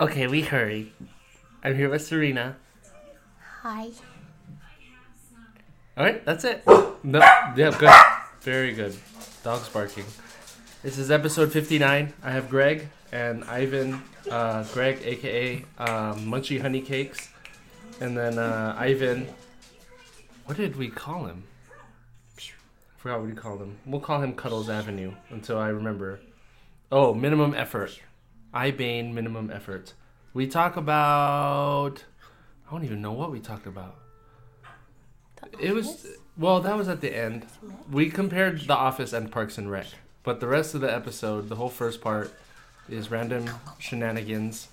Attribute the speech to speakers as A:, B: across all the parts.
A: Okay, we hurry. I'm here with Serena.
B: Hi.
A: All right, that's it. No, yeah, good, very good. Dogs barking. This is episode 59. I have Greg and Ivan. Uh, Greg, aka um, Munchie Honey Cakes, and then uh, Ivan. What did we call him? I forgot what we called him. We'll call him Cuddles Avenue until I remember. Oh, minimum effort. Ibane minimum effort. We talk about. I don't even know what we talked about. It was well, that was at the end. We compared The Office and Parks and Rec, but the rest of the episode, the whole first part, is random shenanigans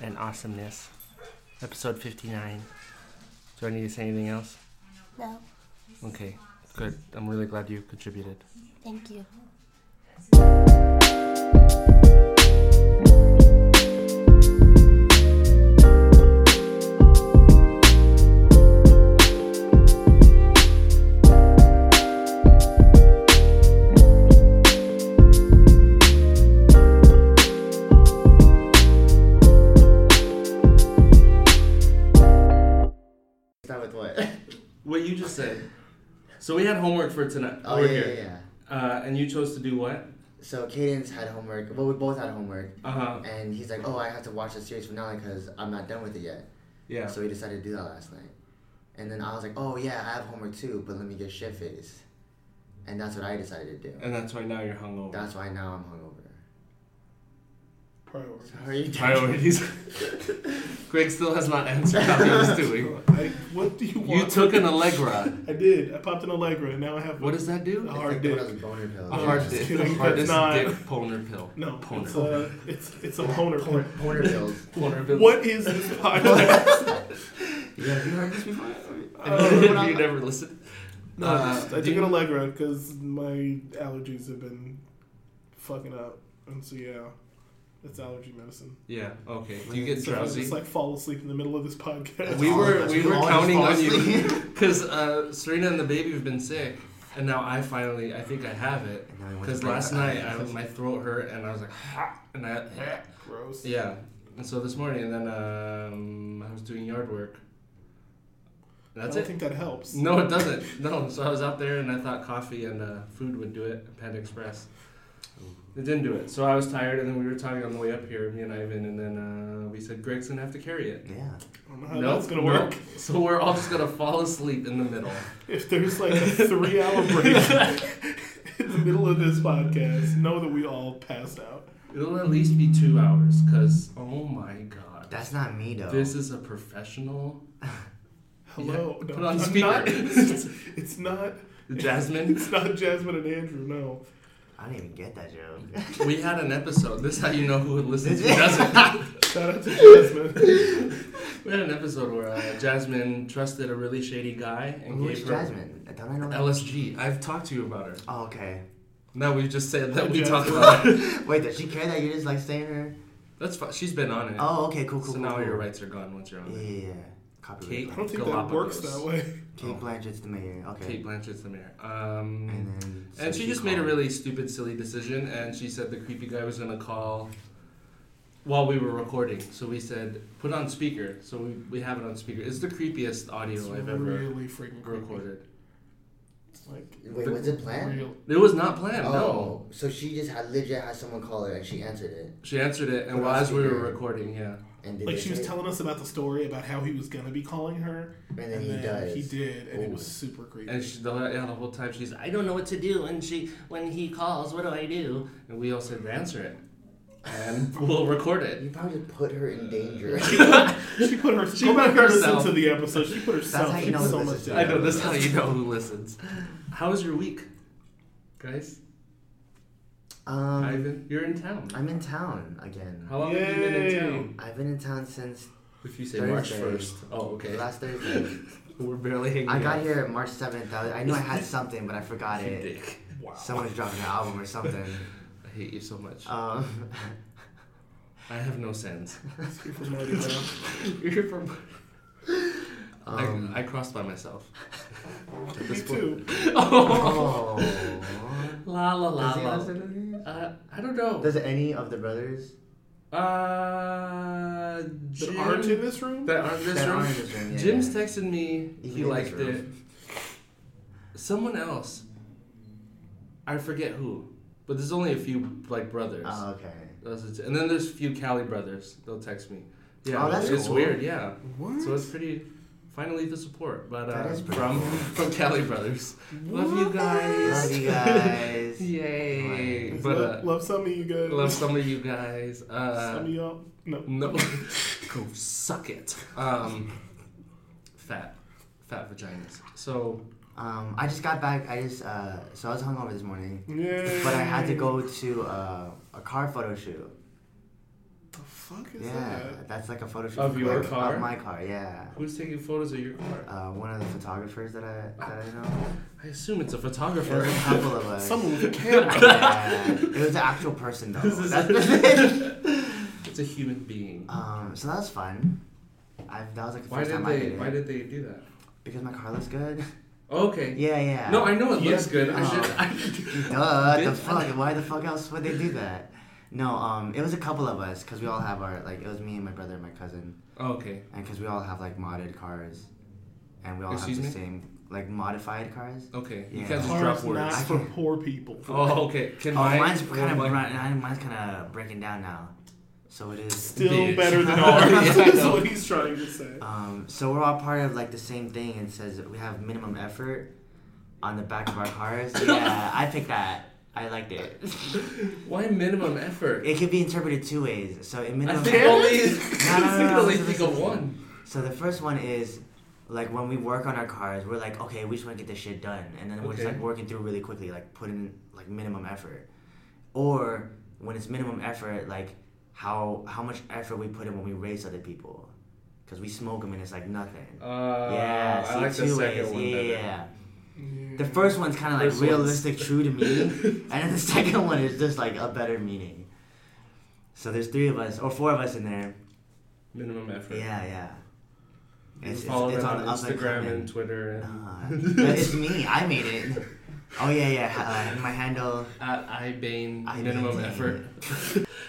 A: and awesomeness. Episode fifty-nine. Do I need to say anything else?
B: No,
A: Okay, good. I'm really glad you contributed.
B: thank you.
C: Start with what?
A: What you just said. So we had homework for tonight.
C: Oh yeah, yeah, yeah.
A: Uh, and you chose to do what?
C: So Cadence had homework. Well, we both had homework,
A: Uh huh.
C: and he's like, "Oh, I have to watch the series finale because I'm not done with it yet."
A: Yeah.
C: So we decided to do that last night. And then I was like, "Oh yeah, I have homework too, but let me get shit faced," and that's what I decided to do.
A: And that's why now you're hungover.
C: That's why now I'm hungover.
D: Priorities.
C: How are you doing?
A: Priorities. Greg still has not answered how he was doing.
D: Like, what do you want?
A: You took an Allegra.
D: I did. I popped an Allegra, and now I have.
A: What does that do?
D: A
C: It's
D: hard
C: like the one
D: dick.
C: that was boner pills.
A: A
D: Yeah,
A: hard
D: Oh, just
A: dick.
D: kidding.
A: The hardest
D: That's not-
A: dick poner pill.
D: No,
A: Poner.
D: it's a it's it's a boner.
C: Boner, boner pills.
A: Poner pill.
D: What is this podcast?
C: Yeah, have you heard this before?
D: Uh,
A: you never listened.
D: no,
A: Uh,
D: just- I
A: do
D: took
A: you-
D: an Allegra because my allergies have been fucking up, and so yeah, it's allergy medicine.
A: Yeah. Okay. Do you get
D: So if I just
A: drowsy?
D: like fall asleep in the middle of this podcast.
A: We were we were
C: All of us
A: counting
C: fall
A: on you
C: asleep.
A: because uh, Serena and the baby have been sick, and now I finally I think I have it
C: And now we went to
A: because
C: bed.
A: last night I, my throat hurt and I was like ha and I
D: gross.
A: yeah and so this morning and then um, I was doing yard work. That's
D: I don't
A: it.
D: think that helps.
A: No, it doesn't. No. So I was out there and I thought coffee and uh, food would do it. Panda Express. It didn't do it. So I was tired, and then we were talking on the way up here, me and Ivan, and then uh, we said Greg's gonna have to carry it.
C: Yeah.
D: I don't know how that's gonna work.
A: So we're all just gonna fall asleep in the middle.
D: If there's like a three hour break in the middle of this podcast, know that we all passed out.
A: It'll at least be two hours, cause oh my god,
C: That's not me though.
A: this is a professional.
D: Hello.
A: Yeah.
D: No,
A: Put on
D: I'm
A: speaker.
D: not- it's, it's not
A: Jasmine,
D: it's not Jasmine and Andrew, no.
C: I didn't even get that joke.
A: we had an episode. This is how you know who listens, who doesn't.
D: Shout out to Jasmine.
A: We had an episode where uh, Jasmine trusted a really shady guy and
C: Who
A: gave
C: is
A: her
C: Jasmine? I don't I know. that?
A: LSG. I've talked to you about her.
C: Oh, okay.
A: No, we just said that we
D: Yeah.
A: talked about her.
C: Wait, does she care that you just like saying her?
A: That's fine. She's been on it.
C: Oh, okay, cool, cool.
A: so
C: cool,
A: now
C: cool.
A: your rights are gone once you're on
C: Yeah,
A: it.
C: yeah, yeah. Copyright.
A: Kate-
D: I
C: Kate,
D: don't think that works
A: Galapagos.
D: that way.
A: Oh.
C: Blanchett's the mayor. Okay.
A: Kate Blanchett's the mayor. Um,
C: And then. so
A: and she, just made a
C: called.
A: really stupid, silly decision, and she said the creepy guy was gonna call while we were recording. So we said put on speaker. So we, we have it on speaker. It's the creepiest audio
D: It's
A: I've ever
D: really freaking creepy.
A: recorded.
D: Like
C: Wait, was it planned?
D: real
A: It was not planned. No,
C: Oh, so she just had legit had someone call her and she answered it.
A: she answered it, and
C: Put on
A: while as we were
C: speaker.
A: recording, yeah.
C: And did
D: like
C: they
D: she was
C: say-
D: telling us about the story about how he was gonna be calling her,
C: And then
D: and
C: he
D: then
C: does.
D: he did, and it
C: Ooh.
D: was super creepy.
A: And she, the, yeah, the whole time she's, I don't know what to do. And she, when he calls, what do I do? And we all said, answer it. And we'll record it.
C: You probably put her in danger.
D: She put her.
A: She
D: go
A: put
D: back and
A: herself.
D: listen to the episode. She put herself.
C: how you
D: in
C: know
D: so
C: this
D: much
C: is
D: danger.
A: I know, this is how you know who listens. How was your week, guys?
C: um,
A: Ivan, you're in town.
C: I'm in town again.
A: How long have you been in
D: Yay.
A: town?
C: I've been in town since
A: If you say March
C: Thursday.
A: 1st. Oh, okay.
C: last Thursday.
A: We're barely hanging
C: I got
A: out.
C: here March 7th. I I knew I had something, but I forgot
A: You
C: it.
A: dick.
D: Wow.
C: Someone's dropping an album or something.
A: I hate you so much.
C: Um,
A: I have no sense.
D: You're from Mardi Gras.
A: You're from.
C: um,
A: I, I crossed by myself.
D: Me too.
C: oh.
A: La la la
C: Does he
A: la.
C: listen to these?
A: Uh, I don't know.
C: Does any of the brothers?
A: Uh,
D: that aren't in this room.
A: that aren't this
C: That
A: room.
C: aren't in this room, yeah,
A: Jim's
C: yeah.
A: texted me.
C: Even
A: he
C: in
A: liked
C: this room.
A: it. Someone else. I forget who, but there's only a few like brothers.
C: Oh, okay.
A: Those are- and then there's a few Cali brothers. They'll text me. Yeah,
C: Oh, that's
A: it's
C: cool.
A: weird. Yeah,
D: what?
A: so it's pretty. Finally, the support, but
C: That
A: uh,
C: is pretty
A: from
C: cool.
A: from Cali brothers. Love you
D: What?
A: guys.
C: Love you guys.
A: Yay!
C: Right.
A: But
D: love,
A: uh,
D: love some of you guys.
A: love some of you guys.
D: some of
A: Uh,
D: y'all. No.
A: no, go suck it. Um, fat, fat vaginas. So
C: Um, I just got back. I just uh, so I was hungover this morning,
D: Yay.
C: but I had to go to uh, a car photo shoot.
D: The fuck is
C: Yeah,
D: that?
C: that's like a photo shoot
A: Of
C: for,
A: your
C: like,
A: car?
C: Of my car, yeah.
A: who's taking photos of your car?
C: Uh, one of the photographers that I that I know.
A: I assume it's a
C: There
A: photographer.
C: was a couple of us.
D: Someone with a
C: yeah, it was an actual person though.
A: This is-
C: That's-
A: it's a human being.
C: um, so that was fun. I, that was like the
A: Why
C: first
A: did
C: time I
A: they?
C: did it.
A: Why did they do that?
C: Because my car looks good.
A: Okay.
C: yeah, yeah.
A: No, I know it
D: Yeah.
A: looks good. I
C: Oh.
A: should. I,
C: Duh,
A: Did-
C: the fuck? Why the fuck else would they do that? No, um, it was a couple of us because we all have our like. It was me and my brother and my cousin,
A: okay.
C: and because we all have like modded cars, and we all
A: Excuse
C: have the
A: me?
C: same like modified cars.
A: Okay. You
C: Yeah.
A: can't just
D: Cars
A: drop
D: not
A: words.
C: I
D: for
C: can't-
D: poor people.
A: Oh, okay. Can
C: Oh,
A: mine-
C: mine's
A: will
C: kind of
A: mine-
C: mine's kind of breaking down now, so it is.
D: Still
A: Bitch.
D: better than ours.
A: Yeah, I
D: That's
A: know.
D: what he's trying to say.
A: Uh,
C: Um, so we're all part of like the same thing, and it says we have minimum effort on the back of our cars. Yeah, I picked that. I liked it.
A: Why minimum effort?
C: It could be interpreted two ways. So in
A: I
C: minimum,
A: think only.
C: no,
A: I
C: no,
A: think
C: no,
A: only
C: listen,
A: think
C: listen,
A: of one.
C: So the first one is like when we work on our cars, we're like, okay, we just want to get this shit done, and then we're just
A: Okay.
C: like working through really quickly, like putting like minimum effort. Or when it's minimum effort, like how how much effort we put in when we race other people, because we smoke them and it's like nothing.
A: Uh,
C: yeah,
A: I
C: see,
A: like the
C: two
A: second
C: ways.
A: one
C: yeah,
A: better.
C: yeah, yeah. The first one's kind of like
A: First one's-
C: realistic, true to me, and then the second one is just like a better meaning. So there's three of us or four of us in there.
A: Minimum effort.
C: Yeah, yeah.
A: You
C: It's,
A: follow
C: it's, it's
A: them
C: on
A: on,
C: the up and
A: Instagram and
C: coming.
A: Twitter and
C: Uh, but it's me. I made it. Oh yeah, yeah. Uh, my handle.
A: at iBane
C: iBane.
A: minimum effort.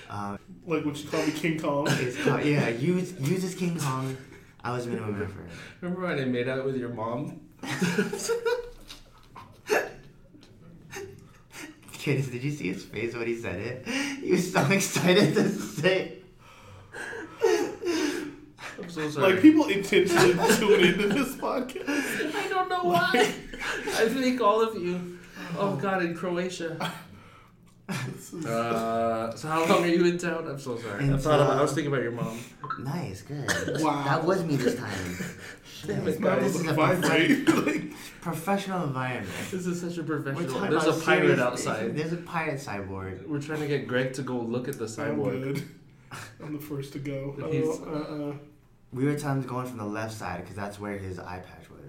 C: Um,
D: Like what you call me, King Kong.
C: is, uh, yeah, use use is King Kong. I was minimum effort.
A: Remember when I made out with your mom?
C: Kids, did you see his face when he said it? He was so excited to say.
A: I'm so sorry.
D: like people intentionally tune into this podcast.
A: I don't know why. I think all of you.
C: Uh-huh.
A: Oh God, in Croatia.
D: This is-
A: Uh, so how long are you in town? I'm so sorry. I
C: In
A: thought about, I was
C: town.
A: thinking about your mom.
C: Nice, good.
D: Wow.
C: That was me this time.
A: Damn it,
D: that
A: guys.
D: was
C: is a-
D: a vibrate. like,
C: Professional environment.
A: This is such a
C: We're
A: professional.
C: talking
A: There's a
C: about
A: pirate
C: serious-
A: outside.
C: There's a pirate cyborg.
A: We're trying to get Greg to go look at the
D: I'm
A: sidewalk.
D: good. I'm the first to go.
A: He's-
D: Oh, uh, uh.
C: We were telling him to go in from the left side because that's where his eye patch was.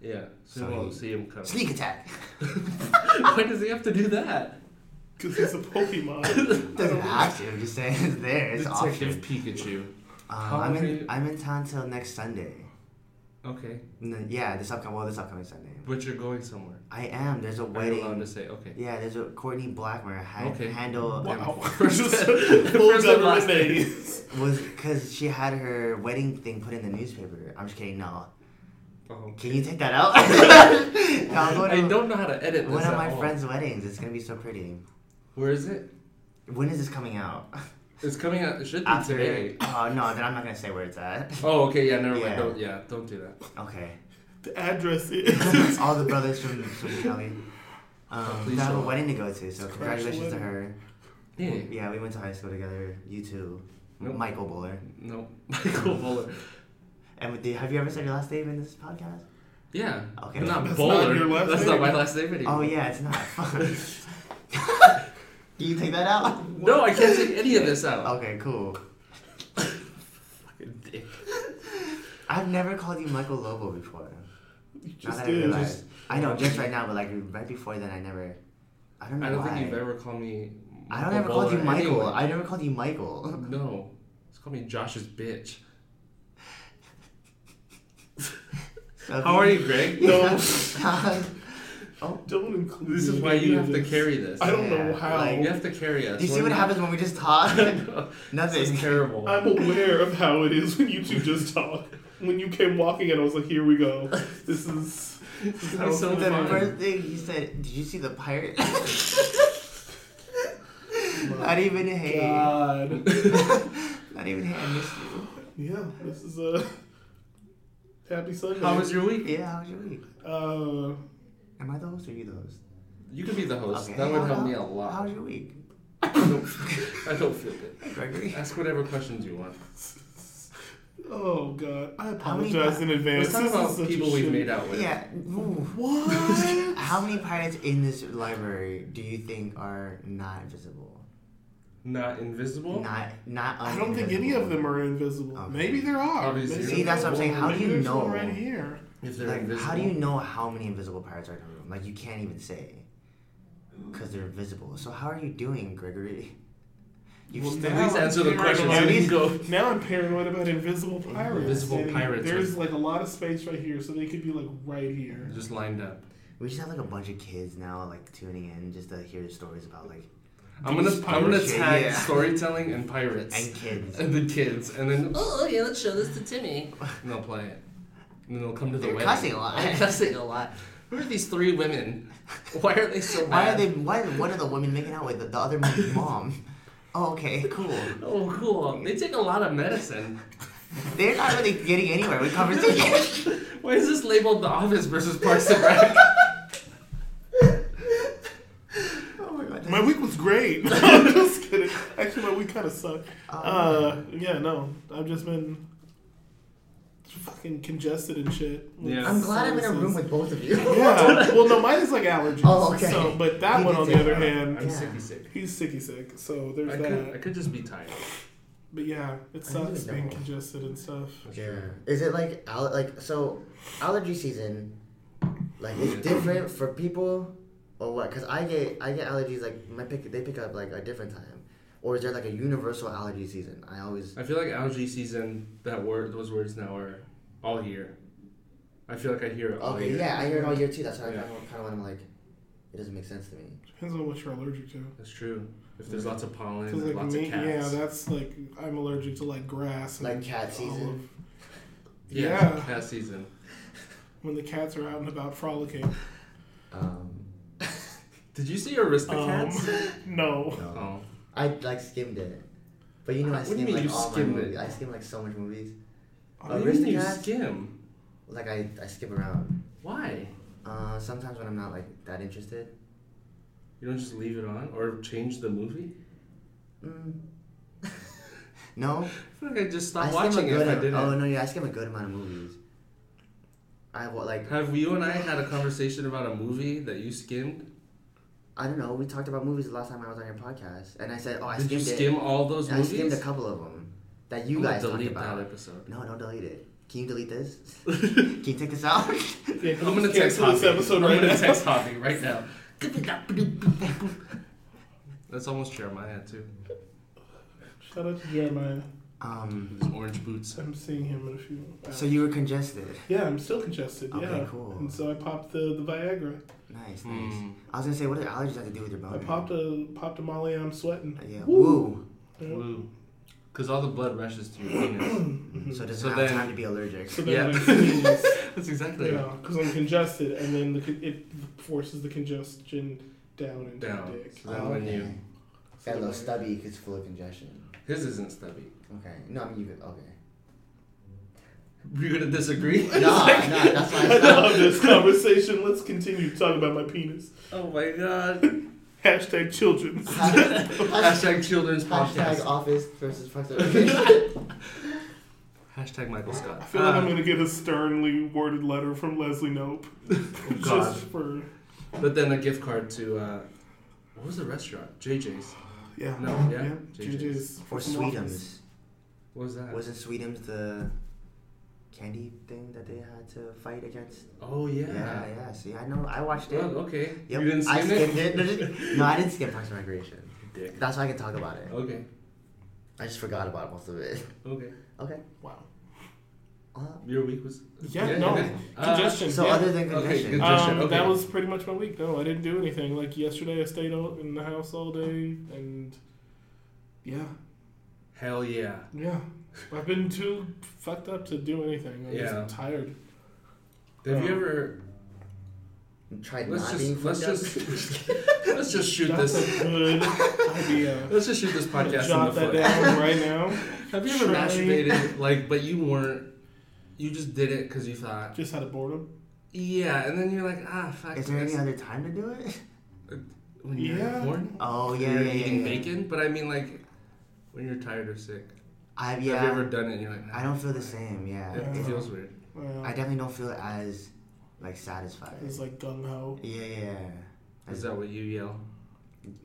A: Yeah, so,
C: So
A: you won't
C: he-
A: see him come.
C: Sneak attack.
A: Why does he have to do that?
D: Because he's a Pokemon.
C: Doesn't have to. I'm just saying it's there. It's
A: Detective
C: option.
A: Pikachu.
C: Um, I'm
A: How are you-
C: in. I'm in town till next Sunday.
A: Okay,
C: No, yeah, this upcoming. Well, this upcoming Sunday.
A: but you're going somewhere.
C: I am. There's a
A: Are you allowed
C: wedding.
A: to say okay?
C: Yeah, there's a Courtney Blackmer ha-
A: Okay.
C: handle
D: wow.
A: First-
D: Just full
A: first and last
D: government
A: name.
D: names.
C: was because she had her wedding thing put in the newspaper. I'm just kidding. No,
A: Oh.
C: can you take that out? No, I'm going
A: I
C: to
A: don't know how to edit this.
C: One
A: at
C: of my
A: all.
C: friends' weddings. It's gonna be so pretty.
A: Where is it?
C: When is this coming out?
A: It's coming out. It should be
C: After.
A: today.
C: Oh no, then I'm not gonna say where it's at.
A: Oh, okay. Yeah, never mind.
C: Yeah.
A: Don't. Yeah, don't do that.
C: Okay.
D: The address is.
C: all the brothers from, from Kelly. Um,
A: Oh, Please
C: we have
A: show
C: a
A: up.
C: wedding to go to, so congratulations to
D: wedding.
C: her.
A: Yeah.
C: Yeah, we went to high school together. You too.
A: Nope.
C: Michael Buller.
A: No, Michael Bowler.
C: And with the, have you ever said your last name in this podcast?
A: Yeah.
C: Okay.
A: Not
D: That's
A: Bowler.
D: not your last
A: That's not
D: name.
A: my last name anymore.
C: Oh yeah, it's not. Can you take that out?
A: No, I can't take any of this out.
C: Okay, cool.
A: Fucking dick.
C: I've never called you Michael Lobo before.
D: You
C: Now
D: just
C: that I
D: did.
C: realize. I know, just right now, but like right before then, I never. I don't know
A: I don't
C: why.
A: think you've ever called me.
C: I don't
A: Michael
C: ever call you
A: Bowler
C: Michael.
A: anyway.
C: I never called you Michael.
A: No, just call me Josh's bitch.
C: So if
A: How are you, Greg?
D: No.
C: Yeah. Oh.
D: Don't include.
A: This is
D: me in
A: why
D: any
A: you
D: of
A: have to
D: this.
A: carry this.
D: I don't know
C: Yeah,
D: how.
C: like-
A: You have to carry us.
C: Do you see
A: We're
C: what
A: not-
C: happens when we just talk?
A: This is
C: Nothing.
A: terrible.
D: I'm aware of how it is when you two just talk. When you came walking in, I was like, "Here we go. This is." This is how
A: So
D: it's
C: The
A: fun.
D: gonna
C: first thing he said, "Did you see the pirate?"
D: be."
C: Not even hey,
D: God.
C: not even hey, I missed you.
D: Yeah, this is a happy Sunday.
A: How was your week?
C: Yeah, how was your week?
D: Uh,
C: Am I the host or you the host?
A: You could be the host.
C: Okay.
A: That would
C: How-
A: help me a
C: How
A: lot.
C: was your week,
A: I don't, I don't feel good.
C: Gregory?
A: Ask whatever questions you want.
D: oh God, I
C: How many-
D: apologize in
A: Let's
D: advance.
A: talk
D: This is
A: about
D: such a
A: people we've
D: shitty-
A: made out with.
C: Yeah. ooh.
D: What?
C: How many pirates in this library do you think are not visible?
A: Not invisible.
C: Not not.
D: I don't think any of them are invisible.
C: Okay.
D: Maybe there are.
A: Probably
D: Maybe
A: zero.
C: See, that's what I'm saying. How do
D: maybe
C: you
D: there's
C: know?
D: one right here.
A: If they're
C: Like,
A: invisible.
C: how do you know how many invisible pirates are in the room? Like, you can't even say because they're invisible. So how are you doing, Gregory? You
D: Well,
C: still
A: At least
D: Now
A: answer the
D: I'm
A: question.
D: paranoid.
A: so we can go.
D: Now I'm paranoid about invisible pirates.
A: Invisible
D: and
A: pirates
D: There's like a lot of space right here, so they could be like right here.
A: Just lined up.
C: we just have like a bunch of kids now, like tuning in just to hear stories about like
A: I'm gonna
D: These
A: I'm gonna
C: pirates,
A: tag
C: yeah.
A: storytelling and pirates
C: and kids.
A: and the kids, and then oh yeah, let's show this to Timmy. And they'll play it. And then they'll come to the
C: They're
A: wedding.
C: cussing a lot.
A: They're cussing a lot. Who are these three women? Why are they so
C: Why are
A: bad?
C: they? Why? What are the women making out with the, the other one's mom? Oh, okay, cool.
A: Oh, cool. They take a lot of medicine.
C: They're not really getting anywhere with conversation.
A: Why is this labeled The Office versus Parks and Rec?
C: oh my god.
D: My week was great. I'm just kidding. Actually, my week kind of sucked. Uh, yeah, no, I've just been fucking congested and shit.
A: Yeah.
C: I'm glad I'm in a room with both of you.
D: Yeah. Well, no, mine is like allergies.
C: Oh, okay.
D: So, but that
C: You
D: one,
C: can
D: on the
C: take
D: other
C: that.
D: hand,
A: I'm
C: Yeah.
A: sicky sick.
D: he's sicky sick. So
A: I
D: there's
A: could, I
D: that.
A: could just be tired.
D: But yeah, it
C: I didn't
D: sucks being
C: know.
D: congested and stuff.
C: Yeah. Is it like al- like so allergy season? Like it's different for people or what? Cause I get I get allergies like my pick they pick up like a different time, or is there like a universal allergy season? I always
A: I feel like allergy season. That word, those words now are all year. I feel like I hear it all
C: okay
A: year.
C: yeah I hear it all year too. That's why
A: Oh, Yeah. Mm-hmm.
C: I kind of when I'm like it doesn't make sense to me.
D: Depends on what you're allergic to.
A: That's true. If there's lots of pollen
D: Because
A: and
D: like
A: lots
D: me,
A: of cats.
D: yeah, that's like I'm allergic to like grass. And
C: Like cat season.
D: olive.
A: Yeah,
D: Yeah.
A: cat season.
D: When the cats are out and about frolicking.
A: Oh.
C: Um,
A: Did you see Aristocats?
D: Um, No.
C: no.
A: oh.
C: I like skimmed it, but you know I
A: What do you
C: skimmed
A: mean
C: like
A: you
C: all my
A: skimmed it?
C: movies. I skimmed like so much movies.
A: What do you mean you
C: Aristocats?
A: skim?
C: Like I I skip around.
A: Why?
C: Uh, sometimes when I'm not like that interested.
A: You don't just leave it on or change the movie?
C: Mm. no,
A: I feel like I just stopped
C: I skim
A: watching
C: a
A: it
C: good.
A: if I didn't.
C: oh no, yeah, I skim a good amount of movies. I wa- like
A: Have you and I had a conversation about a movie that you skimmed?
C: I don't know. We talked about movies the last time I was on your podcast, and I said, "Oh, I
A: Did you
C: skimmed
A: skim
C: it."
A: all those
C: And I
A: movies?
C: skimmed a couple of them that you
A: I'm gonna
C: guys talked
A: delete
C: about.
A: that episode.
C: No, don't delete it. Can you delete this? Can you take this out?
D: Yeah,
A: I'm gonna
D: cancel
A: text Hoppy.
D: this episode
A: I'm
D: right
A: gonna
D: now.
A: text Hoppy right now. That's almost Jeremiah too.
D: Shout out to Jeremiah.
C: um,
A: His orange boots.
D: I'm seeing him in a few. hours.
C: so you were congested.
D: Yeah, I'm still congested.
C: Okay,
D: yeah.
C: cool.
D: And so I popped the, the Viagra.
C: Nice, nice.
A: Mm.
C: I was gonna say, what do allergies have to do with your bone?
D: I popped a popped a Molly and I'm sweating.
C: Yeah.
D: Woo.
C: Woo.
D: Yeah.
A: Woo. Because all the blood rushes to your penis.
C: So it doesn't
A: Mm-hmm. So
C: have
A: then-
C: time to be allergic.
D: So
A: Yeah.
D: then I sneeze,
A: That's exactly
D: you
A: it.
D: know, because I'm congested, and then the, con- it forces the congestion down into
A: Down.
D: the dick.
A: So then when
C: Okay.
A: you-
C: That little
D: So-
C: stubby is full of congestion.
A: His isn't stubby.
C: Okay. No, I mean you could. Okay.
A: You're gonna disagree?
C: No, no, that's why
D: I
C: I
D: love
C: stopped.
D: this conversation. Let's continue talking about my penis.
A: Oh my god.
D: Hashtag children.
C: Hashtag,
A: Hashtag children's
C: hashtag
A: podcast.
C: office versus Parks and
A: Hashtag Michael Scott.
D: I feel like
A: Uh,
D: I'm gonna get a sternly worded letter from Leslie Nope.
A: Oh, God.
D: Just for
A: But then a gift card to uh, what was the restaurant? JJ's.
D: yeah.
A: No, yeah, JJ's.
D: JJ's
C: Or
D: fucking waffles.
C: Sweetums.
A: What was that?
C: Wasn't Sweetums the candy thing that they had to fight against?
A: oh yeah.
C: Yeah, yeah. See, I know. I watched
A: Oh,
C: it.
A: okay.
C: Yep,
A: You didn't
C: I
A: skim
C: skipped
A: it.
C: it. No, just- No, I didn't skip Parks and Recreation.
A: Dick.
C: That's why I can talk about it.
A: Okay.
C: I just forgot about most of it.
A: Okay.
C: Okay.
D: Wow.
C: What?
A: Your week was
D: Yeah, no.
A: Uh,
D: Congestion.
C: So
D: yeah.
C: other than
A: Okay,
C: congestion,
A: good.
D: Um,
A: Congestion, okay.
D: That was pretty much my week. No, I didn't do anything. Like yesterday, I stayed out in the house all day, and yeah,
A: Hell yeah.
D: yeah. I've been too fucked up to do anything. I'm
A: Yeah.
D: just tired.
A: Have you
D: Um,
A: ever?
C: try
A: Let's
C: not being
A: just let's
C: fucked up.
A: just let's just shoot
D: That's
A: this.
D: a good idea.
A: Let's just shoot this
D: I'm gonna
A: podcast in the
D: jot that
A: foot.
D: down right now.
A: Have you ever
D: Try-
A: masturbated like, but you weren't? You just did it because you thought,
D: Just out of boredom.
A: yeah, and then you're like, ah, fuck.
C: Is there any
A: that's-
C: other time to do it?
A: when you're
D: Yeah.
A: born?
C: Oh yeah,
A: you're
C: yeah, yeah,
A: eating
C: yeah.
A: bacon, but I mean like when you're tired or sick.
C: I yeah.
A: Have you ever done it? and You're like,
C: I don't feel the same. Yeah.
A: It
D: Yeah.
A: feels weird.
D: Well,
C: I definitely don't feel as like satisfied.
D: it's like gung ho.
C: Yeah, yeah.
A: Is that what you yell?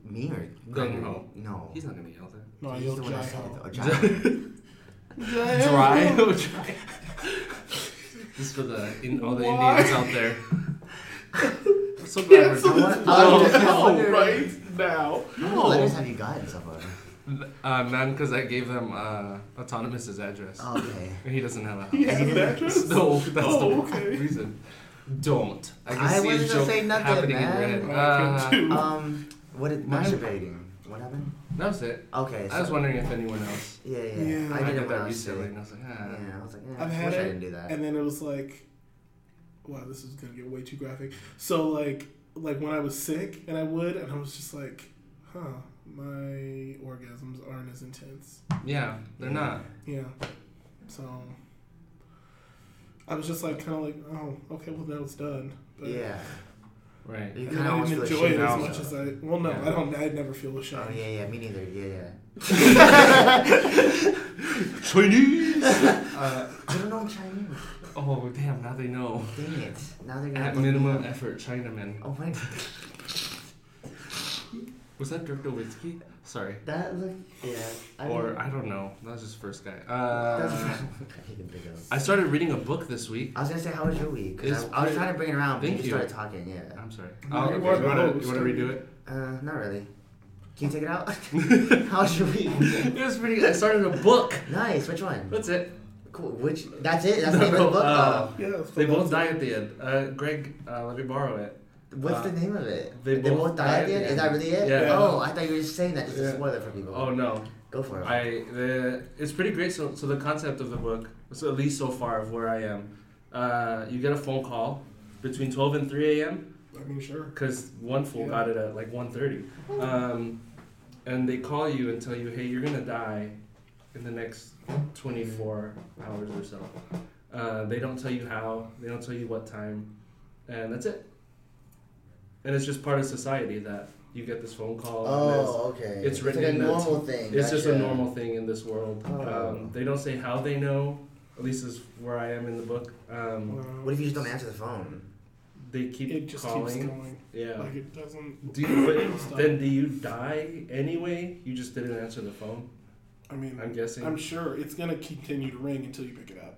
C: me or
A: Gung ho.
C: No.
A: He's not gonna yell that.
D: No, I
C: He's
D: yelled
C: the one
D: jai
C: that said it, Oh,
D: ho.
C: though. Jai.
A: Dry. Oh, dry. this is for the in, all the
D: Why?
A: Indians out there. I'm so glad we're doing
C: I wonder- I
A: Oh,
D: No,
C: wonder-
D: right now.
C: How many letters have you gotten so far?
A: Uh, none, because I gave them uh, autonomous his address.
C: Okay.
A: He doesn't have a house.
D: He has an address?
A: No, that's the
D: Oh, okay.
A: reason. Don't. I can
C: I
A: see a
C: wasn't gonna
A: joke
C: say nothing,
A: happening
C: man.
A: in red.
D: I
A: Uh,
D: can too.
C: Um, what did
A: Mine-
C: masturbating? What happened?
A: that was it.
C: Okay. So,
A: I was wondering if anyone else.
C: yeah, yeah.
D: Yeah.
A: I,
C: I did
A: did
C: it when
A: that
C: I was sick.
A: recently, and I was like, ah.
C: Yeah, I was like, yeah,
D: I've
C: I
D: had
C: wish I
D: it,
C: didn't do that.
D: and then it was like wow this is gonna get way too graphic so like like when i was sick and i would and i was just like huh my orgasms aren't as intense
A: Yeah, they're not.
D: yeah so i was just like kind of like oh okay well that was done but
C: yeah.
A: Right.
C: You
D: I
C: kind of almost
D: didn't
C: feel
D: enjoy
C: ashamed
D: it
C: of
D: as
A: now,
D: much
C: yourself.
D: as I. Well, no,
A: Yeah.
D: I don't. I'd never feel ashamed.
C: Oh yeah, yeah. Me neither. Yeah, yeah.
A: Chinese! uh,
C: I don't know Chinese.
A: oh, damn, now they know.
C: Dang it. Now they're gonna
A: At
C: look me
A: minimum
C: up.
A: effort, Chinaman.
C: Oh my god.
A: Was that Dirk Nowitzki? Sorry.
C: That look. Yeah. I
A: Or,
C: mean,
A: I don't know. That was just first guy.
C: that's
A: Uh,
C: I can think of.
A: I started reading a book this week.
C: I was gonna say, how was your week? 'Cause
A: It's
C: I, I was
A: pretty-
C: trying to bring it around, but
A: Thank
C: you
A: you.
C: started talking. Yeah.
A: I'm sorry.
D: No,
A: Oh,
D: you're
A: okay.
D: welcome.
A: You wanna- you want to redo it?
C: Uh, not really. Can you take it out? how was your week?
A: It was pretty. I started a book.
C: nice. Which one?
A: That's it.
C: Cool. Which? That's it. That's the name of the
A: No,
C: book.
A: uh,
D: Yeah, it's
A: They
D: the
A: both
D: ones-
A: die at the end. Uh, Greg, uh, let me borrow it.
C: Oh, What's
A: uh,
C: the name of it?
A: They Both Die
C: at the end? Is that really it?
A: Yeah.
C: Oh, I thought you were just saying that just
D: Yeah.
C: a spoiler for people.
A: Oh no,
C: Go for it.
A: I the it's pretty great. So so the concept of the book, so at least so far of where I am, uh, you get a phone call between twelve and three a.m.
D: I mean, sure.
A: because one fool
D: Yeah.
A: got it at like 1.30 um, and they call you and tell you hey you're going to die in the next 24 hours or so uh, they don't tell you how they don't tell you what time and that's it and it's just part of society that you get this phone call and it's-
C: Oh, okay.
A: it's written
C: like a
A: in that-
C: normal thing.
A: it's just a
C: gotcha.
A: normal thing in this world
C: Oh.
A: um, they don't say how they know at least is where i am in the book um,
D: Wow.
C: What if you just don't answer the phone?
A: they keep
D: It just
A: calling
D: keeps going.
A: yeah
D: Like it doesn't.
A: Do you, but
D: stop.
A: then do you die anyway? You just didn't answer the phone.
D: I mean,
A: I'm guessing.
D: I'm sure it's gonna continue to ring until you pick it up.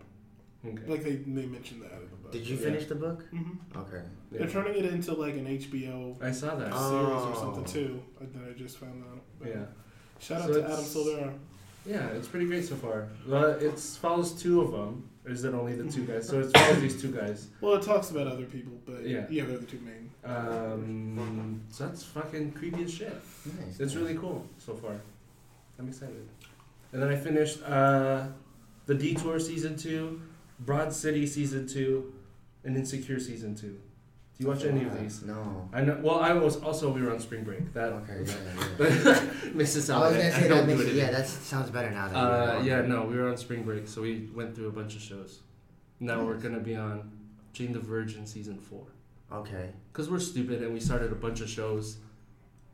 A: okay.
D: Like they, they mentioned that in the book.
C: Did you
A: Yeah.
C: finish the book?
D: hmm
C: Okay.
A: Yeah.
D: They're turning it into like an HBO
A: I saw that.
C: Oh.
D: series or something too. uh, That I just found out. But
A: Yeah,
D: Shout out
A: So
D: to
A: it's-
D: Adam Silvera.
A: yeah, it's pretty great so far. Well, it follows two of them. Or is it only the two guys? So it follows these two guys.
D: Well, it talks about other people, but
A: Yeah.
D: yeah, they're the two main.
A: Um, so that's fucking creepy as shit.
C: Nice.
A: It's really cool so far. I'm excited. And then I finished uh, the Detour season two, Broad City season two, and Insecure season two. Do you watch any of these?
C: No.
A: I know. Well, I was also we were on spring break. That
C: Okay. Yeah. yeah.
A: Mrs.
C: I was
A: Allen.
C: gonna
A: I
C: say that
A: don't
C: makes
A: do it.
C: it, yeah,
A: anymore.
C: that sounds better now. That
A: Uh,
C: you
A: yeah, no, we were on spring break, so we went through a bunch of shows. Now we're gonna be on Jane the Virgin season four.
C: Okay.
A: Cause we're stupid and we started a bunch of shows,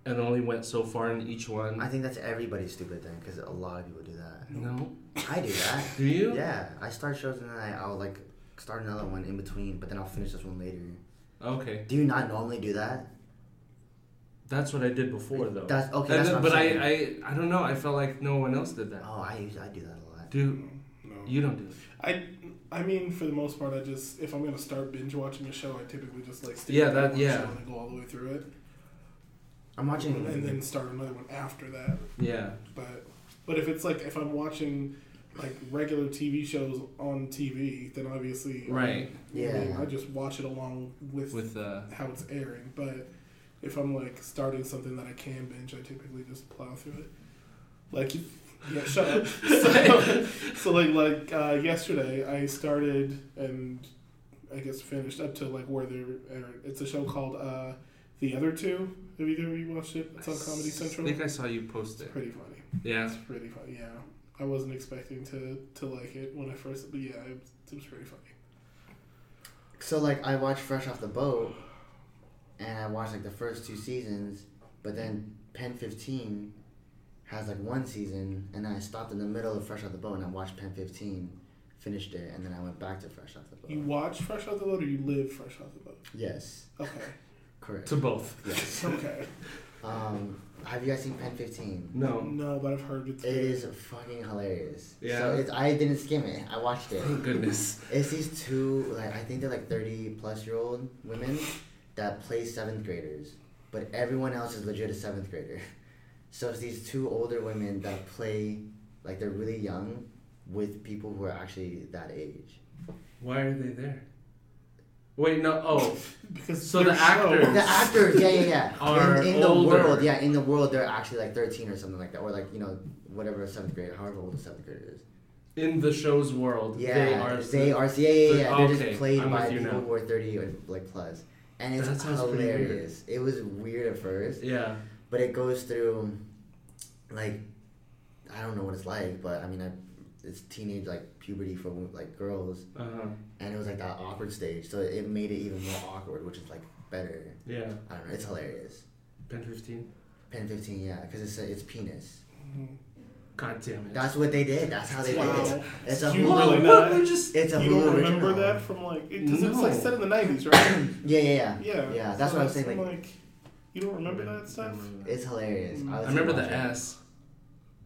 A: and only went so far in each one.
C: I think that's everybody's stupid thing because a lot of people do that.
A: no,
C: I do that.
A: do you?
C: Yeah, I start shows and then I, I'll like start another one in between, but then I'll finish this one later.
A: Okay,
C: Do you not normally do that?
A: that's what I did before though.
C: That's okay.
A: And
C: That's
A: then- but
C: what I'm
A: I,
C: saying.
A: I, I don't know. I felt like no one else did that.
C: oh, I usually I do that a lot.
A: Do
D: No.
A: you don't do it?
D: I I mean, for the most part, I just if I'm gonna start binge watching a show, I typically just like stick
A: Yeah,
D: with
A: that-
D: one
A: yeah.
D: show and go all the way through it,
C: I'm watching.
D: and then start another one after that.
A: Yeah.
D: But but if it's like if I'm watching like regular TV shows on TV, then obviously, I mean,
A: Right.
D: I, mean,
C: Yeah.
D: I just watch it along with,
A: with uh,
D: how it's airing. But if I'm like starting something that I can binge, I typically just plow through it. Like, yeah, shut up. So, so like, like uh, yesterday, I started and I guess finished up to like where they're. or It's a show called uh, The Other Two. Have either of you watched it? It's on Comedy Central.
A: I think I saw you post it.
D: It's pretty funny.
A: Yeah.
D: It's pretty funny. Yeah, I wasn't expecting to to like it when I first, but yeah, it, was- it was pretty funny.
C: So like I watched Fresh Off the Boat, and I watched like the first two seasons, but then Pen Fifteen has like one season, and then I stopped in the middle of Fresh Off the Boat and I watched Pen Fifteen, finished it, and then I went back to Fresh Off the Boat.
D: You
A: Mm.
D: watch Fresh Out the Boat or you live Fresh Out the Boat?
C: yes,
D: Okay,
C: correct.
A: To both.
C: yes.
D: okay.
C: Um, have you guys seen Pen Fifteen?
A: No.
D: No, but I've heard it's
C: Um, It is fucking hilarious.
A: Yeah.
C: So it's, I didn't skim it. I watched it.
A: Thank goodness.
C: It's these two, like I think they're like thirty plus year old women that play seventh graders, but everyone else is legit a seventh grader. So it's these two older women that play like they're really young with people who are actually that age.
A: Why are they there? Wait, no. Oh,
D: because
A: So
D: their
A: the
D: show-
A: actors-
C: The actors, yeah, yeah, yeah.
A: Are
C: In, in the
A: older.
C: world, yeah, in the world, they're actually like thirteen or something like that, or like you know whatever seventh grader, however old a seventh grader is.
A: in the show's world,
C: Yeah,
A: they are.
C: They are. Yeah, yeah, yeah.
A: They're-
C: They're
A: okay,
C: just played
A: I'm
C: by
A: with you
C: people
A: now.
C: who are thirty or like plus, and
A: That
C: it's
A: sounds pretty weird.
C: hilarious. It was weird at first,
A: Yeah.
C: but it goes through, like, I don't know what it's like, but I mean, I, it's teenage like puberty for like girls,
A: Uh huh.
C: and it was like that awkward stage, so it made it even more awkward, which is like better.
A: Yeah.
C: I don't know. It's hilarious.
A: Pen fifteen.
C: Pen fifteen, yeah, because it's it's penis.
D: Mhm.
A: God damn it.
C: That's what they did. That's how they did
D: Wow.
C: it. It's a
D: You
C: Hulu-
D: really
A: what?
D: not-
A: We're just.
C: It's a
D: you don't
C: Hulu
D: remember
C: original.
D: that from like it, cause it's like
A: No.
D: set in the nineties, right?
C: Yeah, yeah, yeah.
D: yeah.
C: Yeah,
D: So
C: that's what I'm saying,
D: from,
C: like-
D: you don't remember that stuff?
C: It's hilarious.
D: Mm.
A: I
C: would say
A: remember the
C: watch it.
A: ass.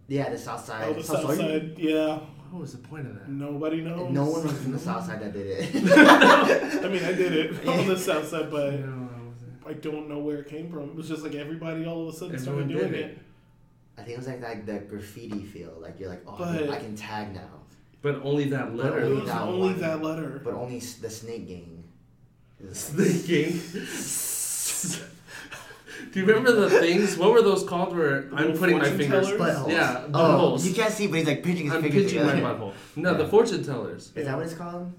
C: Yeah, the South Side.
D: Oh, the
C: South
D: South
C: Side?
D: Side. Yeah.
A: What was the point of that?
D: Nobody knows.
C: No one was from the South Side that did
D: I
C: it.
D: mean, I did it on the South Side, but.
A: No, I wasn't.
D: I don't know where it came from. It was just like everybody all of a sudden
A: Everyone
D: started doing
A: did
D: it.
A: it.
C: I think it was like like the graffiti feel. Like you're like, oh,
D: But-
C: I can tag now.
A: But only that
D: It
C: Only
A: letter.
D: was
C: that
D: only
C: one.
D: that letter.
C: But only s- the Snake Gang. is-
A: Thinking. Do you remember the things? What were those called? Where
D: The
A: I'm
D: little
A: putting my
D: fortune
A: fingers.
D: tellers?
C: Buttholes.
A: Yeah,
C: Oh,
A: buttholes.
C: you can't see, but he's like pinching his
A: I'm
C: fingers
A: pinching my
C: together.
A: butthole. No, the
C: Yeah.
A: fortune tellers.
C: Is that what it's called?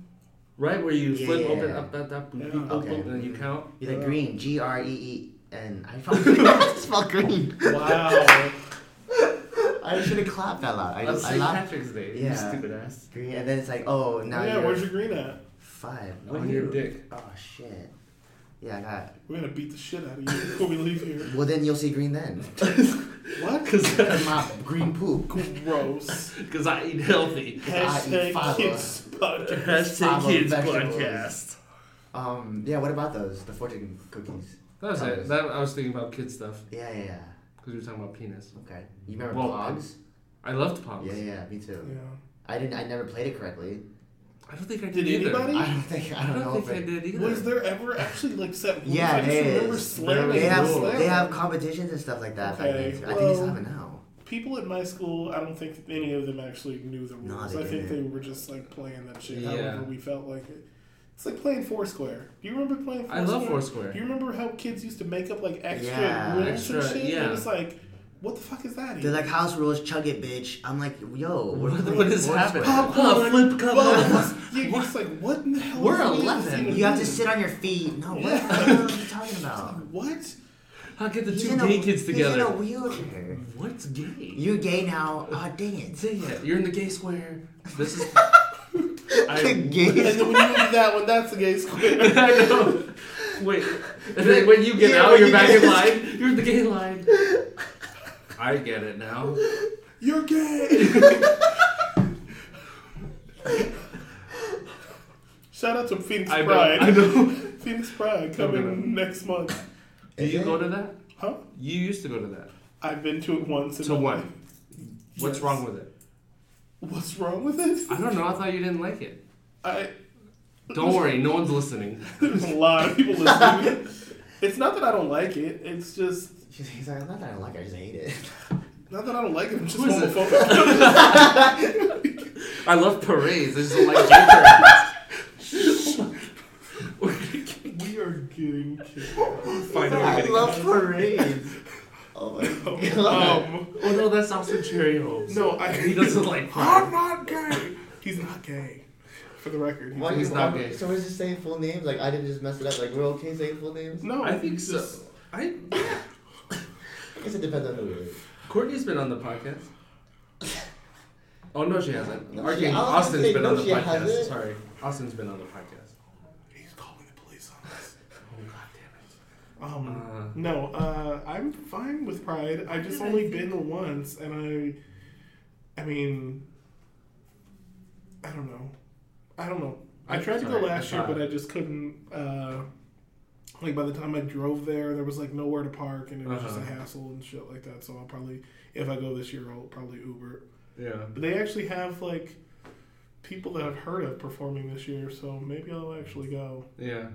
A: Right where you
C: Yeah,
A: flip
C: yeah,
A: open
C: yeah.
A: up that up,
D: Yeah.
A: up,
C: Okay.
A: up, and you count.
C: He's like
D: Uh,
C: green. G R E E N. I fucking I spelled green.
D: Wow.
C: I should have clapped that loud. I
A: That's
C: just I
A: St.
C: laughed.
A: Patrick's Day. You
C: Yeah.
A: stupid ass.
C: Green, and then it's like, oh, now
D: yeah,
C: you're
D: where's your green at?
C: five.
A: On
C: What do
A: your
C: you-
A: dick.
C: Oh shit. Yeah, I got.
D: We're gonna beat the shit out of you before we leave here.
C: Well, then you'll see green then.
A: What? Because
C: Cause my green poop.
D: Gross.
A: I eat healthy.
D: Hashtag
C: follow.
D: kids podcast.
A: Hashtag
C: Follow
A: kids
C: vegetables.
A: podcast.
C: Um, yeah, what about those? The fortune cookies.
A: That was it. That, I was thinking about kid stuff
C: Yeah, yeah, yeah.
A: because we were talking about penis.
C: Okay. You remember
A: Well,
C: blogs?
A: I loved Pops.
C: Yeah, yeah, me
D: Yeah.
C: too. I didn't. I never played it correctly.
A: I don't think I did,
D: Did
A: either.
D: anybody?
C: I don't think. I
A: I
C: don't,
A: don't
C: know
A: think
C: if
A: I
C: it.
A: did either.
D: Was there ever actually like set rules?
C: Yeah,
D: I just
C: it
D: remember
C: is.
D: slamming
C: They have
A: Cool.
D: slamming.
C: they have competitions and stuff like that.
D: Okay,
C: back then. too. I think they still
D: well-
C: have it now.
D: People at my school, I don't think any of them actually knew the
C: No,
D: rules.
C: they
D: I think they
C: didn't.
D: were just like playing that shit
A: Yeah.
D: however we felt like it. It's like playing Foursquare. Do you remember playing
A: I
D: Foursquare?
A: love
D: Do
A: Foursquare.
D: you remember how kids used to make up like extra
C: Yeah.
D: rules
A: Extra,
D: and shit?
A: yeah.
D: And it's like, what the fuck is that?
C: They're
D: even?
C: like house rules. Chug it, bitch. I'm like, yo. we're
A: What-
C: playing
A: what is happening?
C: Foursquare.
D: Popcorn,
A: Oh, flip cup.
D: Bugs. yeah, you're
A: What?
D: just like, what in the hell?
A: We're
D: is this
A: 11.
D: even
C: You have to
D: mean?
C: sit on your feet. No, what,
D: Yeah.
C: what the hell are you talking about?
D: What?
A: I'll get the
C: He's
A: two
C: in a-
A: gay kids
C: He's in a
A: together.
C: wheelchair.
A: What's gay?
C: You gay now? Oh, dang it.
A: Say it. You're in the gay square. This is.
C: The
A: I,
D: And
C: gay
D: then when you do that one, that's the gay
A: I
D: square.
A: know. Wait. And then when you get
C: Yeah,
A: out,
C: when
A: you're
C: you
A: back
C: get-
A: in line. You're in the gay line. I get it now.
D: You're gay. Shout out to Phoenix
A: I know.
D: Pride.
A: I know.
D: Phoenix Pride coming next month.
A: Do you
C: Is
A: go
C: it?
A: to that?
D: Huh?
A: You used to go to that.
D: I've been to it once. in
A: To
D: my
A: what?
D: life.
A: What's
D: Yes.
A: wrong with it?
D: What's wrong with it?
A: I don't know. I thought you didn't like it.
D: I
A: Don't worry. No one's listening.
D: There's a lot of people listening. it's not that I don't like it. It's just
C: He's he's like, not that I don't like it, I just hate it.
D: not that I don't like it. I'm just
A: Who is it?
D: homophobic.
A: I love parades. I just don't like gay parades.
D: We are getting kicked.
A: Finally, we're
C: I
A: getting-
C: love parades. Oh my god.
D: Um,
E: Oh no, that's not so cherry hopes.
D: no, I,
A: He doesn't like
D: I'm
A: parties.
D: not gay. He's not gay. For the record, he's
C: Why
A: he's
C: you-
A: not
C: why-
A: gay.
C: So we're just saying full names? Like I didn't just mess it up. Like we're okay saying full names?
D: no.
A: I think
D: he's
A: so.
D: just-
A: I
C: I guess it depends on who it is.
A: Courtney's been on the podcast. Oh no, she hasn't.
C: No,
A: Arcane-
C: she- I was gonna
A: Austin's
C: say,
A: been
C: no,
A: on the
C: she
A: podcast.
C: hasn't.
A: Sorry, Austin's been on the podcast.
D: He's calling the police on us.
A: Oh god
D: Um,
A: damn it. Uh,
D: No, uh, I'm fine with Pride. I've just only been once, and I, I mean, I don't know. I don't know. I tried to go
A: Sorry,
D: last
A: I
D: year,
A: thought-
D: but I just couldn't. Uh, like by the time I drove there, there was like nowhere to park, and it was just a
A: Uh-huh.
D: hassle and shit like that. So I'll probably, if I go this year, I'll probably Uber.
A: yeah.
D: But they actually have like people that I've heard of performing this year, so maybe I'll actually go.
A: Yeah.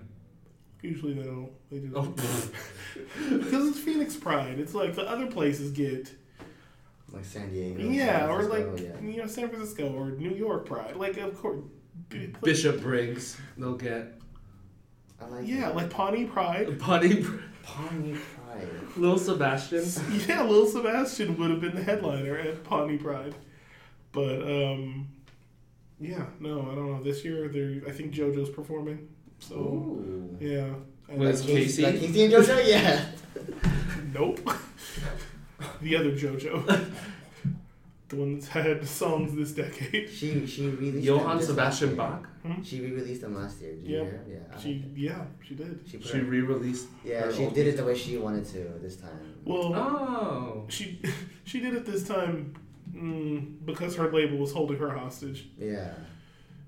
D: Usually they don't. They just
A: Oh,
D: because it's Phoenix Pride. It's like the other places get
C: Like San Diego.
D: yeah,
C: San
D: or like
C: Francisco, yeah.
D: you know San Francisco or New York Pride. Like of course, b- pla-
A: Bishop Briggs. They'll get
C: I like
D: Yeah, like Pawnee Pride.
A: Buddy,
C: Pawnee Pride.
A: Little Sebastian.
D: Yeah, Lil Sebastian would have been the headliner at Pawnee Pride, but um, yeah, no, I don't know. This year, they I think JoJo's performing, so
C: Ooh.
D: yeah. And
A: Was-
D: then-
A: uh, Casey?
C: Like Casey and JoJo, yeah.
D: nope. the other JoJo, the one that's had songs this decade.
C: She she released. them
A: Johann
C: just
A: Sebastian
C: last
A: Bach.
C: year. She re-released them last year. Did
D: Yeah.
C: you hear? Yeah. I
D: She
C: like it.
D: yeah, she did.
C: She, put
A: She
C: her-
A: re-released.
C: yeah.
A: her
C: She
A: old
C: did it the way she wanted to this time.
D: Well,
A: Oh.
D: she she did it this time mm, because her label was holding her hostage.
C: Yeah.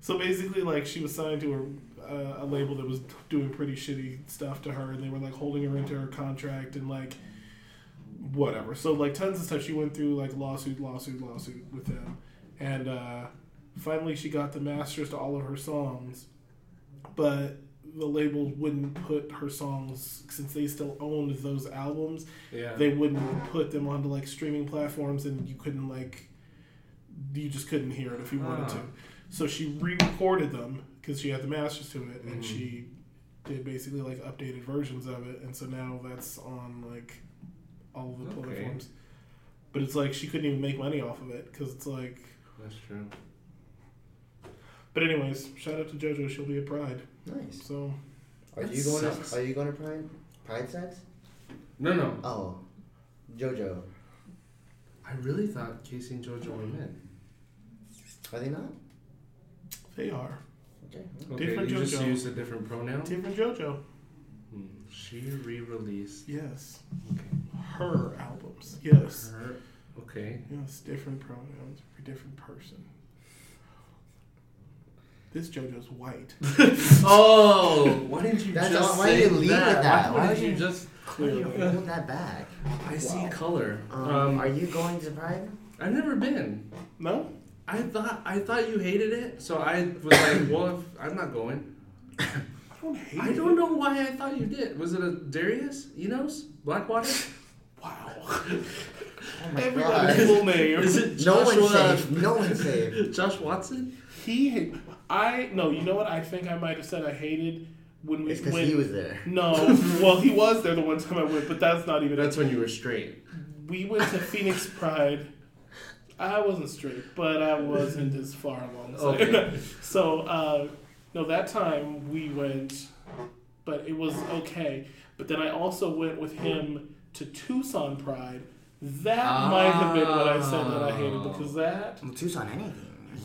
D: So basically, like she was signed to a, uh, a label that was doing pretty shitty stuff to her, and they were like holding her into her contract and like whatever. So like tons of stuff she went through, like lawsuit, lawsuit, lawsuit with them, and uh, finally she got the masters to all of her songs, but the label wouldn't put her songs since they still owned those albums
A: Yeah.
D: they wouldn't put them onto like streaming platforms and you couldn't like you just couldn't hear it if you wanted to
A: Ah.
D: so she re-recorded them because she had the masters to it and
A: Mhm.
D: she did basically like updated versions of it and so now that's on like all of the
A: Okay.
D: platforms but it's like she couldn't even make money off of it because it's like
A: That's true.
D: but anyways shout out to jojo she'll be at pride
C: Nice.
D: so
C: Are
A: That
C: you going?
A: sucks.
C: To, are you going to Pride? Pride sex?
A: No, no.
C: Oh, JoJo.
A: I really thought Casey and JoJo were men.
C: Are they not?
D: they are
C: Okay.
A: Okay,
D: Different
A: you just
D: JoJo.
A: used a different pronoun.
D: different jojo
A: Hmm. She re-released
D: yes
A: Okay.
D: her albums yes
A: her. Okay.
D: Yes, different pronouns for different person. This JoJo's white.
A: Oh, why didn't you
C: That's
A: just
C: all-
A: say
C: why did you leave
A: that?
C: with that?
A: Why,
C: Why
A: did
C: did
A: you
C: you-
A: just?
C: How do you hold that back.
A: I see color.
C: Um,
A: Um,
C: are you going to Pride?
A: I've never been.
D: No?
A: I thought I thought you hated it, so I was like, well, if I'm not going.
D: I don't hate
A: I don't know why I thought you did. Was it a Darius, Enos, Blackwater?
D: Wow.
C: Oh my
D: Everybody's
C: god.
D: full name.
A: Is it
C: No
A: Joshua?
C: one's safe. No one's safe.
A: Josh Watson?
D: He, I, no, you know what? I think I might have said I hated when we
C: It's because
D: went.
C: he was there.
D: no, well, he was there the one time I went, but that's not even
A: That's
D: it.
A: when you were straight.
D: We went to Phoenix Pride. I wasn't straight, but I wasn't as far along. as I-
A: Okay.
D: So, uh, no, that time we went, but it was okay. But then I also went with him to Tucson Pride. That might have been what I said that I hated because that,
C: Well, Tucson, anything.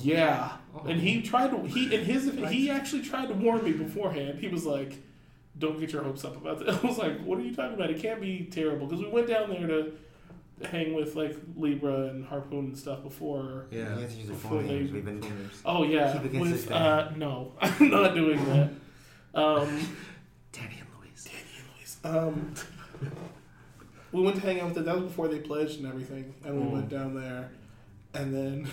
D: yeah. And he tried to he and his he actually tried to warn me beforehand. He was like, "Don't get your hopes up about that." I was like, "What are you talking about? It can't be terrible." Because we went down there to hang with like Libra and Harpoon and stuff before.
A: Yeah.
C: You have to use the
D: Before
C: full
D: they-
C: names. We've been doing this.
D: Oh yeah,
C: Keep against
D: with
C: this
D: uh, no, I'm not doing that. Um,
A: Danny and Louise.
D: Um, we went to hang out with them. That was before they pledged and everything, and we
A: Mm.
D: went down there, and then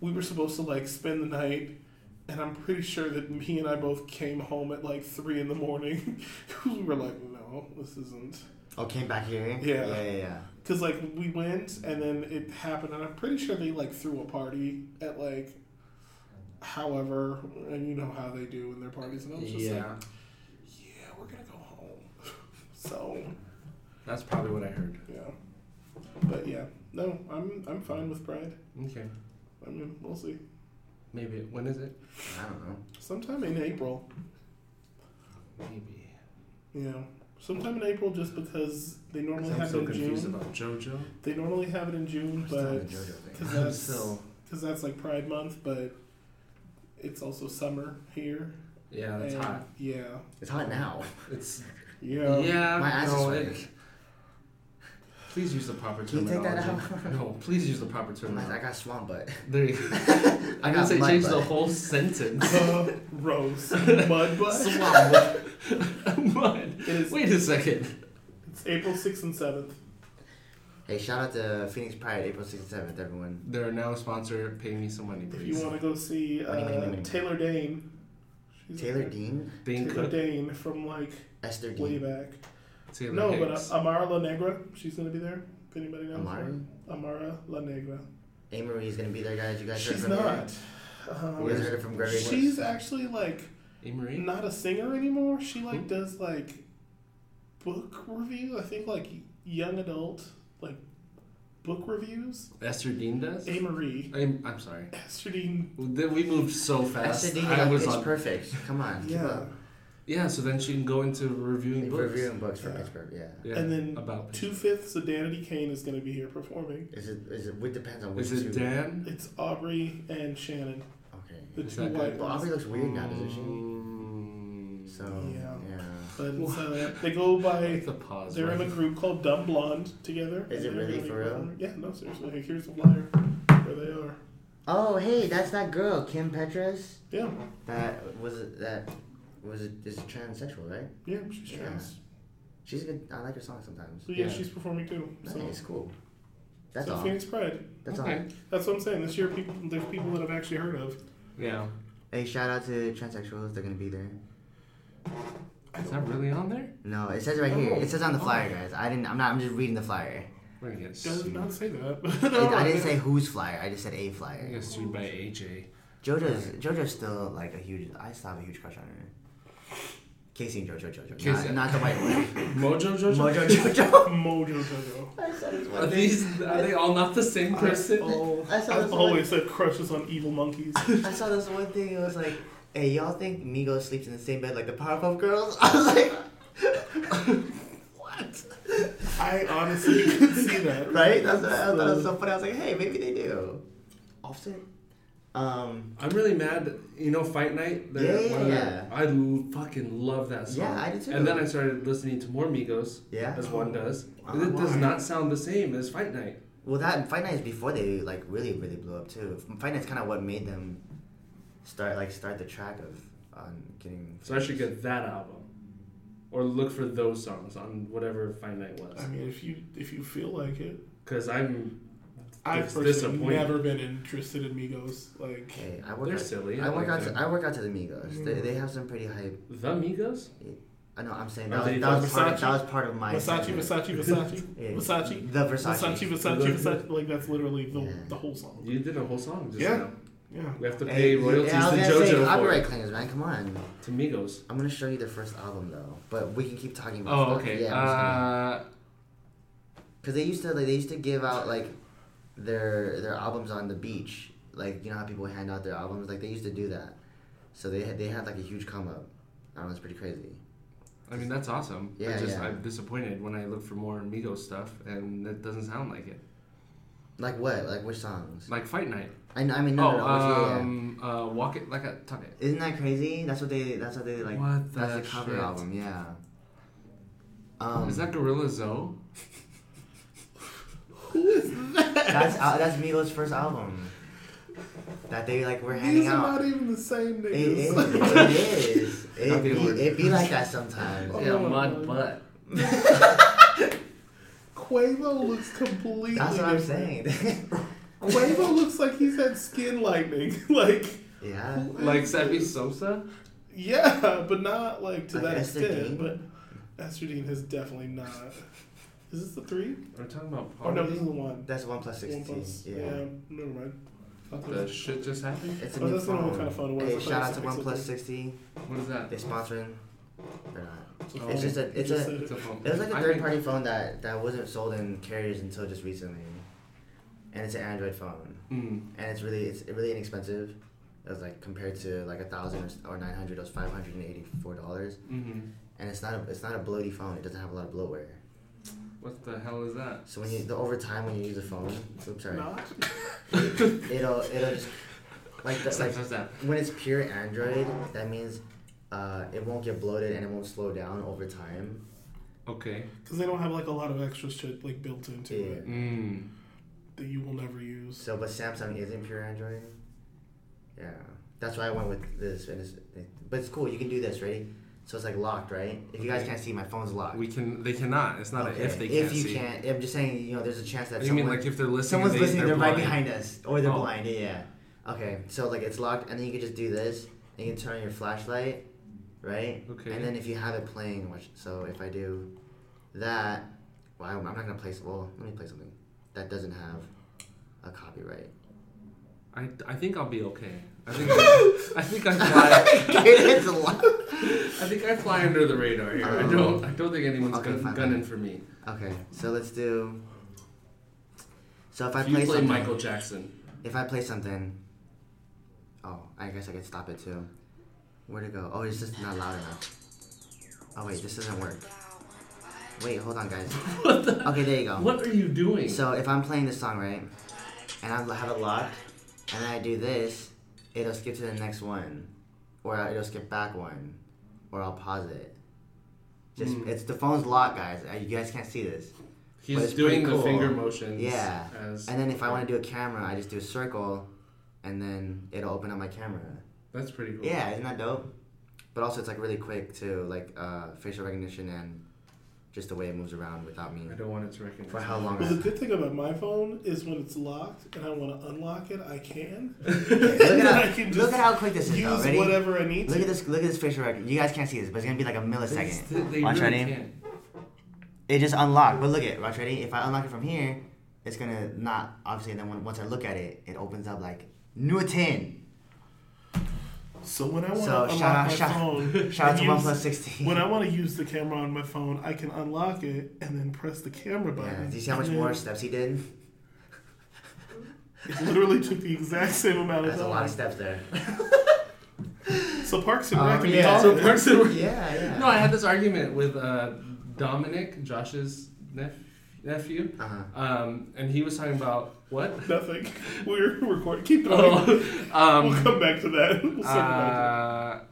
D: we were supposed to like spend the night. And I'm pretty sure that he and I both came home at like three in the morning. 'Cause we were like, no, this isn't.
C: Oh, came back here.
D: Yeah.
C: Yeah, yeah, yeah.
D: Cause like we went, and then it happened, and I'm pretty sure they like threw a party at like however, and you know how they do in their parties. And I was just like,
F: Yeah,
D: yeah, we're gonna go home. so
F: that's probably what I heard.
D: yeah, but yeah, no, I'm I'm fine with Pride.
A: Okay.
D: I mean, we'll see.
A: Maybe. When is it?
C: I don't know.
D: Sometime in April,
A: Maybe.
D: you know, sometime in April, just because they normally
F: I'm
D: have
F: so
D: it in June.
F: confused about JoJo.
D: They normally have it in June,
C: I'm still on
D: but
C: the JoJo thing.
D: because
C: I'm
D: that's
C: still.
D: because that's like Pride Month, but it's also summer here.
F: Yeah, that's
D: and-
F: hot.
D: Yeah,
C: It's hot now.
F: It's
D: yeah.
F: yeah.
C: My eyes are
F: no,
C: sweating.
F: it- please use the proper
C: Can you take that
F: terminology. No, please use the proper
C: I
F: terminology.
C: got swamp butt.
F: There you go. I
C: got
F: guess I
C: mud
F: changed the
C: butt.
F: whole sentence.
D: The rose mud butt.
F: Swamp. Mud.
D: It is.
F: Wait a second.
D: It's April sixth and seventh.
C: Hey, shout out to Phoenix Pride, April 6th and 7th, everyone.
A: They're now a sponsor. Pay me some money,
D: If you
A: please.
D: want to go see
C: Money, money,
D: uh,
C: money.
D: Taylor Dane, She's
C: Taylor
D: like-
C: Dean?
A: Dane
D: Taylor
A: Cook.
D: Dane from like
C: Esther
D: way
C: Dean.
D: back.
A: Taylor
D: no, but
A: Hicks.
D: uh, Amara La Negra, she's gonna be there. If anybody knows
C: Amara?
D: her. Amara La Negra.
C: Amory is gonna be there, guys. You guys
D: She's
C: heard from
D: not.
C: Her. You guys
D: Um,
C: heard it from Gregory.
D: she's actually like
A: Amory?
D: not a singer anymore. She
A: Who?
D: like does like book review. I think like young adult like book reviews.
A: Esther Dean does?
D: A Marie.
A: I'm, I'm sorry.
D: Esther Dean.
A: Then We moved so fast.
C: Esther Dean is
A: I
C: on
A: was
C: Pitch
A: on-
C: Perfect. Come on. keep
D: Yeah.
C: up.
A: Yeah, so then she can go into reviewing books.
C: Reviewing books for
D: Yeah.
C: Pitch Perfect, yeah.
A: Yeah,
D: And then
A: about
D: Two fifths of Danity Kane is gonna be here performing.
C: Is it, is it, it depends on which
A: Is it
C: two.
A: Dan?
D: It's Aubrey and Shannon, the
C: Okay.
A: Is
D: two
A: that
D: white
A: good?
C: Well,
D: ones.
C: Aubrey looks weird now, doesn't she?
A: she?
C: So,
D: Yeah.
C: yeah.
D: But it's, uh, they go by.
A: the pause.
D: They're in
A: right?
D: a group called Dumb Blonde together.
C: Is it
D: And they're
C: really
D: gonna
C: for
D: be
C: real?
D: performing- Yeah, no, seriously. Like, here's a flyer where they are.
C: Oh, hey, that's that girl, Kim Petras.
D: Yeah,
C: That was it, that was it, is transsexual, right?
D: yeah, she's
C: Yeah.
D: trans.
C: She's good. I like her song sometimes.
D: So yeah,
A: Yeah.
D: she's performing too. So
C: Nice, cool. That's
D: so
C: all.
D: Phoenix Pride.
C: That's all.
A: Okay.
D: That's what I'm saying. This year, people, there's people that I've actually heard of.
A: Yeah.
C: Hey, shout out to transsexuals. They're gonna be there.
A: Is that really on there?
C: No, it says right here.
A: Oh.
C: It says on the flyer, guys. I didn't. I'm not. I'm just reading the flyer.
A: We're gonna get
D: Does
A: sued.
D: not say that.
C: It- I didn't say whose flyer. I just said a
A: We're
C: flyer.
A: gonna get sued by AJ.
C: JoJo's JoJo's still like a huge. I still have a huge crush on her. Casey and JoJo JoJo.
A: Casey-
C: Not, not the white one.
A: Mojo Jojo.
C: Mojo JoJo.
D: Mojo Jojo.
A: Are these? Are they all not the same person?
D: Oh,
C: I saw this
D: I've
C: one-
D: always had crushes on evil monkeys.
C: I saw this one thing. It was like, hey, y'all think Migos sleeps in the same bed like the Powerpuff Girls? I was like, what?
D: I honestly could see that.
C: Right? That's what I thought it was so funny. I was like, hey, maybe they do. Offset. Um,
A: I'm really mad. that- You know, Fight Night. they're
C: Yeah, yeah,
A: one of
C: yeah.
A: their- I l- fucking love that song.
C: Yeah, I do too.
A: And then I started listening to more Migos,
C: yeah.
A: as one does. And
C: Uh,
A: it does
C: why?
A: not sound the same as Fight Night.
C: Well, that Fight Night is before they like really, really blew up too. Fight Night's kind of what made them start like start the track of on getting.
A: So I should get that album, or look for those songs on whatever Fight Night was.
D: I mean, if you if you feel like it,
A: Because I'm.
D: I've
A: It's
D: personally
A: disappointing.
D: never been interested in Migos. Like,
C: Hey, I work.
A: They're
C: Out,
A: silly.
C: I work
A: like
C: out. To,
A: them.
C: I work out to the Migos. They, they have some pretty hype.
A: The Migos?
C: I know. I'm saying
A: Are
C: that,
A: they
C: was, that was
D: Versace?
C: part. Of, that was part of my.
D: Versace, Versace, Versace,
C: Yeah.
D: Versace,
C: The Versace.
D: Versace, Versace, Versace. Like that's literally the,
C: Yeah.
D: the whole song.
A: You did a whole song just
D: Yeah.
A: now.
D: Yeah.
A: We have to pay
C: Hey,
A: royalties
C: yeah, I
A: to
C: was gonna say,
A: JoJo for
C: copyright
A: it.
C: claims, man. Come on.
A: to Migos.
C: I'm gonna show you their first album though, but we can keep talking about.
A: Oh,
C: stuff.
A: okay.
C: Yeah. I'm just gonna-
A: uh,
C: Cause they used to like they used to give out like their their albums on the beach, like you know how people hand out their albums, like they used to do that. So they had, they had like a huge come up. I don't know, it's pretty crazy.
A: I mean, that's awesome.
C: Yeah,
A: I just,
C: yeah.
A: I'm disappointed when I look for more Migos stuff, and it doesn't sound like it.
C: Like what? Like which songs?
A: Like Fight Night.
C: I, I mean, no,
A: oh,
C: no, no, yeah, yeah.
A: um, Uh, Walk It Like a Tuck It.
C: Isn't that crazy? That's what they. That's what they like.
A: What
C: that's
A: the
C: the cover
A: shit?
C: album, yeah. Um,
A: Is that Gorilla Zoe?
C: that's al- that's Milo's first album. That they like were handing
D: These are
C: out. Eh,
D: not even the same
C: It is.
D: niggas.
C: It is. It
A: Okay,
C: be,
A: word.
C: it be like that sometimes.
D: Yeah, Oh, mud my
A: butt.
D: Quavo looks completely.
C: That's what I'm
D: different.
C: saying.
D: Quavo looks like he's had skin lightning. like,
C: yeah.
A: Like Sammy Sosa?
D: yeah, but not like to
C: Like
D: that
C: Esther
D: extent.
C: Dean?
D: But Esther Dean has definitely not. Is this the three?
A: We're talking about
D: Oh no,
A: poverty.
D: this is the one.
C: That's one plus
D: One
C: sixteen.
D: plus.
C: yeah.
D: Yeah. Never mind. Thought that
A: The
D: was-
A: shit just happened?
C: It's a
D: Oh,
C: new
D: that's not
C: phone.
D: what kind of phone it was. I
C: Hey,
D: thought
C: shout
D: it
C: out
D: was
C: to
D: a Pixel
C: OnePlus
D: 3.
C: 60.
A: What is that?
C: They sponsoring. They're not.
D: It's a
A: Oh.
D: phone.
C: It's just a.
D: Oh. You
C: It's
D: just
C: a.
D: said it.
A: It's a phone.
C: It was like a
A: I
C: third
A: think-
C: party phone that that wasn't sold in carriers until just recently, and it's an Android phone,
A: Mm.
C: and it's really it's really inexpensive. It was like compared to like a thousand or nine hundred, it was five hundred and eighty four dollars,
A: Mm-hmm.
C: and it's not a it's not a bloaty phone. It doesn't have a lot of bloatware.
A: What the hell is that?
C: So when you the over time when you use a phone, oops sorry,
D: Not?
C: it'll it'll just like the,
A: Stop,
C: like
A: stop, stop.
C: when it's pure Android, that means uh, it won't get bloated and it won't slow down over time.
A: Okay.
D: Because they don't have like a lot of extra shit like built into
C: Yeah.
D: it
A: Mm.
D: that you will never use.
C: So, but Samsung isn't pure Android. Yeah, that's why I went with this. And it's, it, but it's cool. You can do this, right? So it's like locked, right? If you guys
A: Okay.
C: can't see, my phone's locked.
A: We can. They cannot. It's not a
C: Okay.
A: if they
C: if
A: can't
C: you
A: see.
C: can't, I'm just saying. You know, there's a chance that
A: you
C: someone,
A: mean like if they're listening?
C: someone's
A: they,
C: listening, they're, right
A: blind.
C: behind us, or they're
A: Oh.
C: blind. Yeah. yeah. Okay, so like it's locked, and then you can just do this, and you can turn on your flashlight, right?
A: Okay.
C: And then if you have it playing, which so if I do that, well, I'm I'm not gonna play. Well, let me play something that doesn't have a copyright.
A: I, I think I'll be okay. I think I, I think I fly.
C: it's locked.
A: I think I fly under the radar here. I don't. I don't think anyone's
C: Um, Okay,
A: gun,
C: fine.
A: gunning for me.
C: Okay, so let's do. So if I
A: If
C: play
A: you play
C: something,
A: Michael Jackson.
C: if I play something, oh, I guess I could stop it too. Where to go? Oh, it's just not loud enough. Oh wait, this doesn't work. Wait, hold on, guys.
A: What the?
C: Okay, there you go.
A: What are you doing?
C: Oh. So if I'm playing this song right, and I have it locked, and then I do this, it'll skip to the next one, or it'll skip back one, or I'll pause it. Just
A: Mm.
C: it's the phone's locked, guys. Uh, You guys can't see this. but
A: He's
C: it's pretty
A: doing the
C: cool.
A: finger motions.
C: Yeah.
A: As,
C: And then if I want to do a camera, I just do a circle, and then it'll open up my camera.
A: that's pretty cool.
C: Yeah, isn't that dope? But also, it's like really quick too, like uh, facial recognition and just the way it moves around without me.
A: I don't want it to recognize.
C: For how long?
D: Well, the good thing about my phone is when it's locked and I want to unlock it, I can.
C: Look at,
D: And then
C: how,
D: I can
C: look
D: just
C: at how quick this is, though.
D: use
C: Ready?
D: whatever I need
C: Look
D: to.
C: at this. Look at this facial recognition. You guys can't see this, but it's gonna be like a
A: It's-
C: millisecond.
A: They
C: Watch,
A: really
C: ready?
A: can't.
C: It just unlocked. But look at watch ready. If I unlock it from here, it's gonna not obviously. Then when, once I look at it, it opens up like new at ten.
D: So when I want
C: So
D: to unlock
C: shout out,
D: my
C: shout,
D: phone,
C: shout out to
D: and use-
C: OnePlus 16.
D: When I want to use the camera on my phone, I can unlock it and then press the camera
C: Yeah.
D: button.
C: Do you see how much
D: And then
C: more steps he did?
D: It literally took the exact same amount of
C: That's
D: time.
C: a lot of steps there.
D: So Parks and
C: Um,
D: Rec can be
C: yeah.
D: all
A: Uh, So
D: of it.
A: Parks and Rec-
C: Yeah, yeah.
A: No, I had this argument with uh, Dominic, Josh's nep- nephew,
C: Uh huh.
A: um, and he was talking about what?
D: Nothing. We're recording. Keep going.
A: Oh, um,
D: we'll come back to that. We'll circle back
A: uh,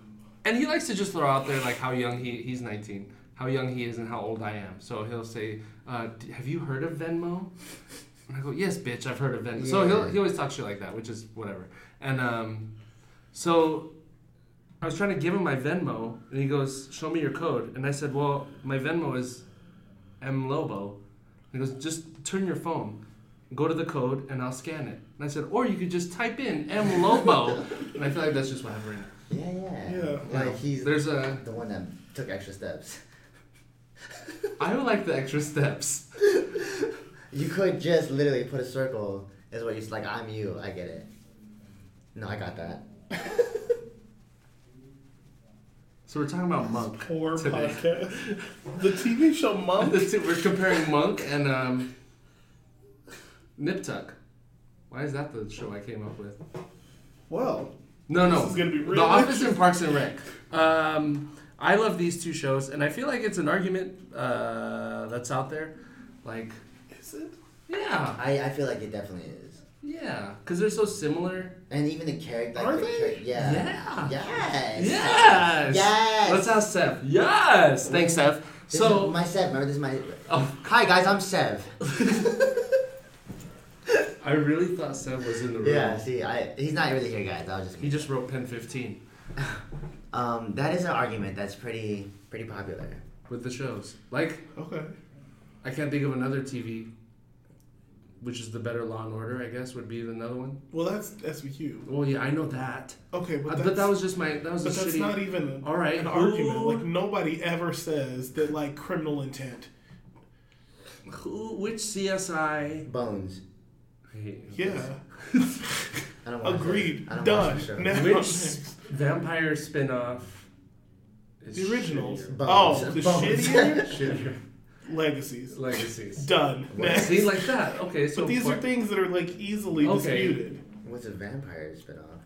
A: and he likes to just throw out there like how young he he's 19, how young he is, and how old I am. So he'll say, uh, d- "Have you heard of Venmo?" And I go, "Yes, bitch, I've heard of Venmo." So he'll
C: Yeah.
A: he always talks shit like that, which is whatever. And um, so I was trying to give him my Venmo, and he goes, "Show me your code." And I said, "Well, my Venmo is M Lobo." He goes, "Just turn your phone, go to the code, and I'll scan it." And I said, "Or you could just type in M Lobo." and I feel like that's just what happened.
C: Yeah, yeah.
D: Yeah.
C: Like he's
A: There's a.
C: the one that took extra steps.
A: I would like the extra steps.
C: You could just literally put a circle. Is what you're like. I'm you. I get it. No, I got that.
A: So we're talking about
D: to
A: Monk.
D: that. Poor
A: Today.
D: podcast. The TV show Monk.
A: That's it, we're comparing Monk and um, Nip Tuck. Why is that the show I came up with?
D: Well,
A: No, no.
D: This is gonna be
A: The
D: real.
A: Office and Parks and Rec. Um, I love these two shows, and I feel like it's an argument uh, that's out there. Like,
D: is it?
A: yeah,
C: I, I feel like it definitely is.
A: yeah, because they're so similar.
C: And even the character. Like,
D: Are
C: the
D: they?
C: char- yeah.
A: Yeah.
C: Yes.
A: Yes.
C: Yes.
A: Let's ask Seth. Yes. Thanks, Seth.
C: This
A: so,
C: is my Sev. Remember, this is my.
A: oh,
C: Hi guys, I'm Sev.
A: I really thought Seth was in the room.
C: yeah. See, I he's not really here, guys. I was just.
A: He just wrote Pen 15
C: Um, that is an argument that's pretty pretty popular.
A: with the shows. Like,
D: Okay.
A: I can't think of another TV, which is the better Law and Order, I guess, would be another one.
D: Well, that's SVQ.
A: Well, yeah, I know that.
D: Okay, but,
A: Uh,
D: that's,
A: but that was just my, that was a
D: but that's
A: shitty.
D: not e- even
A: All right,
D: an
A: who-
D: argument. Like nobody ever says that like criminal intent.
A: Who, which CSI?
C: Bones.
D: Yeah.
C: I don't watch it.
D: Agreed.
C: I don't
D: Done.
C: watch the show.
D: Now-
A: Which vampire spin-off is
D: The originals.
A: shittier?
D: Oh,
C: Bones.
D: the
C: Bones.
D: shittier
A: Shittier.
D: legacies.
A: Legacies.
D: Done.
C: What?
D: Next.
A: See, like that. Okay, so
D: but these
A: part-
D: are things that are like easily
A: Okay.
D: disputed.
C: What's a vampire spinoff?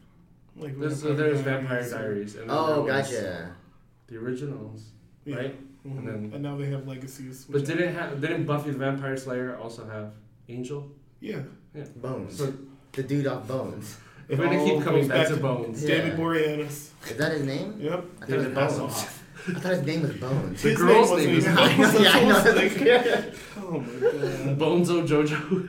D: Like
A: there's, so there's Vampire Diaries. And then
C: Oh,
A: there was
C: gotcha.
A: The originals,
D: Yeah.
A: right?
D: Mhm.
A: And
D: And,
A: then-
D: now they have legacies.
A: But
D: which-
A: didn't have didn't Buffy the Vampire Slayer also have Angel?
D: yeah,
C: Bones.
A: So
C: The dude off Bones.
A: we're
D: It
A: gonna
D: all
A: keep coming
D: goes
A: back
D: back
A: to
D: to-
A: Bones.
C: Yeah.
D: David Boreanaz.
C: Is that his name?
D: Yep.
C: I thought it was
A: David
C: Bones.
A: Hasselhoff.
C: I thought his name was Bones.
A: The
D: His
A: girl's
D: name
A: name is
D: wasn't
C: I
D: even-
C: know, yeah, I know.
D: Oh my god.
A: Bonezo Jojo.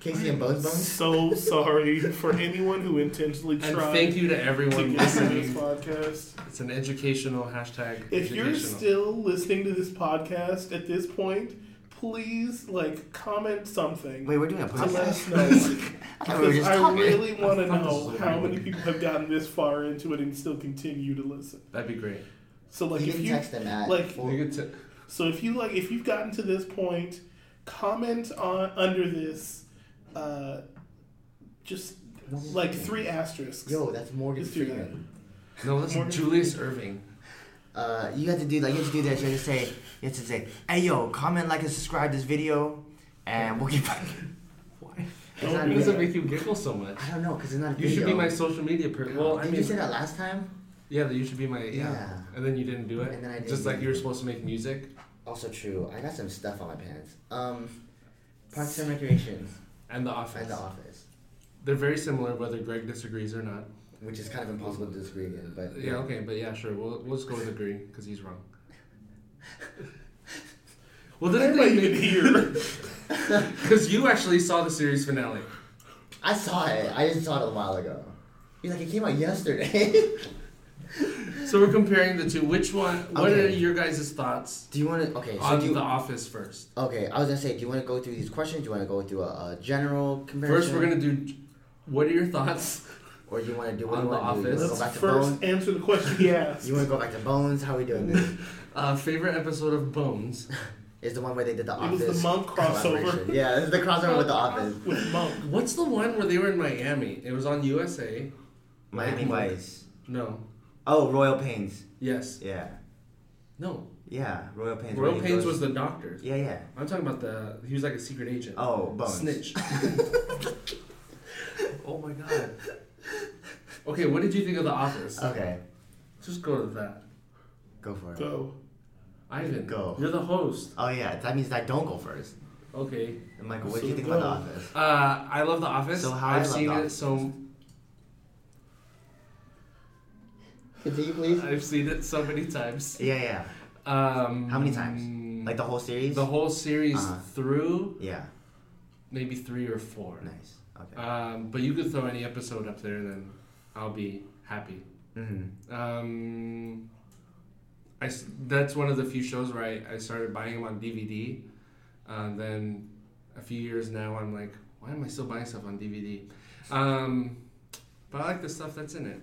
C: Casey and Bones Bones?
D: so sorry for anyone who intentionally
A: And
D: tried
A: thank you to
D: to
A: everyone
D: get into
A: listening.
D: this podcast.
A: It's an educational hashtag.
D: If you're
A: educational.
D: still listening to this podcast at this point, please like comment something.
C: Wait, we're doing a
D: to let us
C: podcast?
D: know.
C: I thought we were just
D: I
C: talking.
D: really want to
A: I thought this
D: know
A: was
D: how
A: recorded.
D: many people have gotten this far into it and still continue to listen.
A: that'd be great.
D: So like
C: you
D: if
C: can
D: you
C: text them at
D: like-
C: four-
A: You get to-
D: so if you like if you've gotten to this point, comment on under this uh just like three asterisks.
C: Yo, that's Morgan
D: Just do that.
C: Freeman.
A: no, that's
D: Morgan
A: Julius Irving.
C: Uh, you have to do like you have to do this. You have to say you have to say, "Hey yo, comment, like, and subscribe this video, and we'll get back."
A: Why?
C: It's not
A: Why does it
C: video.
A: make you giggle so much?
C: I don't know, cause it's not. A
A: You
C: video.
A: should be my social media person. Well, I
C: Did
A: mean,
C: you say that last time?
A: yeah, that you should be my yeah.
C: Yeah.
A: And then you didn't do it.
C: And then I
A: Just
C: didn't.
A: like you were supposed to make music.
C: Also true. I got some stuff on my pants. Um, Parks and Recreation
A: And The
C: and
A: Office.
C: The Office,
A: They're very similar, whether Greg disagrees or not.
C: which is kind of impossible to disagree again. But
A: Yeah, okay, but yeah, sure. We'll, we'll just go with agree because he's wrong. well,
D: Why
A: didn't
D: am I
A: they
D: even
A: make
D: here?
A: Because you actually saw the series finale.
C: I saw it. I just saw it a while ago. He's like, it came out yesterday.
A: So we're comparing the two. Which one? What are
C: Okay.
A: your guys' thoughts
C: do you want to? Okay, so
A: on
C: do
A: The
C: you,
A: Office first?
C: okay. I was gonna say, do you want to go through these questions? Do you want to go through a, a general comparison?
A: First, we're gonna do. What are your thoughts?
C: Or do you want to do what
A: On
C: do you
A: The
C: want to do? You
A: Office.
C: wanna go back
D: Let's
C: to
D: first
C: Bones?
D: answer the question he asked.
C: You want to go back to Bones? How are we doing this?
A: Uh, favorite episode of Bones.
C: Is the one where they did the
D: It was
C: Office
D: the monk crossover.
C: collaboration. Yeah, this is the crossover with the Office.
D: with Monk.
A: What's the one where they were in Miami? It was on USA.
C: Miami
A: Like-
C: Vice.
A: No.
C: Oh, Royal Pains.
A: Yes.
C: Yeah,
A: no.
C: yeah, Royal Pains.
A: Royal
C: where he
A: Pains
C: goes-
A: was the doctor.
C: Yeah, yeah.
A: I'm talking about the. He was like a secret agent.
C: Oh, Bones.
A: Snitch. oh my god. Okay, what did you think of The Office?
C: Okay,
A: Just go to that.
C: go for it.
D: Go.
A: Ivan,
C: Go.
A: you're the host.
C: Oh yeah, that means I don't go first.
A: Okay.
C: And Michael, what do
D: So
C: you think about the
D: go.
C: Office?
A: Uh, I love The Office.
C: So how I
A: I've
C: love
A: seen
C: The
A: it
C: Office.
A: so
C: Continue, please.
A: I've seen it so many times.
C: Yeah, yeah.
A: Um,
C: How many times? Like the whole series?
A: the whole series
C: Uh-huh.
A: through,
C: Yeah.
A: maybe three or four.
C: Nice.
D: Uh,
C: Okay.
A: Um, but you could throw any episode up there, and then I'll be happy.
C: hmm
A: Um, I s- that's one of the few shows where I, I started buying them on DVD. Um, then a few years now, I'm like, why am I still buying stuff on DVD? Um, but I like the stuff that's in it.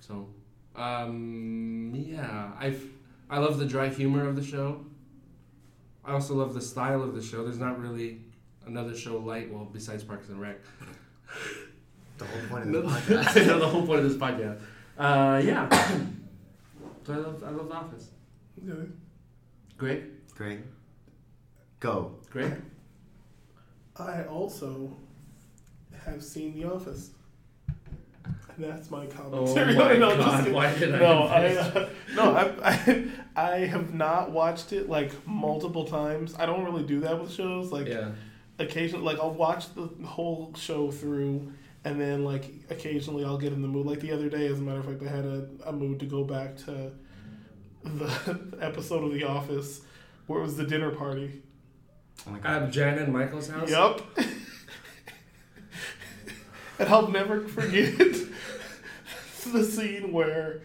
A: So, um, yeah, I I love the dry humor of the show. I also love the style of the show. There's not really another show like well besides Parks and Rec.
C: The whole point of the
A: No,
C: podcast.
A: I know the whole point of this podcast. Uh, yeah. so I love, I love The Office.
D: Okay.
A: Great,
C: Greg, go.
A: great.
D: I also have seen The Office. And that's my commentary. on it. No, I'm just kidding.
A: Oh why did
D: No, I, uh, no, I, I, I have not watched it like multiple times. I don't really do that with shows. Like
A: yeah.
D: occasionally, like I'll watch the whole show through, and then like occasionally I'll get in the mood. Like the other day, as a matter of fact, I had a, a mood to go back to the episode of The Office where it was the dinner party.
C: Oh my god.
A: At Jan and Michael's house?
D: Yep. and I'll never forget the scene where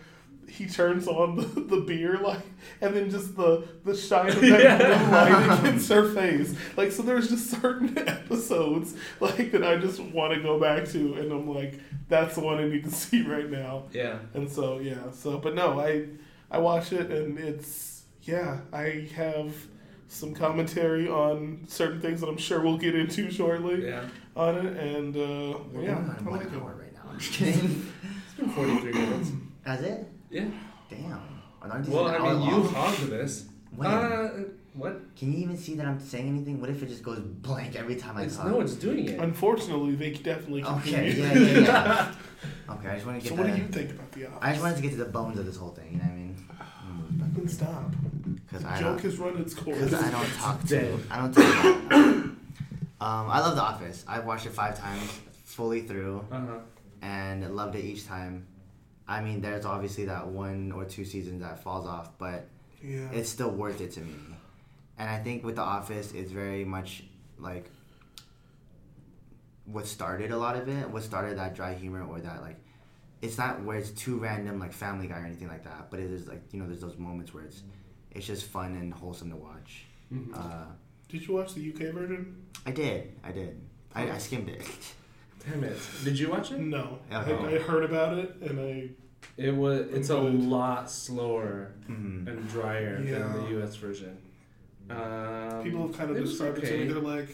D: he turns on the, the beer light and then just the, the shine of that
A: Yeah.
D: beer light against her face. Like, so there's just certain episodes, like, that I just want to go back to. And I'm like, that's the one I need to see right now.
A: Yeah.
D: And so yeah, so but no, I I watch it and it's yeah, I have some commentary on certain things that I'm sure we'll get into shortly.
A: Yeah.
D: on it, and uh,
A: Um,
C: We're
D: yeah,
C: going on
D: I
C: one
D: like it.
C: hour right now. I'm just kidding.
A: It's been 43 minutes.
C: That's it?
A: Yeah.
C: Damn. An RDC is
A: Well,
C: an
A: I
C: hour
A: mean, you
C: long?
A: hogged this.
C: When?
A: Uh, what?
C: Can you even see that I'm saying anything? What if it just goes blank every time I
A: It's,
C: talk?
A: no, it's doing it. Uh-huh.
D: Unfortunately, they definitely
C: okay,
D: continue.
C: yeah, yeah, yeah. okay, I just want to
D: so
C: get
D: what
C: the,
D: do you think about the office?
C: I just wanted to get to the bones of this whole thing, you know what I mean?
D: Then stop.
C: Because I
D: Joke
C: don't,
D: has run its course.
C: cause I don't talk to,
G: Dead.
C: I don't talk about it. Um, I love The Office. I've watched it five times, fully through.
A: Uh huh.
C: and loved it each time. I mean, there's obviously that one or two seasons that falls off, but
D: Yeah.
C: it's still worth it to me. And I think with The Office, it's very much like what started a lot of it, what started that dry humor or that like, it's not where it's too random like Family Guy or anything like that, but it is like you know there's those moments where it's it's just fun and wholesome to watch.
A: Mm-hmm.
C: Uh,
D: Did you watch the UK version?
C: I did, I did, I, I skimmed it. Mm-hmm.
A: Damn it. Did you watch it?
D: No.
C: Yeah,
D: I,
C: no.
D: I heard about it, and I
A: It was. It's a
D: Good.
A: lot slower
C: Mhm.
A: and drier
D: Yeah.
A: than the U.S. version. Um,
D: people have kind of
A: it was
D: described it to
A: okay.
D: me. They're like,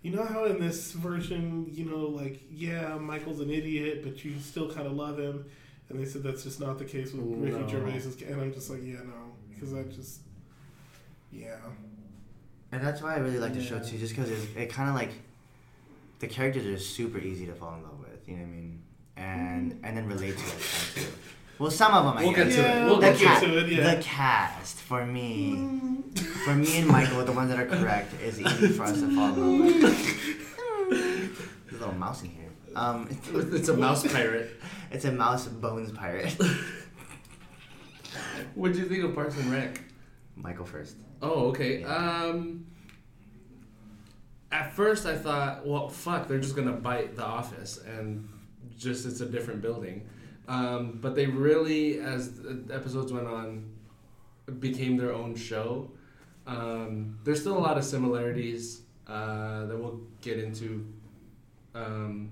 D: you know how in this version, you know, like yeah, Michael's an idiot, but you still kind of love him, and they said that's just not the case with
A: No.
D: Ricky Gervais's. ca- And I'm just like, yeah, no, because I just, yeah,
C: And that's why I really like the show
A: Yeah.
C: too, just because it kind of like the characters are super easy to fall in love with. You know what I mean? And and then relate to it too. Well, some of them I
A: We'll
C: guess.
A: get to
D: Yeah,
A: it. We'll
D: we'll
C: the,
A: get to
C: ca-
A: it.
D: to it, yeah.
C: the cast for me, for me and Michael, the ones that are correct, is easy for us to fall in love with. There's a little mouse in here. Um,
G: It's a mouse pirate.
C: it's a mouse bones pirate.
A: What do you think of Parks and Rec?
C: Michael first.
A: Oh, okay. Um, at first I thought, well, fuck, they're just gonna bite the office and just it's a different building. Um, but they really, as the episodes went on, became their own show. Um, there's still a lot of similarities uh, that we'll get into, um,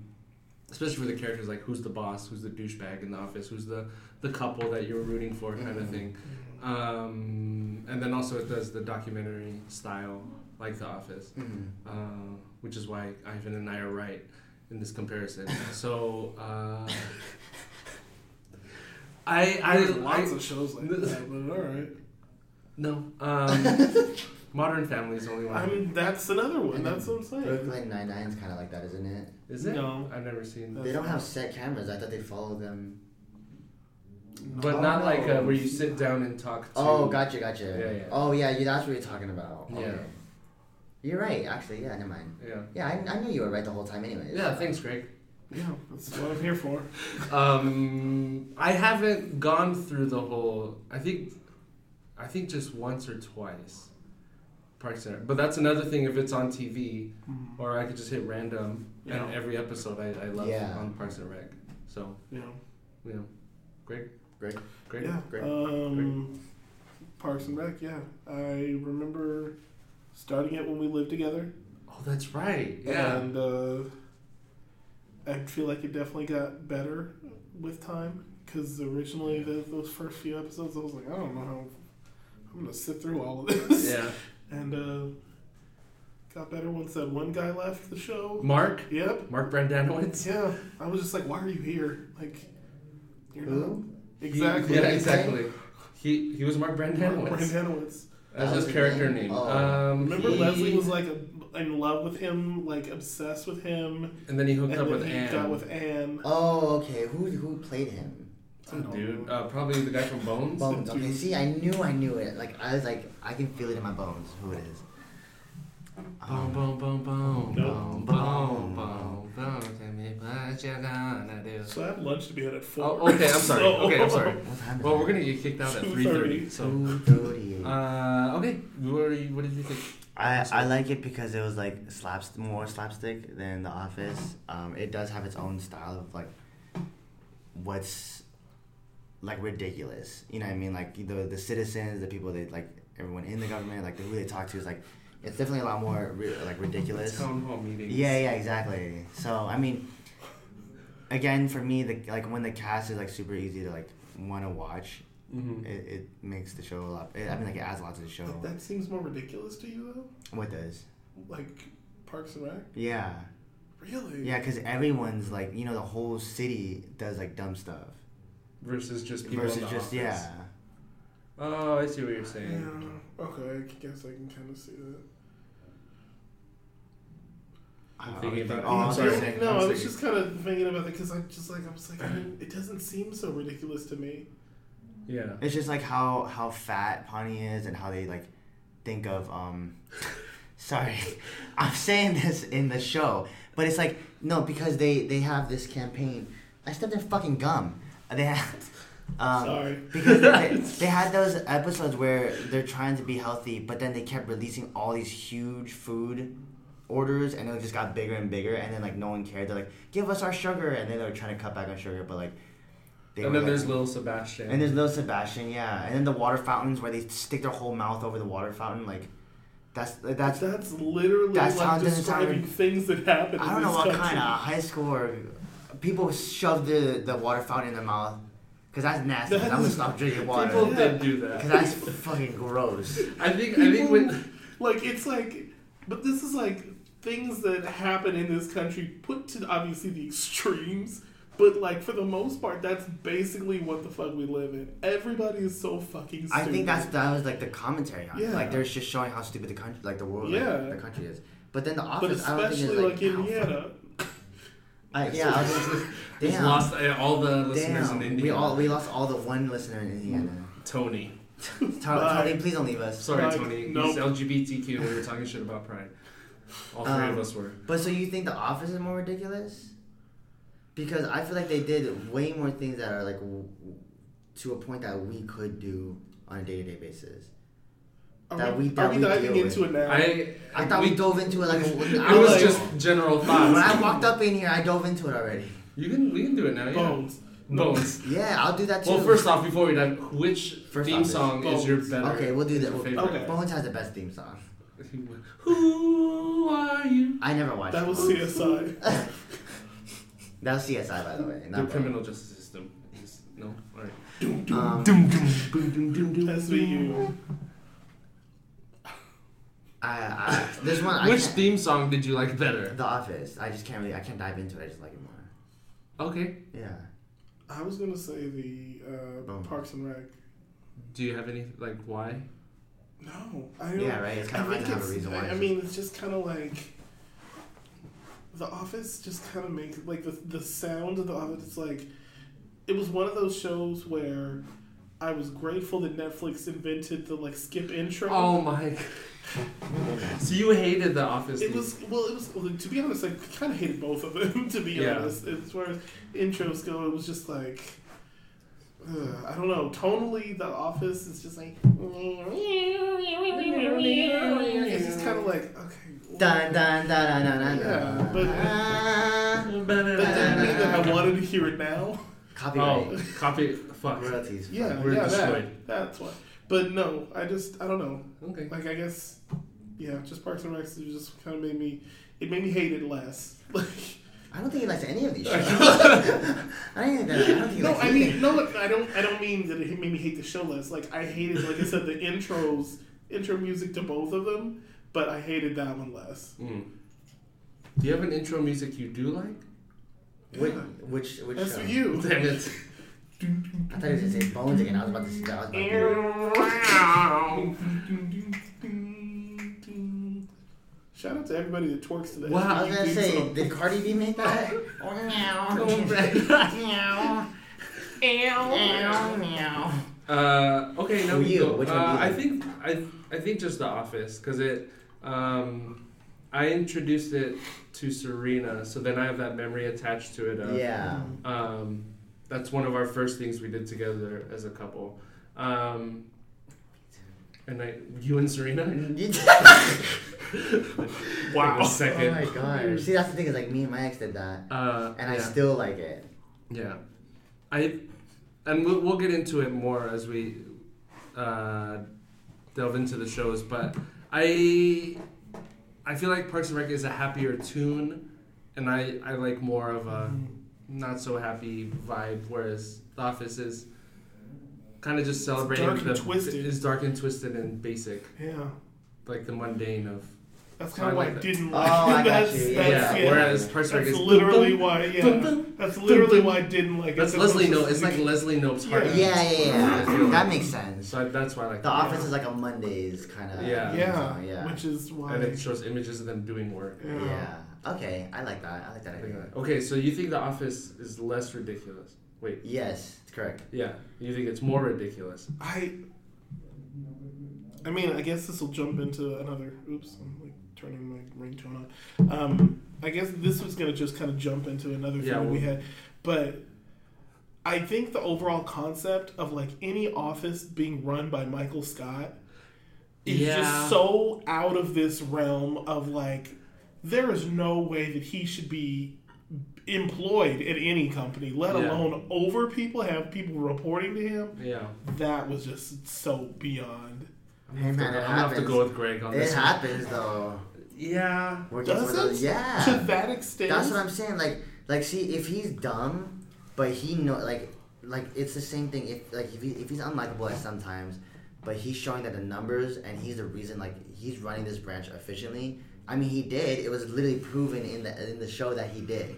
A: especially for the characters like who's the boss, who's the douchebag in the office, who's the the couple that you're rooting for, kind of thing. Um, and then also it does the documentary style, like The Office,
C: Mm-hmm.
A: uh, which is why Ivan and I are right in this comparison. So uh, I I,
D: there's lots
A: I
D: of shows like that, but all right.
A: no um, Modern Family is the only one.
D: I mean, that's another one. That's what I'm saying.
C: Brooklyn Nine Nine's kind of like that, isn't it?
A: is it?
D: No. Uh,
A: I've never seen.
C: They don't have set cameras. I thought they follow them.
A: But
C: Oh,
A: not like uh,
C: no.
A: where you sit down and talk to.
C: Oh, gotcha, gotcha.
A: Yeah, yeah.
C: Oh, yeah, you, that's what you're talking about.
A: Yeah.
C: Okay. You're right, actually. Yeah, never mind.
A: Yeah.
C: Yeah, I, I knew you were right the whole time, anyways.
A: Yeah. Thanks, Greg.
D: Yeah, that's what I'm here for.
A: Um, I haven't gone through the whole. I think, I think just once or twice, Parks and Rec. But that's another thing. If it's on TV,
D: Mm.
A: or I could just hit random,
D: Yeah.
A: and every episode I, I love
C: Yeah.
A: on Parks and Rec. So
D: You know.
A: you know, Greg,
C: Greg?
A: Greg.
D: Yeah.
C: Great.
D: Um, Parks and Rec. Yeah, I remember starting it when we lived together,
A: Oh, that's right. Yeah.
D: and uh, I feel like it definitely got better with time. Because originally, the, those first few episodes, I was like, I don't know how I'm gonna sit through all of this,
A: yeah.
D: and uh, got better once that one guy left the show.
A: Mark.
D: Yep.
A: Mark Brandanowitz.
D: Yeah, I was just like, why are you here? Like, you're not
C: Who?
D: exactly.
A: yeah. Exactly. He he was Mark
D: Brandon
A: Brandanowitz.
D: Hanowitz.
A: That's his character name.
C: Oh.
A: Um,
D: Remember
A: he-
D: Leslie was like a, in love with him, like obsessed with him,
A: and then he hooked
D: and
A: up
D: then
A: with
D: he
A: Anne.
D: got with Anne.
C: Oh, okay. Who who played him?
A: Some
D: Oh.
A: dude, uh, probably the guy from Bones.
C: Bones.
D: dude.
C: Okay, see, I knew I knew it. Like, I was like, I can feel it in my bones who it is.
A: Boom, boom, boom, boom, boom, boom,
C: Nope.
A: boom, boom. Tell me what you gonna do.
D: So I had lunch to be at at four.
A: Oh, okay, I'm sorry.
D: So-
A: Okay, I'm sorry.
C: What time is
A: Well, we're
C: it?
A: gonna get kicked out at
D: 2:30.
A: 3:30. So,
C: 2:38.
A: uh, okay. What, are you, what did you think?
C: I, I like it because it was like slaps more slapstick than The Office. Um, it does have its own style of like what's like ridiculous. You know what I mean? Like the the citizens, the people that like everyone in the government, like who they talk to is like it's definitely a lot more re- like ridiculous.
A: Town hall meetings.
C: Yeah, yeah, exactly. So I mean, again, for me, the like when the cast is like super easy to like want to watch,
A: Mm-hmm.
C: it, it makes the show a lot. It, I mean, like it adds a lot to the show.
D: But that seems more ridiculous to you
C: What does?
D: though, like Parks and Rec.
C: Yeah.
D: Really?
C: Yeah, because everyone's like, you know, the whole city does like dumb stuff.
A: versus just people in
C: versus
A: the
C: just,
A: office.
C: yeah.
A: Oh, I see what you're saying.
D: Yeah. Okay, I guess I can kind of see that.
C: I don't
A: thinking
C: think-
A: about-
C: oh, I'm
A: I'm
C: sorry.
A: sorry.
C: saying-
D: No,
A: I'm
D: I was
A: thinking-
D: just kind of thinking about it because I just like I was like I didn't- it doesn't seem so ridiculous to me.
A: Yeah.
C: It's just like how how fat Pawnee is and how they like think of um sorry. I'm saying this in the show, but it's like no because they they have this campaign. I stepped in fucking gum. They have
A: Uh,
C: um,
D: Sorry.
C: because they, they had those episodes where they're trying to be healthy, but then they kept releasing all these huge food orders, and it just got bigger and bigger, and then like no one cared. They're like, "Give us our sugar," and then they were trying to cut back on sugar, but like, they
A: and
C: were,
A: then
C: like-
A: there's little Sebastian.
C: and there's little Sebastian, yeah. And then the water fountains where they stick their whole mouth over the water fountain, like that's that's
D: That's literally
C: That
D: like
C: sounds
D: describing
C: insane.
D: things that happen.
C: I
D: in
C: don't know
D: this
C: what
D: country.
C: kind of high school or people shove the the water fountain in their mouth because that's nasty.
D: That
C: I'm gonna
D: is-
C: stop drinking
A: people
C: water
A: did do that.
C: because that's fucking gross.
A: I think I think
D: People-
A: when
D: like it's like, but this is like things that happen in this country put to obviously the extremes. But like for the most part, that's basically what the fuck we live in. Everybody is so fucking. Stupid.
C: I think that's that was like the commentary on it.
D: Yeah.
C: Like they're just showing how stupid the country, like the world,
D: Yeah.
C: like, the country is. But then the
D: But
C: office, I don't think
D: especially
C: it's
D: like,
C: like, how fuck-
D: Indiana.
C: I, yeah, I was just,
A: Just
C: damn,
A: lost uh, all the listeners
C: damn,
A: in India.
C: we all we lost all the one listener in Indiana.
A: Tony.
C: Tom,
D: Bye.
C: Tony, please don't leave us.
A: Sorry,
D: Like,
A: Tony.
D: nope.
A: He's LGBTQ. and We were talking shit about Pride. All three
C: Um,
A: of us were.
C: But so you think The Office is more ridiculous? Because I feel like they did way more things that are like w- w- to a point that we could do on a day to day basis.
D: Are
C: That
D: we,
C: we- that
D: are we,
C: we
D: diving
C: deal
D: into it now?
A: I
C: I thought we, dove into it like a, I
A: It was
C: like-
A: just general
C: when
A: thoughts.
C: I walked up in here, I dove into it already.
A: You can we can do it now. Yeah.
D: Bones.
A: Bones.
C: Yeah, I'll do that too.
A: Well, first off, before we dive, which
C: First
A: theme
C: off,
A: song is your
D: Bones.
A: better?
C: okay, we'll do
A: is
C: that.
A: your
C: We'll-
A: favorite?
D: Okay.
C: Bones has the best theme song.
A: Who are you?
C: I never watched
D: That was
C: Bones.
D: CSI.
C: that was CSI, by the way.
A: The
C: Not Bones.
A: criminal justice system. Is- No, all right.
C: Um,
D: SVU.
C: I, I, there's one. I
A: Which
C: can't-
A: theme song did you like better?
C: The Office. I just can't really. I can't dive into it. I just like it more.
A: Okay.
C: Yeah.
D: I was gonna say the uh,
C: Bones.
D: Parks and Rec.
A: Do you have any like why?
D: No, I don't.
C: Yeah, right. It's kind of
D: I
C: hard
D: think
C: to have a
D: it's-
C: reason why.
D: I, I mean, it's just kind of like the Office. Just kind of makes like the the sound of the Office. It's like it was one of those shows where I was grateful that Netflix invented the like skip intro.
A: Oh my. so you hated The Office.
D: It
A: theme.
D: was well. It was well, to be honest. I kind of hated both of them. To be
A: Yeah.
D: honest, as far as intros go, it was just like ugh, I don't know. Tonally, The Office is just like it's just kind of like okay.
C: Dun dun dun dun dun dun.
D: Yeah, but-
C: dun.
D: That didn't mean that I wanted to hear it now.
C: Copyright.
A: Oh, copy. Fuck.
C: Royalties.
D: Yeah,
A: We're
D: yeah,
A: destroyed.
D: that, that's why. But no, I just I don't know.
A: Okay.
D: Like I guess, yeah, just Parks and Rec just kind of made me. It made me hate it less. Like.
C: I don't think he likes any of these shows. I don't think that. I don't think he
D: No,
C: likes
D: I
C: anything.
D: mean, no, look, I don't. I don't mean that it made me hate the show less. Like I hated, like I said, the intros, intro music to both of them, but I hated that one less.
A: Mm. Do you have an intro music you do like?
C: Which which which
D: That's
C: show?
D: for you.
A: Damn it.
C: I thought he was gonna say Bones again. I was about to say that. I was about to do it.
D: Shout out to everybody that twerks to that.
A: Wow.
C: I was gonna
D: SVU
C: say,
D: song.
C: did Cardi B make that? Oh, meow.
A: Go back.
C: Meow. Meow. Meow.
A: Uh, okay, now
C: For
A: we
C: you,
A: go.
C: which one do
A: uh,
C: you
A: I
C: like?
A: think I I think just The Office because it um, I introduced it to Serena, so then I have that memory attached to it. Of,
C: Yeah.
A: Um, that's one of our first things we did together as a couple. Um, and I, you and Serena.
C: You-
A: Wow.
C: oh my
A: second.
C: gosh. See, that's the thing is like me and my ex did that,
A: uh,
C: and I
A: yeah.
C: still like it.
A: Yeah, I, and we'll, we'll get into it more as we uh, delve into the shows. But I, I feel like Parks and Rec is a happier tune, and I I like more of a
D: Mm-hmm.
A: not so happy vibe. Whereas The Office is kind of just celebrating
D: dark and
A: the
D: twisted.
A: is dark and twisted and basic,
D: Yeah.
A: like the mundane of
D: That's
A: So
D: kind
A: I
D: of why I
A: like that.
D: didn't
C: Oh,
D: like
C: I got
D: that's,
C: you.
D: That's,
A: yeah,
D: yeah.
A: whereas Parks and Rec
D: That's
A: is
D: literally why,
A: dun,
D: yeah.
A: dun,
D: That's literally
A: dun.
D: why I didn't like it.
A: That's
D: because
A: Leslie
D: it's
A: Nope.
D: just
A: It's like Leslie Nope's heart.
D: Yeah.
C: Yeah, yeah, yeah. That makes sense.
A: So I, that's why I like
C: The office is like a Mondays kind of.
A: Oh, Yeah.
D: Yeah,
C: yeah.
D: which is why.
A: And it shows images of them doing work.
D: Yeah.
C: yeah. Okay, I like that. I like that idea.
A: Okay, so you think The Office is less ridiculous? Wait,
C: Yes, it's correct.
A: yeah, you think it's more ridiculous?
D: I. I mean, I guess this will jump into another. Oops, I'm like turning my ringtone on. Um, I guess this was gonna just kind of jump into another thing
A: Yeah,
D: that we
A: well-
D: had, but I think the overall concept of like any office being run by Michael Scott is
A: Yeah.
D: just so out of this realm of like there is no way that he should be employed at any company, let
A: Yeah.
D: alone over people, have people reporting to him
A: Yeah,
D: that was just so beyond.
C: Man,
A: I'm
C: that
A: gonna have to
C: happens.
A: go with Greg on
C: It
A: this. One.
C: happens though.
A: Yeah,
C: We're just
D: Does
C: one of those-
D: it?
C: Yeah.
D: To that extent.
C: That's what I'm saying. Like, like, see, if he's dumb, but he know, like, like it's the same thing. If like if, he, if he's unlikable at sometimes, but he's showing that the numbers and he's the reason. Like, he's running this branch efficiently. I mean, he did. It was literally proven in the in the show that he did,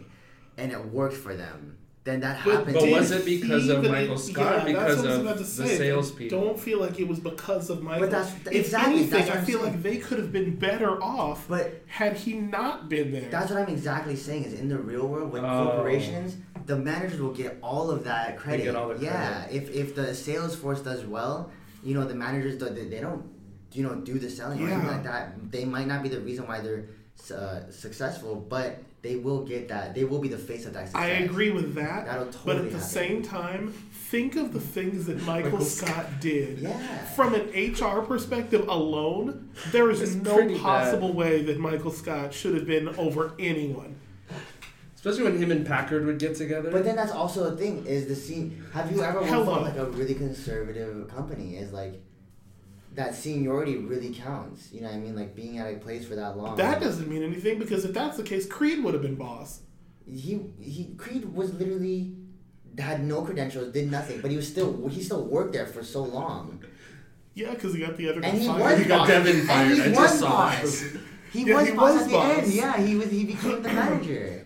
C: and it worked for them. Then that
D: But
C: happens.
A: But
D: did
A: was it because
D: he
A: of
D: even-
A: Michael Scott or
D: Yeah, that's
A: because
D: what I was
A: of
D: about to
A: the
D: say.
A: salespeople?
D: Don't feel like it was because of Michael.
C: that's-
D: if
C: exactly,
D: anything,
C: that's what
D: I
C: I'm
D: feel
C: saying.
D: like they could have been better off
C: But-
D: had he not been there.
C: That's what I'm exactly saying. Is in the real world with
A: Oh.
C: corporations, the managers will get all of that credit.
A: all the
C: yeah, if if the sales force does well, you know the managers do, they, they don't, you know, do the selling or anything
D: Yeah.
C: like that. They might not be the reason why they're uh, successful, but they will get that. They will be the face of that success.
D: I agree with that,
C: That'll
D: but
C: totally
D: at the
C: happen.
D: same time, think of the things that Michael,
A: Michael
D: Scott, did.
C: Yeah.
D: From an HR perspective alone, there
A: It's
D: is no
A: pretty
D: possible way that Michael Scott should have been over anyone.
A: especially when him and Packard would get together.
C: But then that's also the thing is the scene. Have you ever worked for
D: Hello.
C: like a really conservative company? Is like that seniority really counts. You know what I mean? Like being at a place for that long.
D: That doesn't mean anything because if that's the case, Creed would have been boss.
C: he he Creed was literally had no credentials, did nothing, but he was still he still worked there for so long,
D: Yeah, because he got the other
C: and
D: guy
C: he
D: fired.
C: was
A: He got
C: boss.
A: Devin
C: and
A: fired.
C: he
A: I
C: was
A: just saw that.
C: boss. He
D: Yeah,
C: was
D: he
C: boss
D: was
C: at the
D: boss.
C: end. Yeah, he was he became the manager.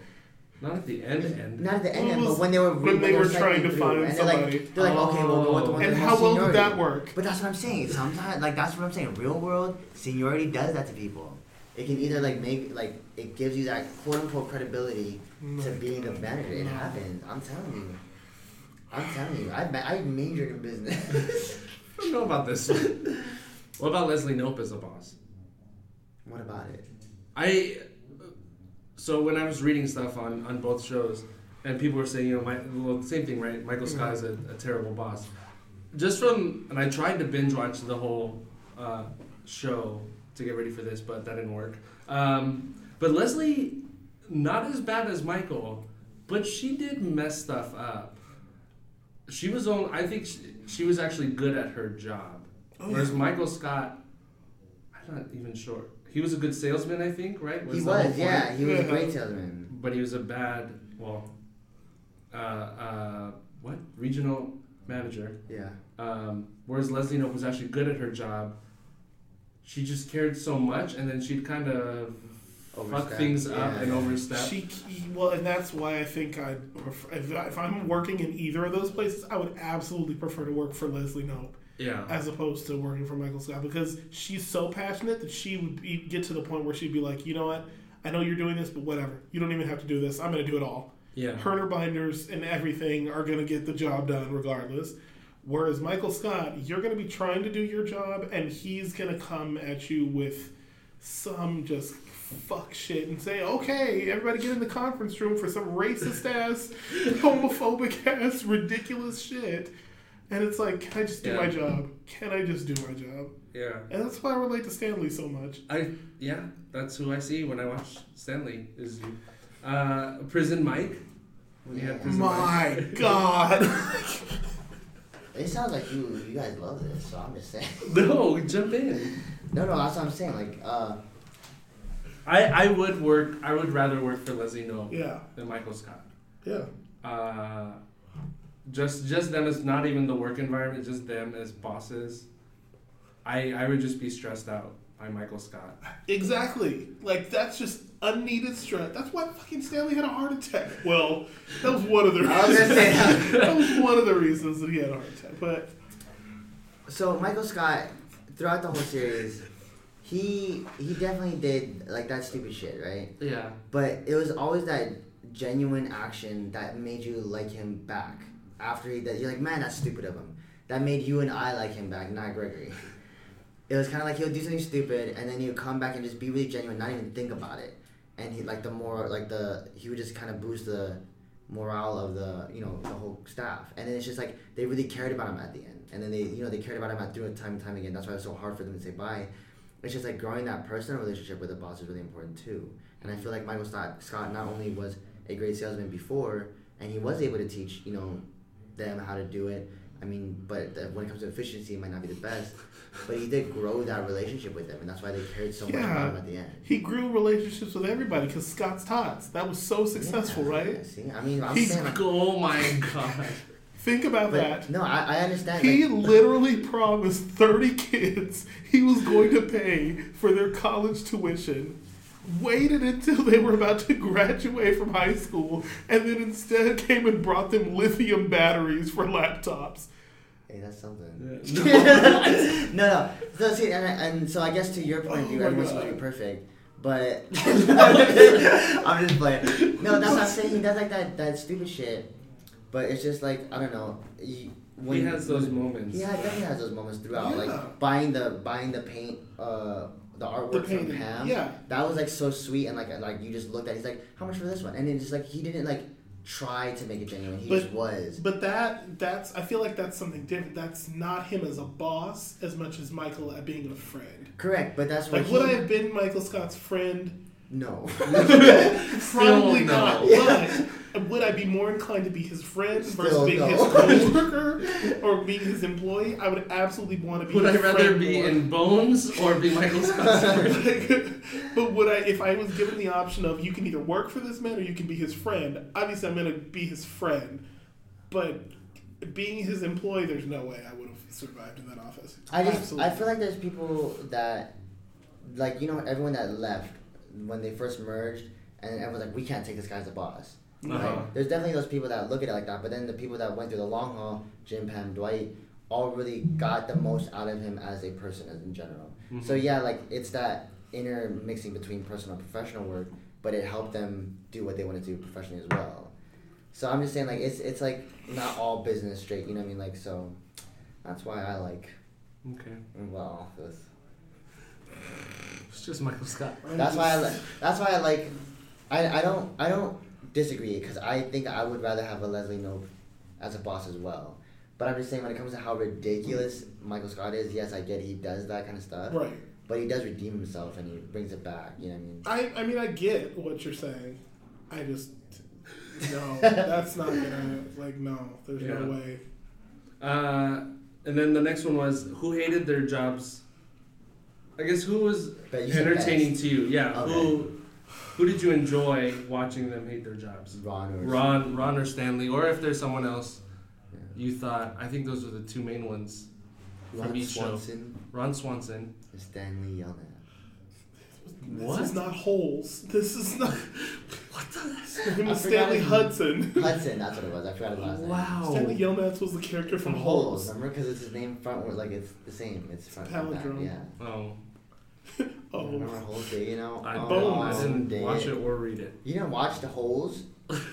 A: Not at the end. end.
C: Not at the end,
D: It
C: end,
D: was
C: but when they were
D: when they
C: they
D: were
C: were
D: trying
C: cycling
D: to find
C: through, and they're
D: somebody.
C: like, they're like, okay, we'll go with the one
A: Oh.
C: that
D: And
C: has
D: how well did
C: seniority.
D: that work?
C: But that's what I'm saying. Sometimes, like that's what I'm saying. Real world seniority does that to people. It can either like make like it gives you that quote unquote credibility to being the manager. It happens. I'm telling you. I'm telling you. I ma- I majored in business.
A: I don't know about this one. what about Leslie Nope as a boss?
C: what about it?
A: I so when I was reading stuff on on both shows, and people were saying, you know, my well, same thing, right? Michael
C: Mm-hmm.
A: Scott is a, a terrible boss. Just from and I tried to binge watch the whole uh, show to get ready for this, but that didn't work. Um, but Leslie, not as bad as Michael, but she did mess stuff up. She was on. I think she, she was actually good at her job,
C: Oh,
A: whereas Michael Scott, I'm not even sure. He was a good salesman, I think, right?
C: He
A: the whole
C: was, yeah,
A: point.
C: he was a
D: Yeah.
C: great salesman.
A: But he was a bad, well, uh, uh, what regional manager?
C: Yeah.
A: Um, whereas Leslie Nope was actually good at her job. She just cared so much, and then she'd kind of fuck
C: Overstep,
A: things up
C: yeah.
A: and overstep.
D: She well, and that's why I think I prefer if, if I'm working in either of those places, I would absolutely prefer to work for Leslie Nope
A: yeah,
D: as opposed to working for Michael Scott because she's so passionate that she would be, get to the point where she'd be like, you know what, I know you're doing this, but whatever, you don't even have to do this. I'm gonna do it all.
A: yeah.
D: Her and her binders and everything are gonna get the job done regardless. Whereas Michael Scott, you're gonna be trying to do your job, and he's gonna come at you with some just fuck shit and say, okay, everybody get in the conference room for some racist ass, homophobic ass, ridiculous shit. And it's like, can I just do
A: Yeah.
D: my job? Can I just do my job?
A: yeah.
D: And that's why I relate to Stanley so much.
A: I yeah, that's who I see when I watch Stanley is you. Uh, Prison Mike. When you had
C: Yeah.
A: Prison
D: My
A: Mike.
D: God.
C: It sounds like you you guys love this, so I'm just saying.
A: no, jump in.
C: No, no, that's what I'm saying. Like, uh,
A: I, I would work. I would rather work for Leslie Nope
D: yeah,
A: than Michael Scott.
D: yeah.
A: Uh, just just them as not even the work environment, just them as bosses. I I would just be stressed out. I by Michael Scott.
D: Exactly. Like that's just unneeded stress. That's why fucking Stanley had a heart attack. Well, that was one of the
C: I was
D: reasons.
C: gonna say that.
D: that was one of the reasons that he had a heart attack. But
C: So Michael Scott, throughout the whole series, he he definitely did like that stupid shit, right?
A: Yeah.
C: But it was always that genuine action that made you like him back. After he did, you're like, man, that's stupid of him. That made you and I like him back, not Gregory. It was kind of like he'll do something stupid, and then he'll come back and just be really genuine, not even think about it. And he like the more like the he would just kind of boost the morale of the you know the whole staff. And then it's just like they really cared about him at the end, and then they you know they cared about him at through time and time again. That's why it was so hard for them to say bye. It's just like growing that personal relationship with the boss is really important too. And I feel like Michael Scott, Scott not only was a great salesman before, and he was able to teach you know them how to do it. I mean, but the- when it comes to efficiency, it might not be the best. But he did grow that relationship with them, and that's why they cared so much
D: Yeah.
C: about him at the end.
D: he grew relationships with everybody because Scott's tots. That was so successful,
C: Yeah,
D: right?
C: yeah, see, I mean, I'm
D: He's
C: saying, like,
A: Oh my god.
D: Think about
C: but
D: that.
C: no, I, I understand.
D: He
C: like,
D: literally promised 30 kids he was going to pay for their college tuition, waited until they were about to graduate from high school, and then instead came and brought them lithium batteries for laptops.
C: hey, that's something.
A: Yeah.
C: no, no. So see, and, and so I guess to your point of view,
D: Oh my
C: everyone's supposed to
D: God.
C: be perfect, but I'm just playing. No, that's what I'm saying. He does like that that stupid shit, but it's just like I don't know. You, when,
A: He has those moments.
C: He had, definitely has those moments throughout,
D: Yeah.
C: like buying the buying the paint, uh, the
D: The
C: artwork from
D: painting.
C: Pam.
D: Yeah.
C: That was like so sweet, and like like you just looked at. it. He's like, how much for this one? And it's just like he didn't like try to make it genuine. He
D: But-
C: just was.
D: But that that's I feel like that's something different. That's not him as a boss as much as Michael at being a friend.
C: Correct, but that's what
D: Like
C: he,
D: would I have been Michael Scott's friend?
C: no.
D: Probably
A: no.
D: not.
C: Yeah.
D: But would I be more inclined to be his friend versus
C: Still
D: being
C: no.
D: his co-worker or being his employee? I would absolutely want to be.
A: Would I
D: his
A: rather
D: friend
A: be
D: more.
A: in Bones or be Michael Scott?
D: but would I, if I was given the option of you can either work for this man or you can be his friend, obviously I'm going to be his friend. But being his employee, there's no way I would have survived in that office.
C: I just
D: Absolutely.
C: I feel like there's people that like you know everyone that left when they first merged and everyone's like we can't take this guy as a boss.
A: Uh-huh.
C: Right? There's definitely those people that look at it like that, but then the people that went through the long haul, Jim, Pam, Dwight, all really got the most out of him as a person as in general.
A: Mm-hmm.
C: So yeah, like it's that inner mixing between personal and professional work, but it helped them do what they wanted to do professionally as well. So I'm just saying like it's it's like not all business straight, you know what I mean? Like so that's why I like
A: okay.
C: well, that's,
A: It's just Michael Scott.
C: that's why I like. That's why I like. I, I don't I don't disagree because I think I would rather have a Leslie Nope as a boss as well. But I'm just saying when it comes to how ridiculous Michael Scott is, yes, I get he does that kind of stuff,
D: Right.
C: but he does redeem himself and he brings it back. You know what I mean?
D: I, I mean, I get what you're saying. I just. No, that's not gonna like no. There's
A: Yeah.
D: no way.
A: Uh, and then the next one was who hated their jobs. I guess who was
C: But you said
A: entertaining to you? Yeah.
C: Okay.
A: Who who did you enjoy watching them hate their jobs?
C: best. Ron or
A: Ron, Ron or Stanley, or if there's someone else you thought. I think those were the two main ones.
C: Ron
A: from each show.
C: Swanson,
A: Ron Swanson.
C: and Stanley Yelnat.
A: What?
D: This is not holes. This is not. what the? His name
C: I forgot
D: is Stanley
C: his-
D: Hudson.
C: Hudson, that's what it was. I forgot his last name.
A: Wow.
D: Stanley Yelnats was the character
C: From
D: from
C: Holes,
D: Holes.
C: remember? Because it's his name frontward, like it's the same. It's front. and back,
D: palindrome.
C: Yeah.
A: Oh,
D: Oh,
C: Remember Holes Day, you know?
A: I, don't,
C: Oh,
D: Bones.
A: I didn't
C: Day.
A: watch it or read it.
C: You didn't watch the holes?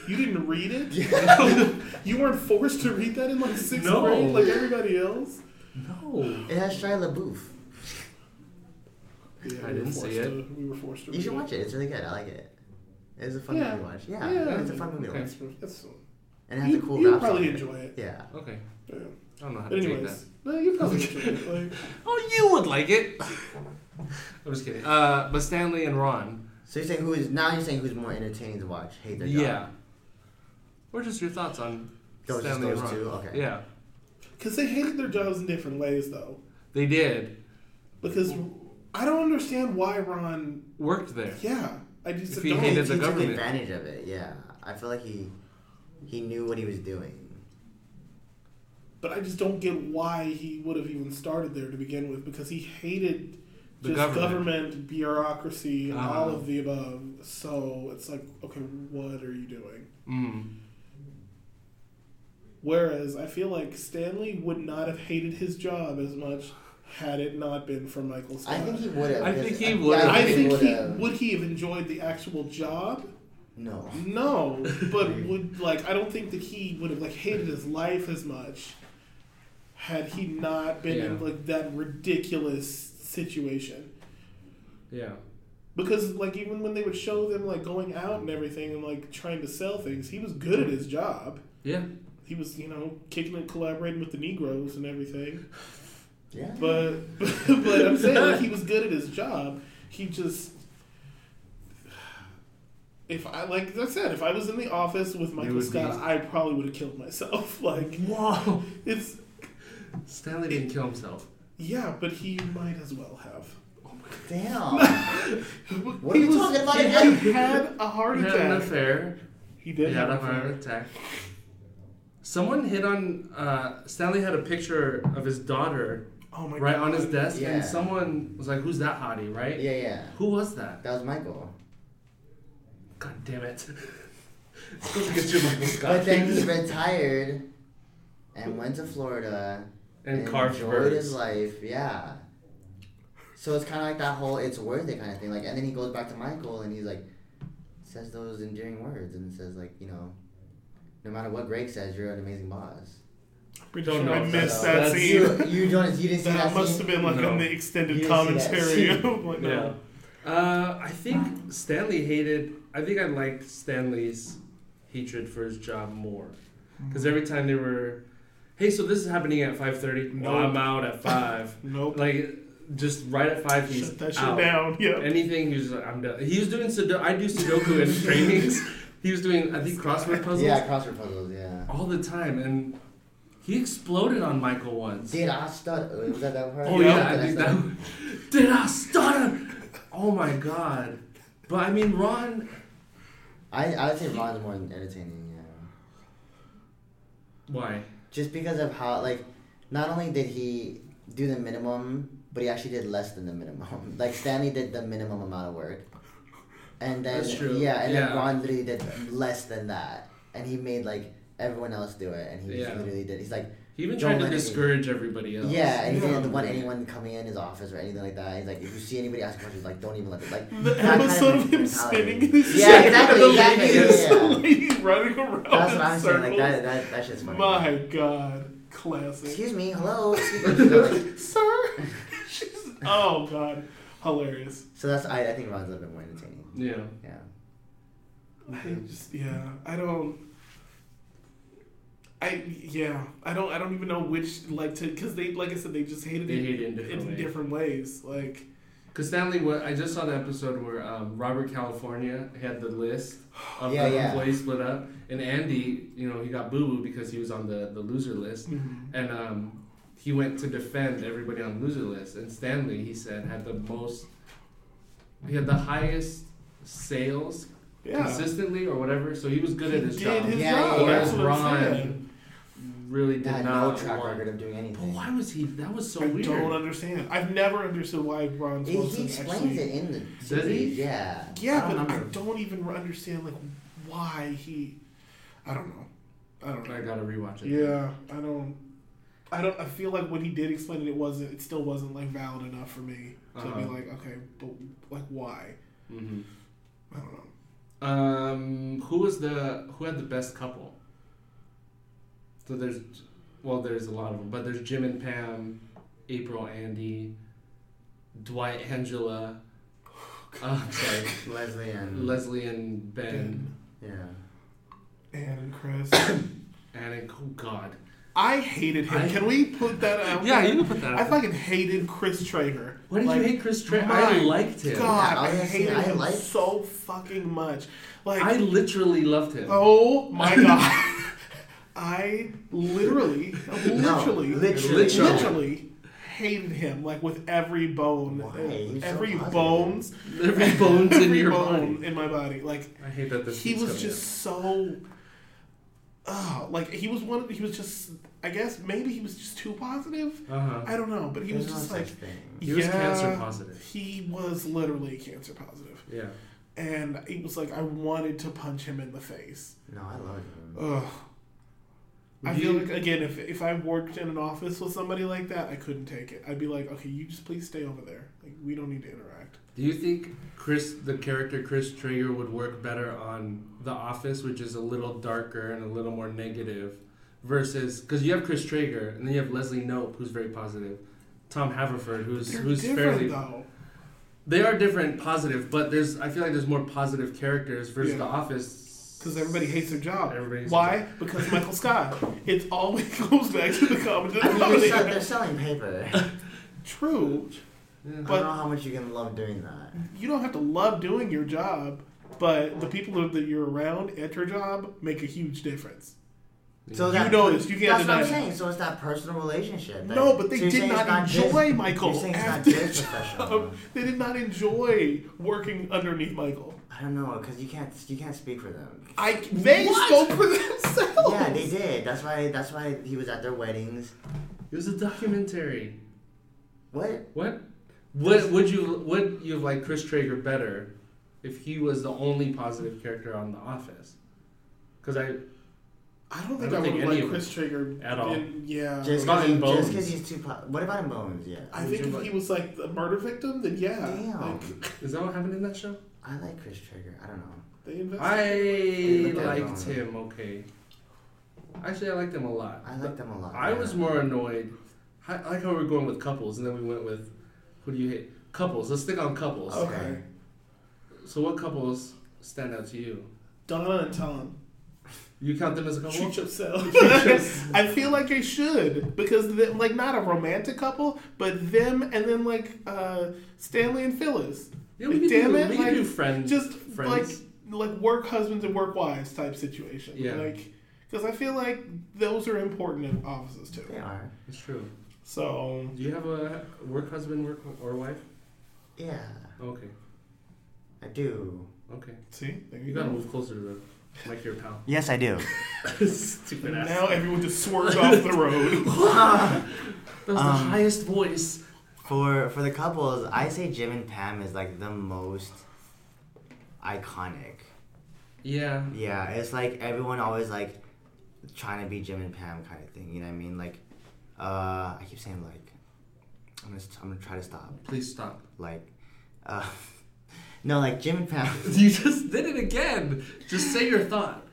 D: You didn't read it? you weren't forced to read that in like sixth
A: No.
D: grade like everybody else?
A: No.
C: It has Shia LaBeouf.
A: I
D: Yeah, we were
A: didn't see
D: forced
A: it.
D: To, we were forced to read
C: You should watch it. It's really good. I like it. It's a fun
D: Yeah.
C: movie to watch. Yeah,
D: Yeah.
C: it's a fun movie to
A: Okay.
C: watch.
D: That's,
C: And it has
D: you
C: a cool
D: you
C: rap
D: probably
C: song.
D: enjoy it.
C: Yeah.
A: Okay.
D: Yeah.
A: I don't know how
D: But
A: to take that.
D: anyways, no, you probably enjoy it. Like,
A: Oh, you would like it. I'm just kidding. Uh, but Stanley and Ron.
C: So you're saying who is now? You're saying who's more entertaining to watch? Hate their job.
A: Yeah. Or just your thoughts on
C: Those, just
A: Stanley
C: those
A: and Ron.
C: two. Okay.
A: Yeah,
D: Because they hated their jobs in different ways, though.
A: they did.
D: Because I don't understand why Ron.
A: Worked there.
D: Yeah. I just
A: If he
D: don't.
C: He,
A: hated- Did the
C: he took
A: government.
C: advantage of it. Yeah. I feel like he he knew what he was doing.
D: But I just don't get why he would have even started there to begin with because he hated
A: The
D: just
A: government.
D: government, bureaucracy, and all
A: Ah.
D: of the above. So it's like, okay, what are you doing?
A: Mm.
D: Whereas I feel like Stanley would not have hated his job as much had it not been for Michael Scott.
C: I think he would have.
A: I think he
C: Yeah,
A: would've.
D: I think he
C: would've.
D: would he have enjoyed the actual job?
C: No.
D: No, but would like I don't think that he would have like hated his life as much had he not been in
A: Yeah.
D: like that ridiculous situation.
A: Yeah.
D: Because like even when they would show them like going out and everything and like trying to sell things, he was good at his job.
A: Yeah.
D: He was you know kicking and collaborating with the Negroes and everything.
C: Yeah.
D: But but I'm saying like, he was good at his job. He just if I like I said, if I was in the office with Michael
A: would
D: Scott,
A: be-
D: I probably would have killed myself. Like
A: Whoa.
D: it's
A: Stanley didn't kill himself.
D: yeah, but he might as well have.
C: Damn. what are you talking about?
D: He
C: again?
D: had a heart
A: He had an
D: attack.
A: affair.
D: He
A: He
D: did
A: had
D: have
A: a
D: an
A: heart
D: affair.
A: attack. Someone hit on. Uh, Stanley had a picture of his daughter
D: Oh my
A: right
D: god.
A: on his desk,
C: Yeah.
A: and someone was like, "Who's that hottie?" Right?
C: Yeah, yeah.
A: Who was that?
C: That was Michael.
A: God damn it! Go to get you, Michael Scott.
C: But then he retired and went to Florida
A: and carved
C: enjoyed his
A: birds.
C: life. Yeah. So it's kind of like that whole "it's worth it" kind of thing. Like, and then he goes back to Michael and he's like, says those endearing words and says like, you know, no matter what Greg says, you're an amazing boss.
D: Pretty
A: Don't
D: sure I
A: know if
D: missed
A: that's-
C: that's-
D: that scene.
C: You, you Jonas, you didn't see that,
D: that must have
C: scene?
D: been like
A: No.
D: in the
C: You
D: extended
C: didn't see
D: commentary.
C: that
D: I'm like, no.
A: Yeah. Uh, I think Stanley hated. I think I liked Stanley's hatred for his job more, because every time they were, hey, so this is happening at five thirty. No,
D: Nope.
A: I'm out at five.
D: Nope.
A: like, just right at five, he's
D: Shut that shit
A: out.
D: down. Yeah.
A: Anything he was like, I'm done. He was doing Sudoku. I do Sudoku in trainings. He was doing, I think, crossword puzzles
C: Yeah, crossword puzzles. Yeah.
A: all the time, and he exploded on Michael once.
C: Did I stutter? Was that that part?
A: Oh yeah,
C: Did
A: I think
C: stutter?
A: that. Did I stutter? Oh my god! But I mean, Ron.
C: I I would say Ron's more entertaining. Yeah.
A: Why?
C: just because of how like not only did he do the minimum but he actually did less than the minimum like stanley did the minimum amount of work and then
A: That's true.
C: yeah and then
A: Yeah.
C: ron literally did less than that and he made like everyone else do it and he
A: Yeah.
C: just literally did he's like
A: He even
C: Don't
A: tried to
C: let it-
A: discourage everybody else.
C: yeah and he
D: Yeah.
C: didn't want anyone coming in his office or anything like that he's like if you see anybody asking questions like don't even let them like
D: The
C: that kind
D: episode of him
C: mentality.
D: spinning in his
C: Yeah,
D: chair
C: exactly,
D: and the
C: exactly,
D: lady
C: yeah,
D: is
C: yeah.
D: lady running around
C: that's
D: in
C: what i'm saying
D: circles.
C: like that that, that shit's funny
D: My God, classic.
C: excuse me hello Excuse me.
D: Sir, she's oh God, hilarious.
C: so that's i, I think ron's a little bit more entertaining
A: Yeah.
C: yeah
D: I just yeah, I don't. I yeah, I don't. I don't even know which like to because they like I said they just hated
A: They
D: it
A: hate it in different ways.
D: different ways. Like
A: Cause Stanley, what I just saw the episode where um, Robert California had the list of
C: Yeah,
A: the
C: yeah.
A: employees split up, and Andy, you know, he got boo boo because he was on the the loser list, and um, he went to defend everybody on the loser list, and Stanley, he said, had the most, he had the highest sales
D: yeah,
A: consistently or whatever, so he was good
D: he
A: at his
D: did
A: job.
D: his
C: Yeah,
D: job.
C: yeah, yeah.
D: That's what I'm
A: Ron
D: saying.
A: Really did
C: had
A: not
C: no track
A: want-
C: record of doing anything.
A: But why was he? That was so
D: I
A: weird.
D: don't understand. I've never understood why Ron
C: He,
D: Swanson
C: he explains
D: actually.
C: it in the
A: he?
C: series. Yeah.
D: Yeah,
A: I don't
D: but I
A: remember.
D: don't even understand like why he. I don't know. I don't
A: I
D: know.
A: gotta rewatch it.
D: Yeah, I don't. I don't. I feel like when he did explain it, it wasn't. It still wasn't like valid enough for me to be
A: Uh-huh.
D: like, okay, but like why?
A: Mhm.
D: I don't know.
A: Um, who was the who had the best couple? So there's, well, there's a lot of them, but there's Jim and Pam, April, Andy, Dwight, Angela.
D: Oh,
A: Uh, sorry,
C: Leslie and
A: Leslie and Ben,
C: yeah.
D: Anne and Chris.
A: and it- oh God,
D: I hated him.
A: I-
D: Can we put that out?
A: yeah, you can put that.
D: I fucking hated Chris Traeger.
A: Why did
D: Like,
A: you hate Chris Trey? I
D: my
A: liked him.
D: God,
C: Yeah,
D: I
C: honestly,
D: hated
C: I
D: him
C: liked-
D: so fucking much. Like
A: I literally loved him.
D: Oh my god. I literally, literally,
C: literally.
D: literally hated him like with every bone,
C: Why?
D: uh,
C: He's so
D: every
C: positive.
D: bones,
A: Every bone's in
D: every
A: your
D: bone
A: body.
D: in my body. Like
A: I hate that this
D: he
A: keeps
D: was
A: coming
D: just so oh, like he was one. Of, he was just. I guess maybe he was just too positive.
A: Uh huh.
D: I don't know, but he was
C: There's no
D: just
C: such
D: like
C: thing.
A: He was
D: yeah,
A: cancer positive.
D: He was literally cancer positive,
A: Yeah.
D: and it was like I wanted to punch him in the face.
C: No, I love him.
D: Ugh. I
A: Do
D: feel
A: you-
D: like again, if if I worked in an office with somebody like that, I couldn't take it. I'd be like, okay, you just please stay over there. Like we don't need to interact.
A: Do you think Chris, the character Chris Traeger, would work better on The Office, which is a little darker and a little more negative, versus because you have Chris Traeger and then you have Leslie Nope, who's very positive, Tom Haverford, who's
D: They're
A: who's
D: different
A: fairly
D: though.
A: they are different positive, but there's I feel like there's more positive characters versus
D: Yeah.
A: The Office
D: Because everybody hates their job.
A: Everybody hates
D: Why? Because Michael Scott. It always goes back to the
C: I mean,
D: common
C: they're, sell,
D: denominator.
C: they're selling paper. I
D: True.
A: Yeah.
D: But-
C: don't know how much you can love doing that.
D: You don't have to love doing your job, but the people that you're around at your job make a huge difference.
C: So
D: You
C: that,
D: know this. You can't
C: That's what I'm
D: deny it.
C: saying. So it's that personal relationship. that-
D: No, but they
C: so you're
D: did
C: saying it's
D: not
C: just-
D: enjoy Michael
C: You're saying it's not
D: after
C: just
A: Uh-huh.
D: the
C: professional.
D: Um, They did not enjoy working underneath Michael.
C: I don't know because you can't you can't speak for them.
D: I they
A: What?
D: spoke for themselves.
C: Yeah, they did. That's why that's why he was at their weddings.
A: it was a documentary.
C: What?
A: What? What would you would you have liked Chris Traeger better if he was the only positive character on The Office? Because I
D: I don't think
A: I
D: I,
A: don't think
D: would
A: any
D: like
A: of
D: Chris Traeger
A: at all.
D: in- yeah.
C: Just
A: about in
C: because
A: Bones?
C: he's too. Po- what about in Bones? Yeah.
D: I think if he was like the murder victim, then yeah.
C: Damn.
D: Like,
A: is that what happened in that show?
C: I like Chris Trigger. I don't know.
D: they invested.
A: I
C: looked at
A: liked
C: it
A: him. Okay. Actually, I liked him a lot.
C: I like them a lot.
A: I
C: yeah.
A: was more annoyed. I I like how we were going with couples, and then we went with who do you hate? Couples. Let's stick on couples.
C: Okay.
D: Okay.
A: So, what couples stand out to you?
D: Donna and Tom.
A: You count them as a couple?
D: Treat yourself. I feel like I should because they like not a romantic couple, but them and then like uh, Stanley and Phyllis,
A: Yeah, we can
D: Damn
A: do,
D: it,
A: we can
D: like,
A: do friends.
D: just
A: friends.
D: like like work husbands and work wives type situation.
A: Yeah.
D: Like, because I feel like those are important in offices too.
C: They are.
A: It's true.
D: So
A: Do you have a work husband, work or wife?
C: Yeah,
A: Okay,
C: I do.
A: okay.
D: see, there you,
A: You gotta
D: go.
A: move closer to the mic, your pal.
C: Yes, I do.
A: Stupid
D: And
A: ass.
D: now everyone just swerved off the road.
A: that was the
C: Um,
A: highest voice.
C: For for the couples, I say Jim and Pam is like the most iconic.
A: Yeah.
C: Yeah, it's like everyone always like trying to be Jim and Pam kind of thing. You know what I mean? Like, uh, I keep saying like, I'm gonna st- I'm gonna try to stop.
A: Please stop.
C: Like, uh, no, like Jim and Pam.
A: You just did it again. Just say your thought.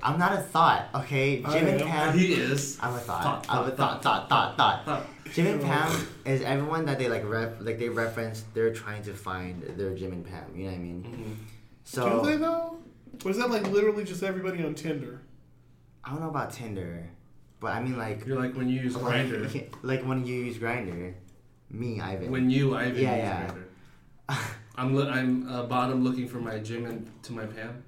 C: I'm not a thought, okay? Jim
D: I
C: and
D: am.
C: Pam.
A: Oh, he is.
C: I'm a
A: Thought,
C: thought. I'm a
A: thought,
C: thought, thought, thought, thought.
A: Thought.
C: Jim and Pam is everyone that they like ref like they reference. They're trying to find their Jim and Pam. You know what I mean?
A: Mhm.
D: Do they
C: So
D: though? Or is that like literally just everybody on Tinder?
C: I don't know about Tinder, but I mean like
A: You're like when you use grinder.
C: like, like when you use Grinder, me Ivan.
A: When you, Ivan,
C: Yeah,
A: use
C: yeah.
A: grinder. I'm lo- I'm uh, bottom looking for my Jim and to my Pam.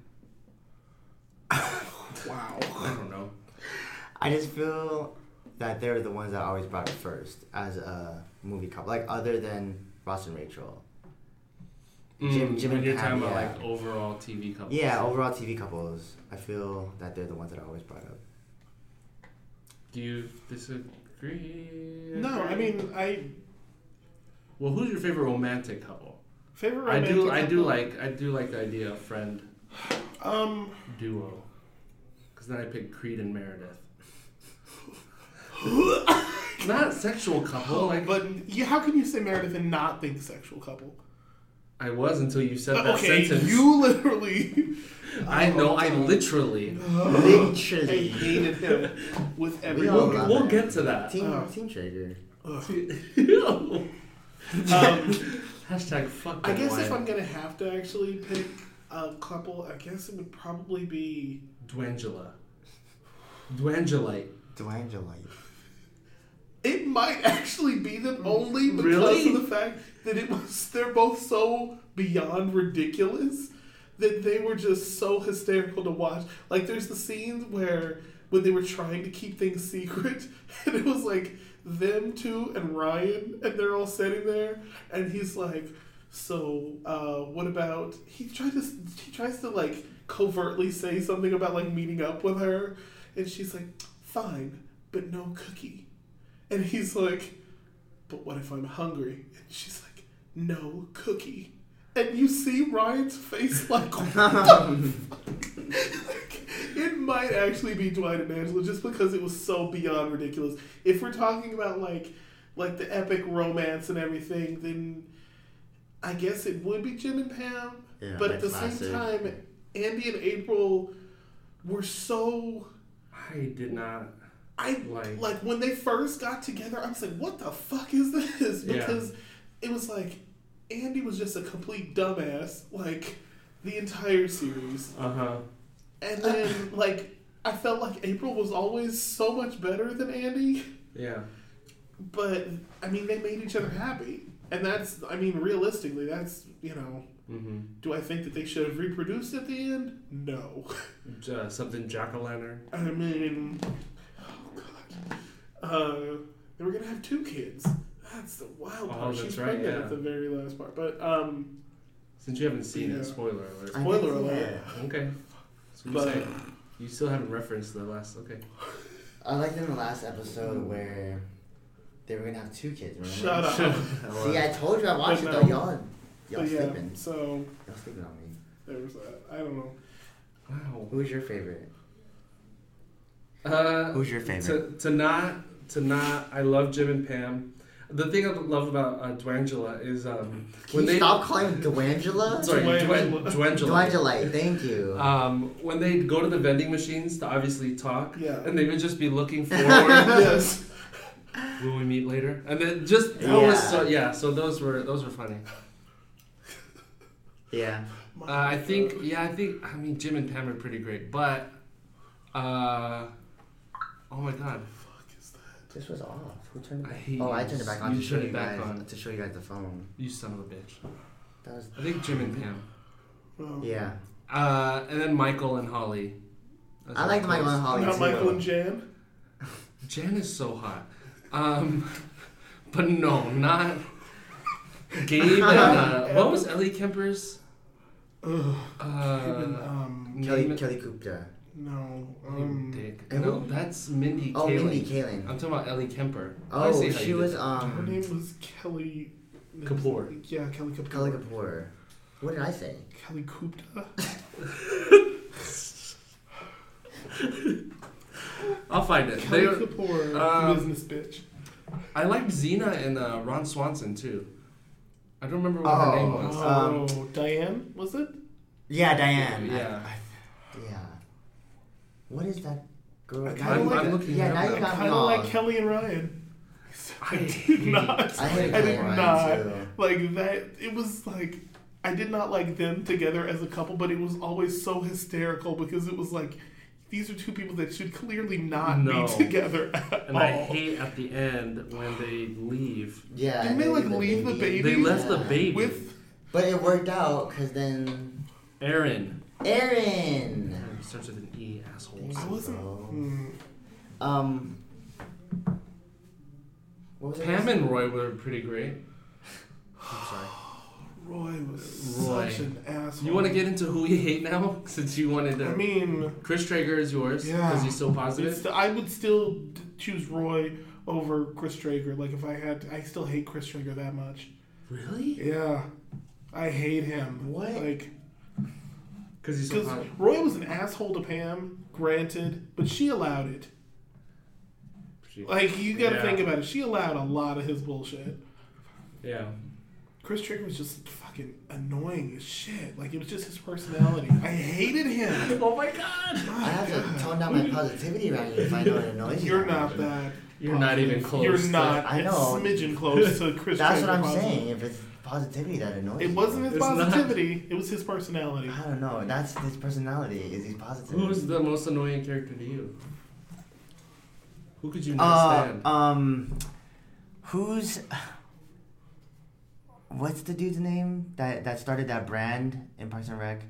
D: Wow.
A: I don't know.
C: I just feel that they're the ones that always brought it first as a movie couple, like other than Ross and Rachel. Jim- Jim
A: Mm, when
C: and
A: you're
C: Pam,
A: talking about
C: yeah.
A: like overall TV couples.
C: Yeah, overall TV couples, I feel that they're the ones that are always brought up.
A: Do you disagree?
D: No, I mean I
A: Well, who's your favorite romantic couple?
D: favorite.
A: I
D: Romantic
A: do. I do
D: couple?
A: like. I do like the idea of friend
D: Um,
A: duo. Because then I picked Creed and Meredith. Not sexual couple. Oh, Like
D: but yeah, how can you say Meredith and not think sexual couple?
A: I was until you said that
D: Uh, okay,
A: sentence.
D: you literally.
A: I know. I literally.
D: I
C: Literally.
D: hated him with every.
C: We all
A: We'll,
C: love
A: we'll
C: it.
A: get to that.
C: Team,
D: Oh.
C: team Trigger.
A: um, hashtag fuck.
D: I
A: that
D: guess
A: wife.
D: if I'm gonna have to actually pick a couple, I guess it would probably be.
A: Dwangela. Dwangelite.
C: Dwangelite.
D: It might actually be them only because
A: Really?
D: of the fact that it was. They're both so beyond ridiculous that they were just so hysterical to watch. Like, there's the scenes where when they were trying to keep things secret, and it was like them two and Ryan, and they're all sitting there, and he's like, "So, uh, what about?" He tries to he tries to like covertly say something about like meeting up with her. And she's like, fine, but no cookie. And he's like, but what if I'm hungry? And she's like, no cookie. And you see Ryan's face like, what the fuck? It might actually be Dwight and Angela just because it was so beyond ridiculous. If we're talking about like like the epic romance and everything, then I guess it would be Jim and Pam.
C: Yeah,
D: but at the
C: that's
D: same
C: massive.
D: time, Andy and April were so
A: I did not.
D: I
A: Like-
D: like, when they first got together, I was like, what the fuck is this?
A: Yeah.
D: Because it was like Andy was just a complete dumbass, like the entire series.
A: Uh huh.
D: And then like I felt like April was always so much better than Andy.
A: Yeah.
D: But I mean they made each other happy. And that's I mean, realistically, that's you know
A: Mm-hmm.
D: do I think that they should have reproduced at the end? No.
A: Uh, something jack o' lantern.
D: I mean, oh god, uh, they were gonna have two kids. That's the wild
A: Oh,
D: part.
A: that's
D: She's
A: right,
D: pregnant
A: yeah.
D: at the very last part. But um,
A: Since you haven't seen
D: Yeah.
A: it, spoiler alert.
C: I
D: Spoiler
C: didn't see
D: alert.
C: that.
A: Okay. So you,
D: But-
A: say, you still haven't referenced the last. Okay.
C: I liked in the last episode where they were gonna have two kids. Remember?
D: shut up.
C: See, I told you I watched
D: But
C: it
D: no.
C: though. Y'all, y'all
D: But yeah,
C: sleeping.
D: so
C: Y'all sleeping on me.
D: there was that. I don't know.
A: Wow.
C: Who's your favorite?
A: Uh,
C: Who's your favorite?
A: to, to not to not I love Jim and Pam. The thing I love about uh, Dwangela is um,
C: Can
A: when
C: you
A: they
C: stop calling him Dwangela?
A: sorry Dwen-
D: Dwangela.
A: Dwangela.
C: Dwangelite, thank you.
A: Um, when they go to the vending machines to obviously talk,
D: Yeah.
A: and they would just be looking forward.
D: yes,
A: Will we meet later? And then just that was
C: Yeah.
A: so yeah. So those were those were funny.
C: yeah.
A: Uh, I think yeah. I think I mean Jim and Pam are pretty great, but uh, oh my god,
C: This was off. Who turned it
A: I
C: back?
A: hate
C: oh, I
A: you.
C: turned it back
A: You
C: on to show
A: turned
C: you
A: it back
C: guys
A: on.
C: to show you guys the phone.
A: you son of a bitch.
C: That was
A: I think Jim and Pam.
D: Well,
C: yeah.
A: Uh, and then Michael and Holly. That's
C: I liked Michael and Holly
D: Not
C: too.
D: Michael and Jan.
A: Jan is so hot. Um, but no, not Gabe and uh, what was Ellie Kemper's?
D: Ugh. Even,
A: Uh,
D: um,
C: Kelly
A: name-
C: Kelly Kupta.
D: no.
A: Oh, you
D: Um,
A: dick.
C: and
A: No,
C: what-
A: that's Mindy
C: Oh,
A: Kaling.
C: Mindy Kaling.
A: I'm talking about Ellie Kemper. I see
C: Oh,
A: how
C: she
A: you did
C: was
A: that.
D: her
C: um
D: name was Kelly.
A: Kapoor.
D: Yeah, Kelly Kapoor.
C: Kelly Kapoor. What did I say?
D: Kelly Kupta.
A: I'll find it.
D: Kelly
A: They were-
D: Kapoor,
A: um,
D: business bitch.
A: I liked Xena and uh, Ron Swanson too. I don't remember what her
C: Oh.
A: name was.
D: Oh,
C: um,
D: Diane was it?
C: Yeah, Diane. I-
A: Yeah.
C: yeah. What is that girl?
D: I
C: Now
D: kinda
C: you
D: like-
C: got-
A: I'm looking
C: yeah,
A: it up
C: now
A: now.
C: you
D: I
C: got me
D: kind of
C: all.
D: like Kelly and Ryan.
A: I
D: did not.
C: I hate
D: I
C: Kelly
D: did
C: Ryan
D: not
C: too.
D: like that. It was like I did not like them together as a couple, but it was always so hysterical because it was like these are two people that should clearly not
A: No.
D: be together at
A: And
D: all.
A: I hate at the end when they leave.
C: Yeah.
D: Didn't they,
C: and
D: like, leave the baby?
A: They left the
C: Yeah.
A: baby.
D: with
C: But it worked out because then
A: Aaron.
C: Aaron.
A: Aaron starts with an E, assholes.
D: I wasn't.
C: Oh.
D: Hmm.
C: Um. What was it?
A: Pam and Roy were pretty great.
C: I'm sorry.
D: Roy was
A: Roy.
D: such an asshole.
A: You want to get into who you hate now? Since you wanted to.
D: I mean,
A: Chris Traeger is yours because
D: Yeah.
A: he's so
D: it's,
A: positive.
D: I would still d- choose Roy over Chris Traeger. Like if I had, I still hate Chris Traeger that much.
A: Really?
D: Yeah, I hate him.
C: What?
D: Like.
A: Because he's so
D: Because
A: positive.
D: Roy was an asshole to Pam, granted, but she allowed it. Like, you gotta
A: Yeah.
D: think about it. She allowed a lot of his bullshit.
A: Yeah.
D: Chris Trigger was just fucking annoying as shit. Like, it was just his personality. I hated him.
A: Oh my god!
C: I have to tone down my positivity around you if I know it annoys you.
D: You're
C: that
D: not
C: much.
D: that.
A: You're not even
D: positive.
A: close
D: You're
A: to-
D: not
C: I
D: a
C: know.
D: smidgen close to Chris
C: That's what
D: Traeger
C: I'm
D: positive.
C: saying. If it's positivity that annoys you.
D: It wasn't his
A: It's not.
D: positivity, it was his personality.
C: I don't know. That's his personality. Is he's positive?
A: Who was the most annoying character to you? Who could you not
C: Uh,
A: stand?
C: um, who's what's the dude's name that that started that brand in Parks and Rec,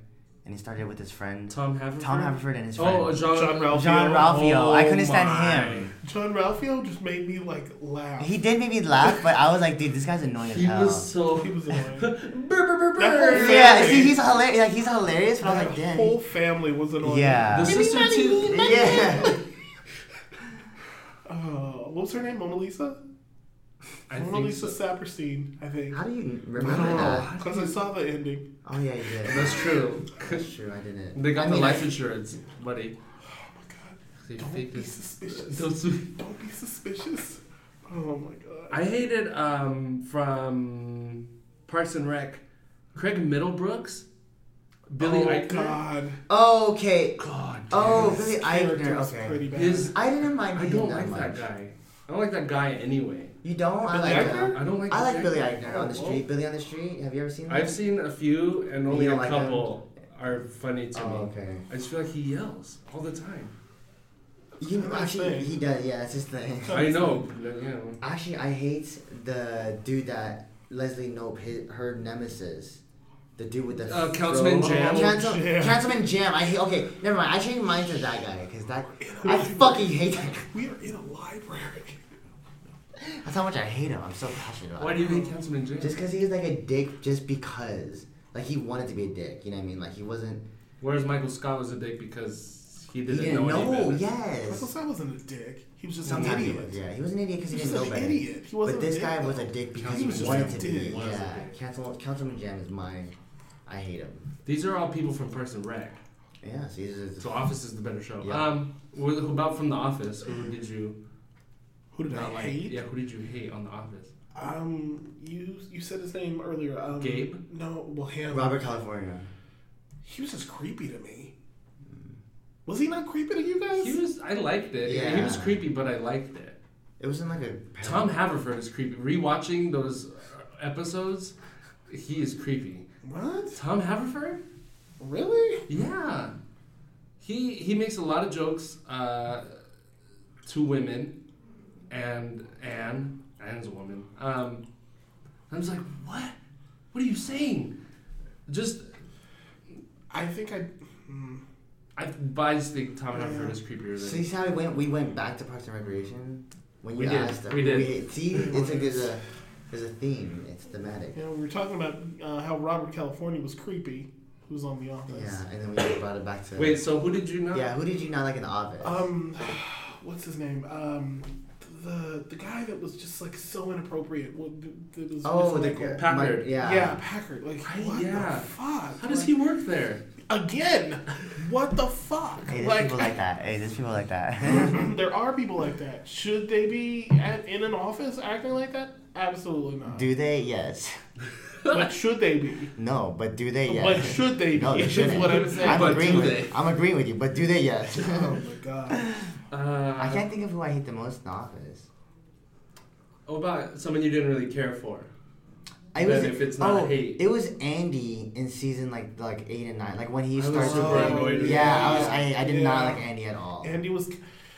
C: and he started with his friend
A: Tom Haverford.
C: Tom Haverford and his friend
A: Oh, John,
D: John Ralphio. Oh
C: John Ralphio. I couldn't stand
A: my.
C: him.
D: John Ralphio just made me, like, laugh.
C: He did make me laugh, but I was like, dude, this guy's annoying as
A: He
C: hell.
A: was so.
D: He was annoying.
A: Brr, brr, brr, brr.
D: That whole
C: yeah,
D: family-
C: see, he's hilarious. Like he's hilarious, but I was
D: That
C: like, damn.
D: whole family was annoying.
C: Yeah.
A: The sister too.
C: Yeah.
D: Uh, what was her name? Mona Lisa?
A: I
D: Mona
A: think
D: Lisa
A: so.
D: Saperstein, I think.
C: How do you
A: Oh,
C: remember that?
D: Because I saw the ending.
C: Oh yeah, you did.
A: That's true.
C: That's true. I didn't.
A: They got
C: I
A: the
C: mean,
A: life insurance, buddy.
D: Oh my god.
A: They
D: Don't
A: think
D: be
A: it's-
D: suspicious.
A: Don't sue-
D: Don't be suspicious. Oh my god.
A: I hated um, from Parks and Rec, Craig Middlebrooks, Billy
D: oh
A: Eichner.
D: God.
C: Okay.
A: God, damn.
C: Oh,
D: His
C: Billy
D: character
C: Eichner.
D: was
C: Okay.
D: Pretty bad.
A: His-
C: I didn't mind
A: I
C: him
A: don't
C: that
A: like
C: much.
A: that guy. I don't like that guy anyway.
C: You don't? I
D: Billy
C: like
D: Eichner?
C: him.
A: I don't like.
C: I
A: the
C: like
A: guy.
C: Billy Eichner on the
A: Oh,
C: street. Billy on the street. Have you ever seen?
A: well,
C: that?
A: I've seen a few, and only a
C: You don't like him?
A: couple are funny to
C: Oh,
A: me.
C: okay.
A: I just feel like he yells all the time.
C: You know,
D: That's his
C: actually,
D: thing.
C: he does. Yeah, that's his thing.
A: I know. but, You know.
C: Actually, I hate the dude that Leslie Nope hit her nemesis. The dude with the
A: Uh, Councilman
C: fro-
A: Jam.
C: Oh, Council-
D: Jam.
C: Councilman Jam. I hate. Okay, never mind. I changed mine to that guy because that I fucking hate that. guy.
D: We are in a library.
C: That's how much I hate him. I'm so passionate about.
A: Why
C: him.
A: do you hate Councilman James?
C: Just because he was like a dick, just because like he wanted to be a dick. You know what I mean? Like he wasn't.
A: Whereas Michael Scott was a dick because he
C: He
A: didn't,
C: didn't
A: know. any
C: know.
A: better.
D: Russell
C: yes.
D: Scott wasn't a dick. He was just an
C: Sometimes he
D: idiot.
C: was. Yeah, he was an idiot because he
D: He was
C: didn't know
D: an
C: better.
D: idiot. He wasn't
C: But
D: a
C: this
D: dick,
C: guy was
D: though.
C: a dick because
A: He
C: he
A: was just
C: wanted
D: a
C: to be.
D: dick.
A: Was a
C: Yeah,
A: dick.
C: Council, Councilman Jam is my. I hate him.
A: These are all people from Parks and Rec.
C: Yeah, so he's just,
A: So Office is the better show.
C: Yeah.
A: Um, what about from The Office? Who did you
D: Who did
A: not
D: I
A: like?
D: hate?
A: Yeah, who did you hate on The Office?
D: Um, you you said his name earlier. Um,
A: Gabe?
D: No, well him.
C: Robert California.
D: He was just creepy to me. Was he not creepy to you guys?
A: He was. I liked it. He was
C: Yeah.
A: creepy, but I liked it.
C: It wasn't like a
A: Tom Haverford is creepy. Rewatching those episodes, he is creepy.
D: what?
A: Tom Haverford?
D: Really?
A: Yeah. He he makes a lot of jokes uh, to women and Anne. Anne's a woman. Um, I was like, what? What are you saying? Just
D: I think I. Hmm.
A: I I just think Tom Haverford is creepier
C: So
A: than.
C: you see how we went? We went back to Parks and Recreation when you
A: We did.
C: asked.
A: We did.
C: see, it's like there's a there's a theme. It's thematic.
D: You know, we were talking about uh, how Robert California was creepy. Who's on The Office?
C: Yeah, and then we just brought it back to.
A: Wait, so who did you know?
C: Yeah, who did you not like in the office?
D: Um, what's his name? Um, the the guy that was just like so inappropriate. What, that was
C: oh,
D: Miss
C: the
D: Michael.
C: Mike-
A: Packard.
C: yeah.
D: Yeah, Packard. Like,
A: Right,
D: what
A: yeah.
D: the fuck?
A: How does
D: Like,
A: he work there?
D: again? What the fuck?
C: Hey, there's
D: like,
C: people like that. Hey, there's people like that.
D: there are people like that. Should they be at, in an office acting like that? Absolutely not.
C: do they? Yes.
D: But should they be?
C: No, but do they? Yes.
D: But should they be?
C: No, they
D: is
C: shouldn't.
D: what I'm saying.
C: I'm
A: But
C: agreeing
A: do
C: with.
A: they?
C: I'm agreeing with you. But do they? Yes.
D: oh my god.
A: Uh,
C: I can't think of who I hate the most in the office.
A: What oh, about someone you didn't really care for?
C: I
A: Then if it's not
C: oh,
A: hate.
C: It was Andy in season like like eight and nine, like when he
A: I was
C: started.
A: super annoyed at
C: Yeah, I,
D: him.
C: was, I, I did not
D: Yeah.
C: like Andy at all.
D: Andy was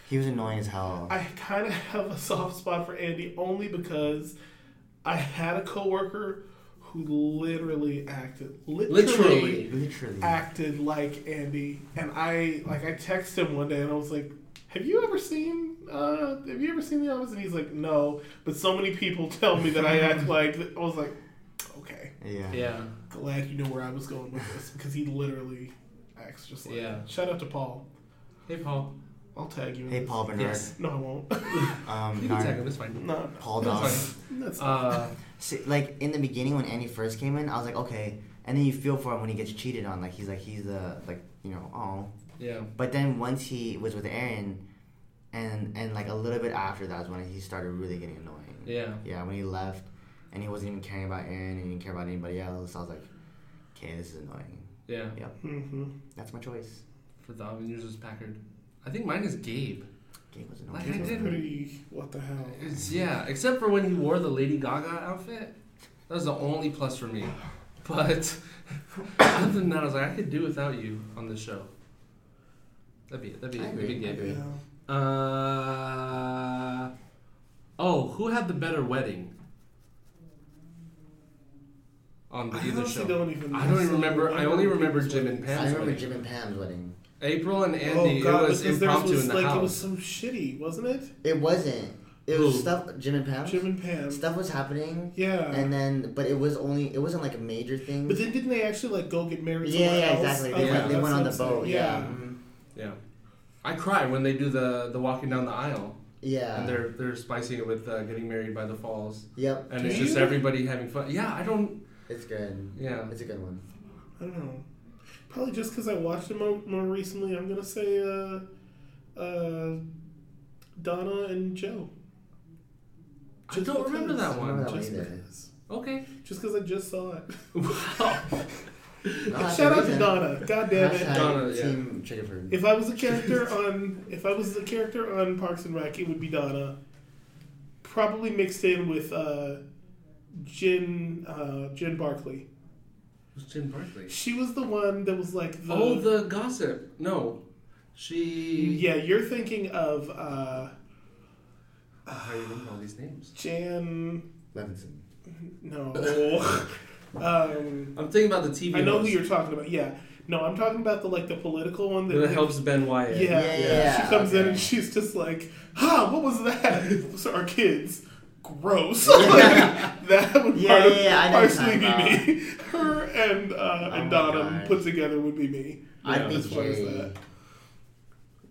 C: He was annoying as hell.
D: I kind of have a soft spot for Andy only because I had a coworker who literally acted literally,
A: Literally.
C: Literally.
D: acted like Andy, and I like I texted him one day and I was like, "Have you ever seen uh Have you ever seen The Office?" And he's like, "No," but so many people tell me that I act like I was like, "Okay,
C: yeah.
A: Yeah.
D: glad you know where I was going with this," because he literally acts just like.
A: Yeah.
D: Shout out to Paul.
A: Hey, Paul.
D: I'll tag you. in
C: Hey,
D: this.
C: Paul Bernard.
A: Yes.
D: No, I won't.
C: Um,
A: You can
C: Bernard.
A: tag him. It's fine.
D: no,
C: Paul
A: That's
C: Dawg.
A: fine.
D: that's
A: Uh,
C: See, like in the beginning when Andy first came in, I was like, okay. And then you feel for him when he gets cheated on. Like he's like he's the like you know oh.
A: yeah.
C: But then once he was with Aaron, and and like a little bit after that was when he started really getting annoying.
A: Yeah.
C: Yeah, when he left, and he wasn't even caring about Aaron, and he didn't care about anybody else. I was like, okay, this is annoying.
A: Yeah.
D: hmm
C: That's my choice.
A: For the album, yours was Packard. I think mine is Gabe.
C: Gabe was
A: Like,
C: annoying.
A: I
C: too.
D: It's
A: did-
D: pretty. What the hell?
A: It's, yeah, except for when he wore the Lady Gaga outfit. That was the only plus for me. But other than that, I was like, I could do without you on this show. That'd be it. That'd be
C: I
A: it. That'd be
C: agree, I
A: Gabe.
D: Yeah.
A: Uh, oh, who had the better wedding? On the,
D: I
A: either
D: honestly
A: show.
D: don't even.
A: I don't even
D: know.
A: remember. I only remember
D: people's
A: Jim and
D: weddings.
A: Pam.
C: I remember
A: wedding.
C: Jim and Pam's wedding.
A: April and
D: Oh
A: Andy.
D: god,
A: it was
D: because theirs
A: impromptu
D: was
A: in the
D: like
A: house.
D: it was so shitty, wasn't it?
C: It wasn't. It was
A: Who?
C: stuff. Jim and Pam.
D: Jim and Pam.
C: Stuff was happening,
D: Yeah.
C: and then but it was only it wasn't like a major thing.
D: but then didn't they actually like go get married?
C: yeah,
D: somewhere
C: yeah,
D: else?
C: exactly. They,
D: Okay,
C: went, they
D: that's
C: went
D: what
C: on
D: I'm
C: the boat. Mm-hmm.
D: saying.
C: Yeah. Mhm.
A: Yeah. I cry when they do the, the walking down the aisle.
C: Yeah.
A: and they're they're spicing it with uh, getting married by the falls,
C: yep.
A: and
D: Do
A: it's just
D: you-
A: everybody having fun. Yeah, I don't.
C: It's good. Um,
A: Yeah,
C: It's a good one.
D: I don't know. Probably just because I watched it more, more recently. I'm gonna say uh, uh, Donna and Joe.
A: I don't remember
D: because.
A: that
C: I don't
A: one.
C: know
D: Just
C: either.
D: because.
A: Okay.
D: Just because I just saw it.
A: Wow.
C: I'll have
D: Shout out
C: read
D: to
C: that.
D: Donna. God damn
C: Hashtag
D: it.
A: Donna, yeah.
C: Team Chickenford.
D: If I was a character on, if I was the character on Parks and Rec, it would be Donna. Probably mixed in with uh, Jen, uh, Jen Barkley.
A: Who's Jen Barkley?
D: She was the one that was like the.
A: Oh, the gossip. No, she.
D: yeah, you're thinking of uh,
A: How do you remember all these names?
D: Jan.
C: Levinson.
D: No. um,
A: I'm thinking about the TV.
D: I know who
A: host
D: you're talking about. Yeah. No, I'm talking about the like the political one that,
A: that helps Ben Wyatt.
D: Yeah, yeah,
C: Yeah, yeah,
D: She comes in
C: okay.
D: and she's just like, "Ha! What was that?" Those are our kids. Gross.
C: Yeah.
D: Like, that would
C: Yeah,
D: part-
C: yeah, yeah, I know what
D: partially
C: you're talking
D: be me. Her and uh,
C: Oh
D: and
C: my
D: Donna
C: gosh.
D: put together would be me.
C: I'd
A: Yeah,
C: be
D: as far as
C: Jerry.
D: that.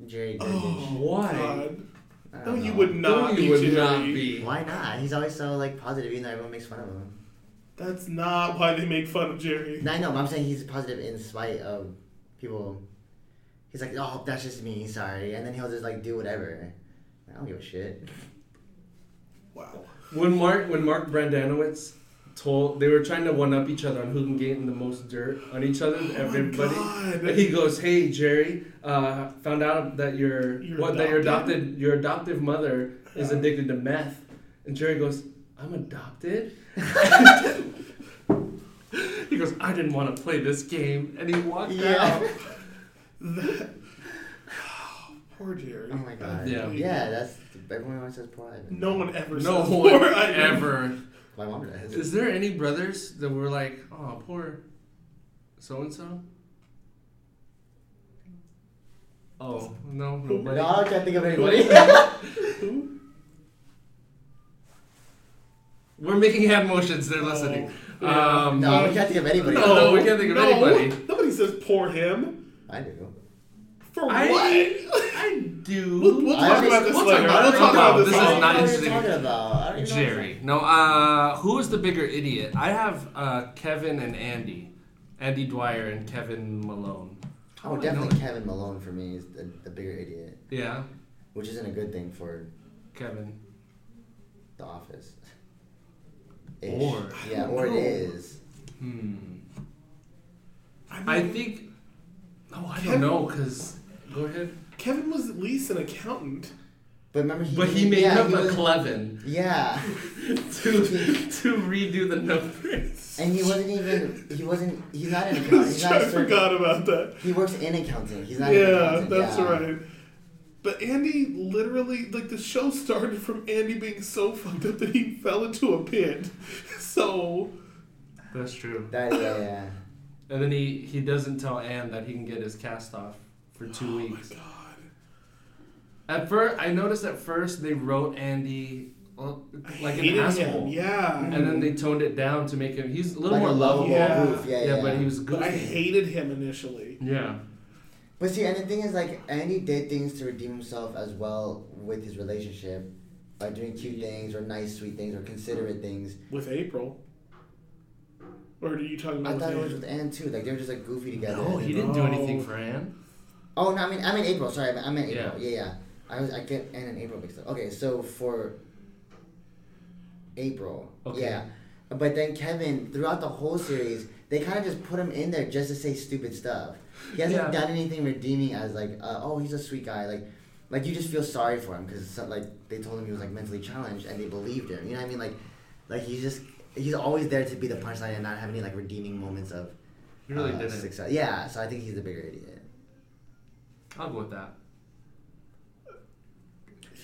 C: Jerry
D: Oh,
C: Jurgens.
A: Why?
D: God.
C: I
D: No,
C: don't
D: you
C: know.
D: would not.
A: No,
D: be
A: you would
D: Jerry.
A: not be.
C: Why not? He's always so like positive, even though everyone makes fun of him.
D: That's not why they make fun of Jerry.
C: No, I know, but I'm saying he's positive in spite of people. He's like, oh, that's just me, sorry, and then he'll just like do whatever. I don't give a shit.
D: Wow.
A: When Mark when Mark Brandanowitz told they were trying to one up each other on who can get in the most dirt on each other,
D: Oh my
A: everybody.
D: God.
A: And he goes, "Hey Jerry, uh, found out that your
D: You're
A: what that your
D: adopted?
A: adopted your adoptive mother is
D: Yeah.
A: addicted to meth." And Jerry goes, "I'm adopted." he goes, "I didn't want to play this game," and he walked
C: Yeah.
A: out.
D: That- Poor Jerry.
C: Oh my god.
A: Yeah.
C: Yeah, that's everyone always says poor Ivan.
D: No one ever
A: No
D: says
A: one
D: poor Ivan.
A: ever.
C: My mom does.
A: Is there any brothers that were like, "Oh, poor so and so"? Oh no, nobody.
C: No, I can't think of anybody.
D: Who?
A: We're making hand motions. They're listening.
D: Oh, yeah.
A: Um,
C: no, I can't think of anybody.
A: No, we can't think of
D: no,
A: anybody.
D: Nobody says poor him.
C: I do.
D: For
A: I-
D: what?
A: I do.
D: We'll, we'll
C: I
D: talk
C: always-
D: about this
A: we'll talk
D: later.
A: about
D: we'll
A: it.
D: talk
A: No,
D: about this
A: this is
D: later.
A: not
C: I don't
A: interesting.
C: know what you're talking about. I don't even know what you're
A: Jerry. No, uh, who is the bigger idiot? I have uh, Kevin and Andy. Andy Dwyer and Kevin Malone. How
C: Oh,
A: do I know
C: definitely
A: it?
C: Kevin Malone for me is the, the bigger idiot,
A: Yeah,
C: which isn't a good thing for
A: Kevin.
C: The Office. Ish.
A: Or-
C: yeah, or
D: No.
C: it is.
A: Hmm.
D: I,
A: I
D: mean,
A: think. No, I don't
D: Kevin-
A: know, because. Go ahead.
D: Kevin was at least an accountant.
C: But remember, he
A: But he made
C: yeah,
A: up
C: he
A: a
C: was-
A: Clevin
C: Yeah,
A: to, to redo the numbers.
C: and he wasn't even. He wasn't. He's not an accountant. He's not
D: I
C: a certain,
D: forgot about that.
C: He works in accounting. He's not. an
D: Yeah,
C: accountant.
D: that's
C: yeah.
D: right. But Andy literally, like, the show started from Andy being so fucked up that he fell into a pit. So,
A: That's true.
C: That yeah, yeah.
A: And then he, he doesn't tell Anne that he can get his cast off for two
D: oh
A: weeks.
D: my god,
A: At first, I noticed at first they wrote Andy uh,
D: I
A: like an
D: hated
A: asshole,
D: Him. Yeah,
A: and then they toned it down to make him. He's a little
C: Like
A: more
C: a lovable
A: lovable.
D: Yeah.
C: goof. Yeah, yeah.
A: but he was
D: But
A: goofy.
D: I hated him initially.
A: yeah,
C: But see, and the thing is, like, Andy did things to redeem himself as well with his relationship by doing cute things or nice, sweet things or considerate things.
D: With April. Or are you talking about
C: I
D: with
C: thought it
D: Anne?
C: was with Anne too. Like they were just like goofy together.
A: no, he didn't do
D: No.
A: anything for Anne.
C: Oh no, I mean I mean April. Sorry, I mean, I meant
A: Yeah.
C: April. Yeah, yeah. I was I get Anne and April mixed up. Okay, so for April,
A: Okay.
C: yeah. But then Kevin, throughout the whole series, they kind of just put him in there just to say stupid stuff. He hasn't
A: Yeah.
C: done anything redeeming as like, uh, oh, he's a sweet guy. Like, like you just feel sorry for him because like they told him he was like mentally challenged and they believed him. You know what I mean? Like, like he's just he's always there to be the punchline and not have any like redeeming moments of
A: He really
C: uh,
A: didn't.
C: success. Yeah, so I think he's the bigger idiot.
A: I'll go with that.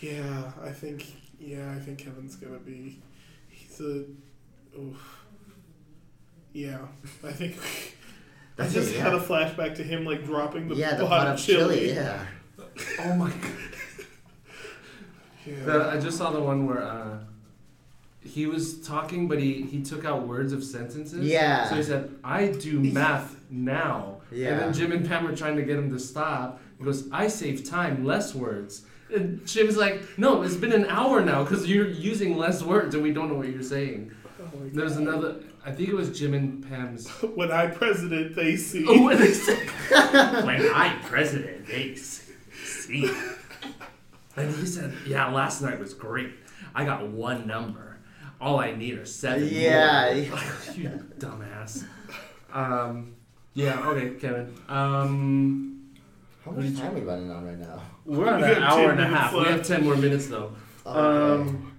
D: Yeah, I think. Yeah, I think Kevin's gonna be. He's a. Oof. Yeah, I think. I
C: That's
D: just
C: it,
D: had
C: yeah.
D: a flashback to him like dropping the,
C: yeah,
D: pot,
C: the pot
D: of chili.
C: Yeah.
A: Oh my god!
D: Yeah.
A: The- I just saw the one where uh, he was talking, but he he took out words of sentences.
C: Yeah.
A: So he said, "I do math now."
C: Yeah.
A: And then Jim and Pam are trying to get him to stop. He goes, "I save time, less words." And Jim's like, no, it's been an hour now because you're using less words and we don't know what you're saying.
D: Oh my God.
A: There's another. I think it was Jim and Pam's.
D: When I president, they see.
A: Oh, what they said.
H: When I'm president, they s- see.
A: And he said, yeah, last night was great. I got one number. All I need are seven. more."
C: Yeah.
A: you dumbass. Um, yeah. Okay, Kevin. Um,
C: How much time are we running on right now?
A: we're on
D: We
A: an
D: have
A: hour
D: 10
A: and a half.
D: minutes
A: We have
D: left.
A: ten more minutes though.
C: Okay.
A: Um,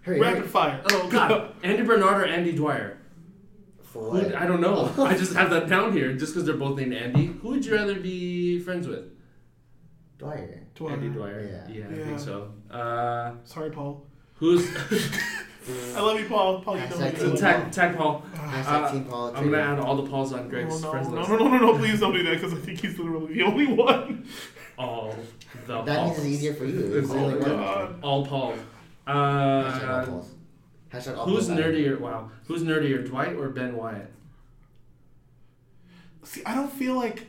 C: hurry, hurry.
D: Rapid fire.
A: oh God, Andy Bernard or Andy Dwyer?
C: For
A: Who,
C: what?
A: I don't know. I just have that down here just because they're both named Andy. Who would you rather be friends with?
C: Dwyer.
A: Andy Dwyer.
C: Yeah.
A: I
D: Yeah.
A: think so. Uh,
D: Sorry, Paul.
A: who's
D: I love you, Paul. Paul, you
C: That's
D: know me.
C: actually-
A: tag tag Paul?
C: Hashtag
A: Uh,
C: team politics.
A: I'm gonna add all the Pauls on
D: Oh,
A: Greg's
D: no,
A: friends
D: no,
A: list.
D: no, no, no, no, please don't do that because I think he's literally the only one.
A: All the
C: that
A: Pauls.
C: means it's easier for you.
A: It's
C: It's
A: all
C: only
A: the
C: one.
D: God.
A: All Paul.
C: Hashtag all
A: Uh,
C: polls. Hashtag all
A: Who's
C: polls.
A: nerdier? Wow. Who's nerdier, Dwight or Ben Wyatt?
D: See, I don't feel like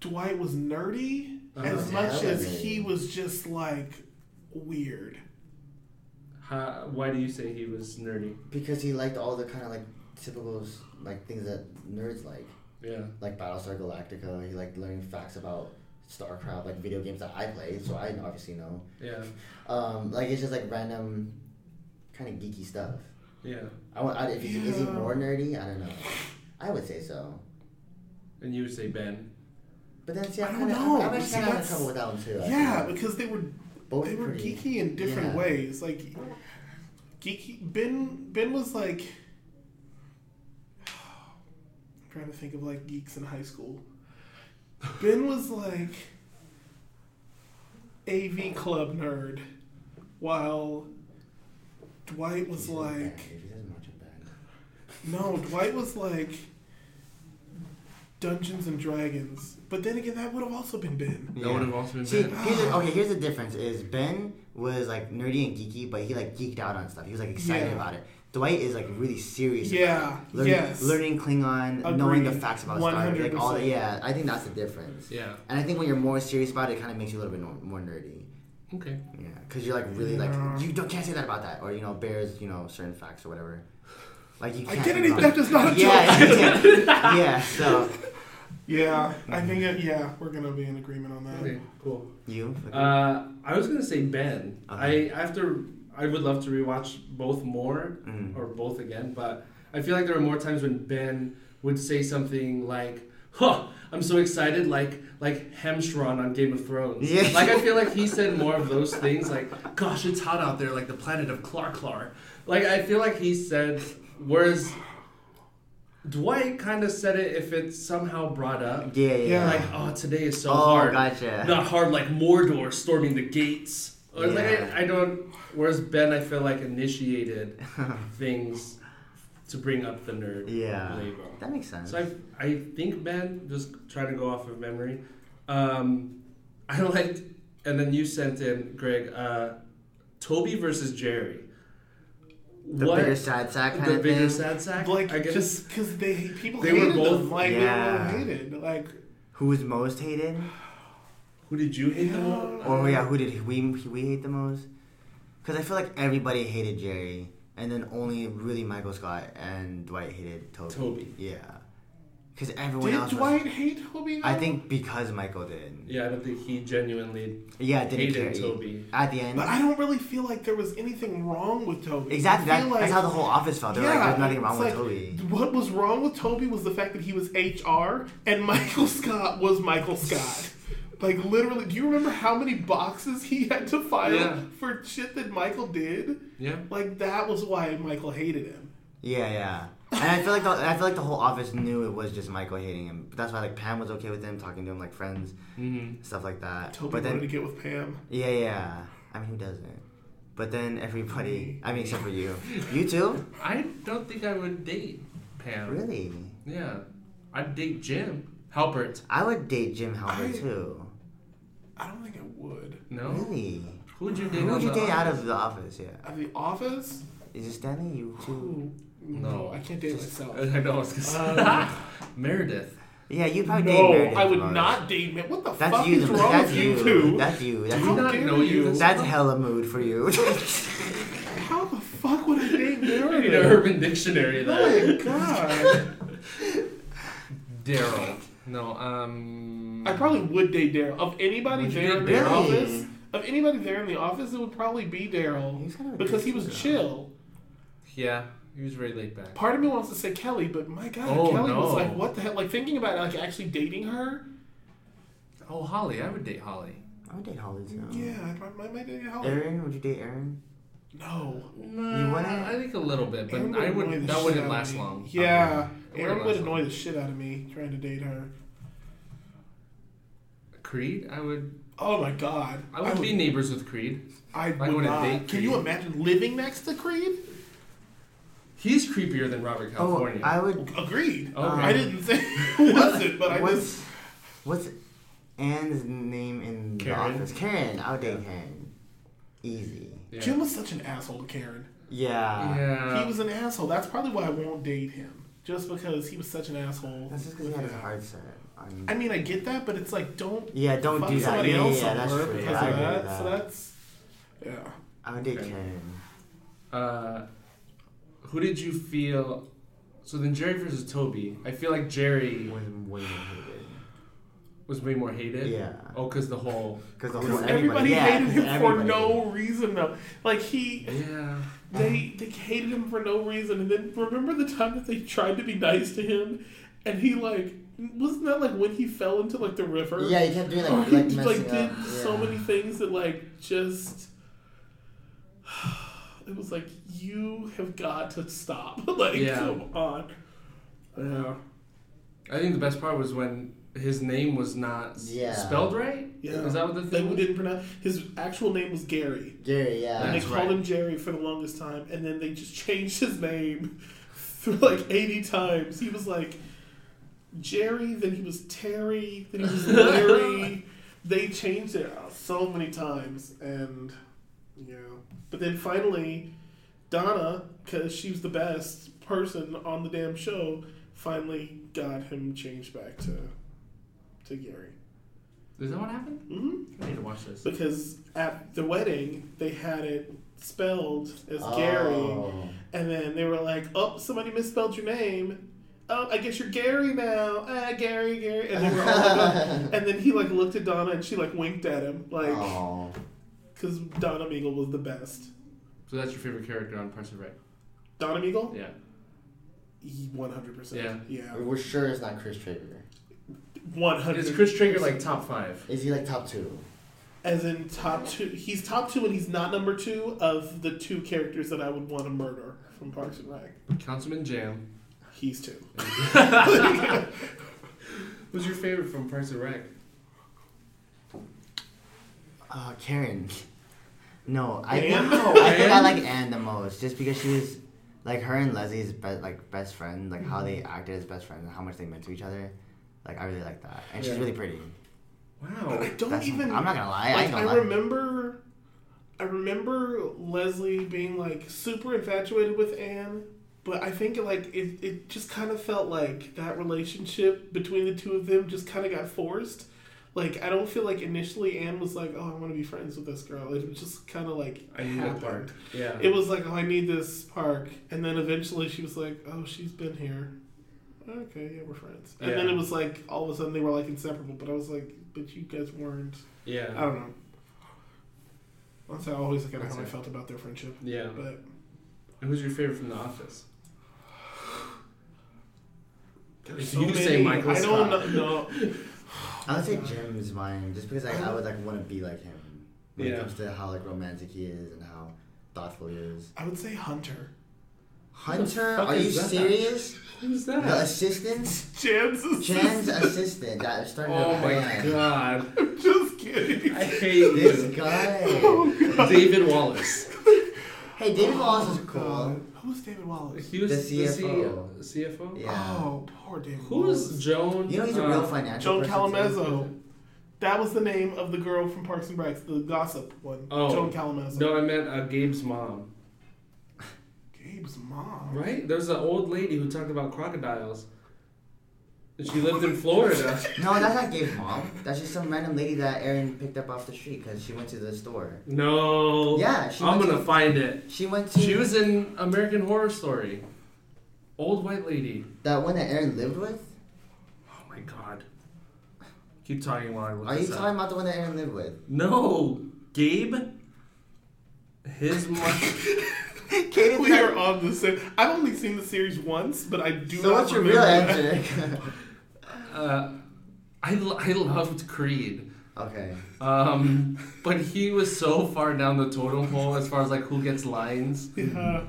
D: Dwight was nerdy as
C: Uh,
D: much
C: yeah,
D: as
C: maybe.
D: he was just like weird.
A: How, why do you say he was nerdy?
C: Because he liked all the kind of like typical like things that nerds like,
A: Yeah.
C: like Battlestar Galactica. He liked learning facts about StarCraft, like video games that I play, so I obviously know.
A: Yeah.
C: Um, like it's just like random, kind of geeky stuff.
A: Yeah.
C: I want. I, if he's, is he
D: Yeah.
C: more nerdy? I don't know. I would say so.
A: And you would say Ben.
C: But then see,
D: I
C: I'm
D: don't
C: kind of
D: know.
C: I'm actually
D: See,
C: kind of having
D: that's-
C: trouble with that one too. I
D: Yeah,
C: think.
D: because they were
C: both
D: they were
C: pretty-
D: geeky in different
C: yeah.
D: ways. Like geeky Ben Ben was like I'm trying to think of like geeks in high school. Ben was like AV club nerd while Dwight
C: He's
D: was
C: in
D: like
C: band. If he doesn't march in band.
D: no, Dwight was like Dungeons and Dragons. But then again, that would have also been Ben.
A: That
C: Yeah.
A: would have also been
C: See,
A: Ben.
C: here's the, okay, here's the difference: is Ben was like nerdy and geeky, but he like geeked out on stuff. He was like excited
D: Yeah.
C: about it. Dwight is like really serious. about
D: Yeah.
C: it. learning,
D: yes.
C: learning Klingon, knowing the
D: Agreed.
C: facts about Star Trek, like all that.
D: 100%.
C: Yeah, I think that's the difference.
A: Yeah.
C: And I think when you're more serious about it, it kind of makes you a little bit nor- more nerdy.
A: Okay.
C: Yeah, because you're like really
D: Yeah.
C: like you don't can't say that about that, or you know bears you know certain facts or whatever. Like you can't.
D: Identity
C: about-
D: theft is not a
C: yeah,
D: joke.
C: yeah, yeah, yeah. So
D: Yeah, I
C: Mm-hmm.
D: think that, yeah, we're gonna be in agreement on that.
A: Okay. Cool.
C: you.
A: Uh, I was gonna say Ben.
C: Uh-huh.
A: I after I would love to rewatch both more
C: Mm.
A: or both again, but I feel like there are more times when Ben would say something like, "Huh, I'm so excited!" Like like Hemshron on Game of Thrones.
C: Yeah.
A: Like I feel like he said more of those things. Like, "Gosh, it's hot out there, like the planet of Clarklar." Like I feel like he said, whereas Dwight kind of said it if it's somehow brought up.
C: yeah, yeah.
D: Yeah. uh,
A: Like, oh, today is so
C: oh,
A: hard
C: gotcha.
A: not hard like Mordor storming the gates. Or Like
C: Yeah.
A: I, I don't. Whereas Ben, I feel like initiated things to bring up the nerd
C: Yeah.
A: label.
C: That makes sense.
A: So I, I think Ben, just trying to go off of memory. Um, I liked, and then you sent in Greg, uh, Toby versus Jerry.
C: the bigger sad sack kind
A: the
C: of
A: bigger
C: thing.
A: sad sack?
D: Like,
A: I guess
D: just because they people
A: They were
D: hated
A: both-
D: them, like
C: yeah.
D: they were hated, like
C: Who was most hated?
A: who did you hate the most?
C: Or yeah, who did we we hate the most? Because I feel like everybody hated Jerry, and then only really Michael Scott and Dwight hated Toby.
A: Toby.
C: Yeah. Because everyone
D: did
C: else.
D: Dwight
C: Was,
D: hate Toby?
C: I think because Michael did.
A: Yeah, I don't think he genuinely
C: Yeah, didn't
A: hated
C: care.
A: Toby.
C: At the end.
D: but I don't really feel like there was anything wrong with Toby.
C: Exactly.
D: I
C: That,
D: feel
C: that's how the whole office felt. Oh, They're like, there's nothing wrong
D: it's
C: with
D: like,
C: Toby.
D: What was wrong with Toby was the fact that he was HR and Michael Scott was Michael Scott. Like literally, do you remember how many boxes he had to file
A: Yeah.
D: for shit that Michael did?
A: Yeah.
D: Like that was why Michael hated him.
C: Yeah, yeah. And I feel like the, I feel like the whole office knew it was just Michael hating him. That's why like Pam was okay with him talking to him like friends,
A: Mm-hmm.
C: stuff like that.
D: Toby
C: but then
D: wanted to get with Pam.
C: Yeah, yeah. I mean, who doesn't? But then everybody, I mean, except for you. You too?
A: I don't think I would date Pam.
C: Really?
A: Yeah. I'd date Jim. Halpert.
C: I would date Jim Halpert
D: I-
C: too.
D: I don't think I would.
A: No?
C: Really?
A: Who would you date?
C: Who
A: on
C: would you
A: the
C: date out
A: island?
C: of the office? Yeah.
D: At the office?
C: Is it Stanley? You too?
D: Ooh,
A: No. Uh,
D: I can't date myself.
A: I know, I was gonna say.
D: Um,
A: Meredith.
C: Yeah, you probably date
D: No,
C: married
D: I would
C: Tomorrow.
D: not date men. What the
C: That's
D: fuck
C: you.
D: is wrong
C: That's
D: with you,
C: you.
D: two?
C: That's you. That's
D: How
A: not
D: dare
A: know you?
D: you?
C: That's hella mood for you.
D: How the fuck would I date
G: You
D: Mary?
G: need an Urban Dictionary. of That
D: Oh my god.
A: Daryl. No, um.
D: I probably would date Daryl. Of anybody
A: Would you
D: there in
A: date
D: the
A: Daryl?
D: office, of anybody there in the office, it would probably be
C: He's kind of
D: Daryl
C: a
D: because he was
C: decent guy.
D: chill.
A: Yeah, he was very laid back.
D: Part of me wants to say Kelly, but my god,
A: Oh,
D: Kelly was
A: no.
D: like, what the hell? Like thinking about like actually dating her.
A: Oh, Holly. I would date Holly.
C: I would date Holly
A: Oh.
C: too.
D: Yeah, I probably might date Holly.
C: Aaron, would you date Aaron?
D: No,
A: Nah,
C: wouldn't?
A: I think a little bit, but
D: Aaron
A: I
D: annoy the
A: would. That
D: shit out
A: wouldn't
D: of
A: last
D: me.
A: long.
D: Yeah,
A: Okay.
D: Aaron
A: Wouldn't
D: would
A: last
D: annoy
A: long.
D: the shit out of me trying to date her.
A: Creed. I would.
D: Oh my god,
A: I would be neighbors with Creed.
D: I
A: I
D: would
A: wouldn't
D: not.
A: date
D: Can
A: Creed.
D: you imagine living next to Creed?
A: He's creepier than Robert
C: Oh,
A: California.
C: I would.
D: Agreed.
A: Okay.
D: I didn't say who was it, but I just
C: What's what's Anne's name in
G: Karen.
C: the office? Karen. I would date Karen. Easy.
A: Yeah.
D: Jim was such an asshole to Karen.
C: Yeah.
A: yeah.
D: he was an asshole. That's probably why I won't date him. Just because he was such an asshole.
C: That's just because he had his heart set on.
D: I mean, I get that, but it's like, don't
C: Yeah, don't
D: fuck
C: do that.
D: somebody
C: Yeah, yeah,
D: else
C: yeah,
D: over
C: that's true.
D: because
C: Yeah, I
D: of
C: agree
D: that.
C: with
D: So
C: that.
D: that's, yeah.
C: I would date
A: Okay.
C: Karen.
A: Uh, who did you feel? So then Jerry versus Toby. I feel like Jerry
C: Was way more hated.
A: was way more hated.
C: Yeah.
A: Oh, cause the whole.
C: Because the whole
D: Because everybody
C: yeah,
D: hated
C: 'cause
D: him for
C: everybody.
D: no reason, though. Like, he,
A: Yeah.
D: they, they hated him for no reason. And then remember the time that they tried to be nice to him? And he, like, wasn't that like when he fell into, like, the river?
C: Yeah, you kept doing
D: Or
C: like,
D: he
C: like
D: just,
C: messing
D: like
C: up.
D: did so
C: Yeah.
D: many things that like just it was like you have got to stop like
A: Yeah.
D: come on yeah
A: I think the best part was when his name was not s-
C: Yeah.
A: spelled right.
D: Yeah.
A: Is that what the
D: they
A: thing? was?
D: didn't pronounce his actual name was Gary
C: Jerry,
D: and
C: yeah.
D: they
A: That's
D: called
A: right.
D: him Jerry for the longest time and then they just changed his name through like 80 times he was like Jerry then he was Terry then he was Larry they changed it out so many times and Yeah. But then finally, Donna, because she was the best person on the damn show, finally got him changed back to to Gary.
A: Is that what happened?
D: hmm
A: I need to watch this.
D: Because at the wedding, they had it spelled as Gary,
C: Oh.
D: and then they were like, "Oh, somebody misspelled your name." Oh, I guess you're Gary now. Ah, Gary, Gary, and they were all like, and then he like looked at Donna and she like winked at him, like,
C: Oh.
D: because Donna Meagle was the best.
A: So that's your favorite character on Parks and Rec?
D: Donna Meagle,
A: Yeah.
D: One hundred percent.
A: Yeah.
D: Yeah.
C: We're sure it's not Chris Traeger.
D: One
A: Is
D: hundred.
A: Chris Traeger like top five?
C: Is he like top two?
D: As in top two. He's top two, and he's not number two of the two characters that I would want to murder from Parks and Rec.
A: Councilman Jam.
D: He's two.
A: Who's your favorite from Parks and Rec?
C: Uh, Karen. No, I
D: Anne?
C: no, I think I
A: Anne?
C: like Anne the most, just because she was like her and Leslie's be- like best friend, like how they acted as best friends and how much they meant to each other. Like I really like that, and she's
A: Yeah.
C: really pretty.
D: But
A: Wow.
D: I don't
C: That's-
D: even.
C: I'm not gonna lie, I
D: Like,
C: ain't
D: I,
C: gonna lie.
D: remember. I remember Leslie being like super infatuated with Anne, but I think like it, it just kind of felt like that relationship between the two of them just kind of got forced. Like I don't feel like initially Anne was like, "Oh, I want to be friends with this girl." It was just kind of like
A: I need a
D: happened.
A: park. Yeah.
D: It was like, oh, I need this park, and then eventually she was like, oh, she's been here. Okay, yeah, we're friends. And then
A: Yeah.
D: it was like all of a sudden they were like inseparable, but I was like, but you guys weren't. I
A: yeah.
D: don't know. That's how I always kind of how I
A: That's it.
D: felt about their friendship.
A: Yeah.
D: But
A: And who's your favorite from The Office?
D: there's
A: If you say Michael
D: I don't
A: Scott.
D: know. No,
C: I would say Jim's mine, just because I, I would like want to be like him when
A: Yeah.
C: it comes to how like romantic he is and how thoughtful he is.
D: I would say Hunter.
C: Hunter,
A: fuck
C: are
A: is
C: you
A: that?
C: serious?
A: Who's
C: The
A: that?
C: assistant,
D: Chance is
C: Jen's assistant that started. a
A: Oh my
C: band.
A: god.
D: just kidding.
A: I hate you.
C: This guy.
A: David Wallace.
C: Hey, David Wallace is
D: God.
C: cool.
D: Who's Uh, David Wallace?
A: He was
C: The
A: C-
C: CFO.
A: CFO?
C: Yeah.
D: Oh, poor David Wallace.
A: Who's Joan?
C: You know he's a
A: uh,
C: real financial
D: Joan
C: person. too.
D: Calamezzo. That was the name of the girl from Parks and Rec, the gossip one.
A: Oh.
D: Joan Calamazzo.
A: No, I meant uh, Gabe's mom.
D: Gabe's mom.
A: Right? There's an old lady who talked about crocodiles. And she lived in Florida.
C: No, that's not Gabe's mom. That's just some random lady that Erin picked up off the street because she went to the store.
A: No.
C: Yeah, she
A: I'm
C: went
A: gonna
C: to-
A: find it.
C: She went to
A: She was in American Horror Story. Old white lady.
C: that one that Erin lived with.
A: Oh my god. Keep talking while I look
C: Are you
A: this up.
C: talking about the one that Erin lived with?
A: No, Gabe. His mom.
C: Katie,
D: We are on the same. I've only seen the series once, but I do
C: so
D: not
C: what's your real
D: remember that.
C: answer?
A: uh, I lo- I loved Creed.
C: okay.
A: Um, but he was so far down the totem pole as far as like who gets lines.
D: Yeah.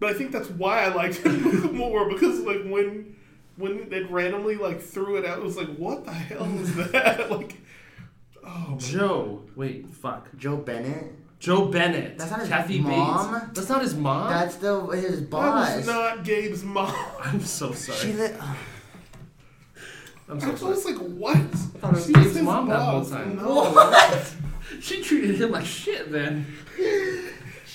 D: But I think that's why I liked it more because like when when it randomly like threw it out, it was like, what the hell is that? like, oh my
A: Joe, wait, fuck.
C: Joe Bennett.
A: Joe Bennett.
C: That's not his
A: Kathy
C: mom?
A: Bates. That's not his mom.
C: That's the his
D: That
C: boss.
D: was not Gabe's mom.
A: I'm so
C: she
A: sorry.
C: li-
A: I'm
D: I
A: so
D: was
A: sorry.
D: always like, what? I
A: thought it was Gabe's mom that whole time. Oh
D: No.
A: She treated him like shit, man.
C: She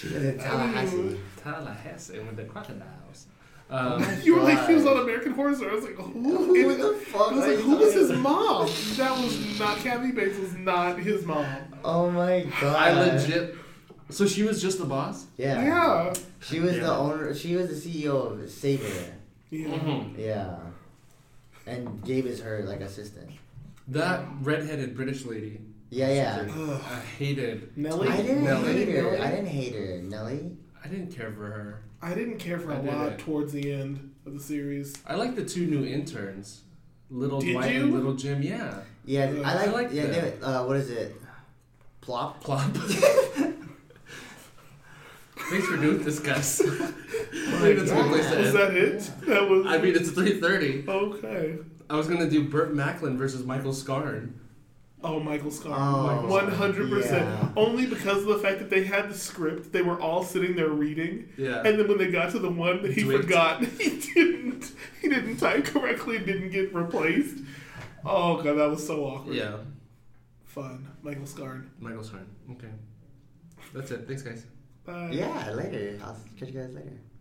C: lives in Tallahassee.
A: Tallahassee with the crocodiles. Um,
D: You were like, she was on American Horror Story. I was like, who?
C: Who
D: is-
C: the fuck?
D: I was
C: are
D: like,
C: you
D: who was
C: talking
D: his
C: about?
D: mom? That was not Kathy Bates. Was not his mom.
C: Oh my god.
A: I legit. So she was just the boss.
C: Yeah.
D: Yeah.
C: She was
A: Damn
C: the
A: it.
C: owner. She was the CEO of Saber.
D: Yeah.
A: Mm-hmm.
C: Yeah. And Gabe is her like assistant.
A: That redheaded British lady.
C: Yeah, yeah.
D: Ugh.
A: I hated.
D: Nelly.
C: I didn't
A: Nelly.
C: hate her.
D: Nelly?
C: I didn't hate her. Nelly.
A: I didn't care for her.
D: I didn't care for
A: I
D: a
A: did
D: lot
A: it.
D: towards the end of the series.
A: I like the two new interns, little
D: Did
A: Dwight
D: you?
A: and little Jim. Yeah,
C: Yeah,
D: Yeah,
C: I
A: I
C: like.
A: like
C: yeah,
A: that.
C: they- uh, what is it? Plop.
A: plop. Thanks for doing this, guys. I think that's a good place to
D: Was
A: end.
D: that it? That was.
A: I mean, it's three thirty.
D: okay.
A: I was gonna do Burt Macklin versus Michael Scarn.
D: Oh, Michael Scott.
C: Oh,
D: One hundred
C: yeah.
D: percent. Only because of the fact that they had the script, they were all sitting there reading,
A: Yeah.
D: and then when they got to the one that he
A: Dwight.
D: forgot, he didn't. He didn't type correctly. and Didn't get replaced. Oh god, that was so awkward.
A: yeah,
D: Fun. Michael Scarn.
A: Michael Scarn. Okay, that's it. Thanks, guys.
D: Bye.
C: Yeah, later. I'll catch you guys later.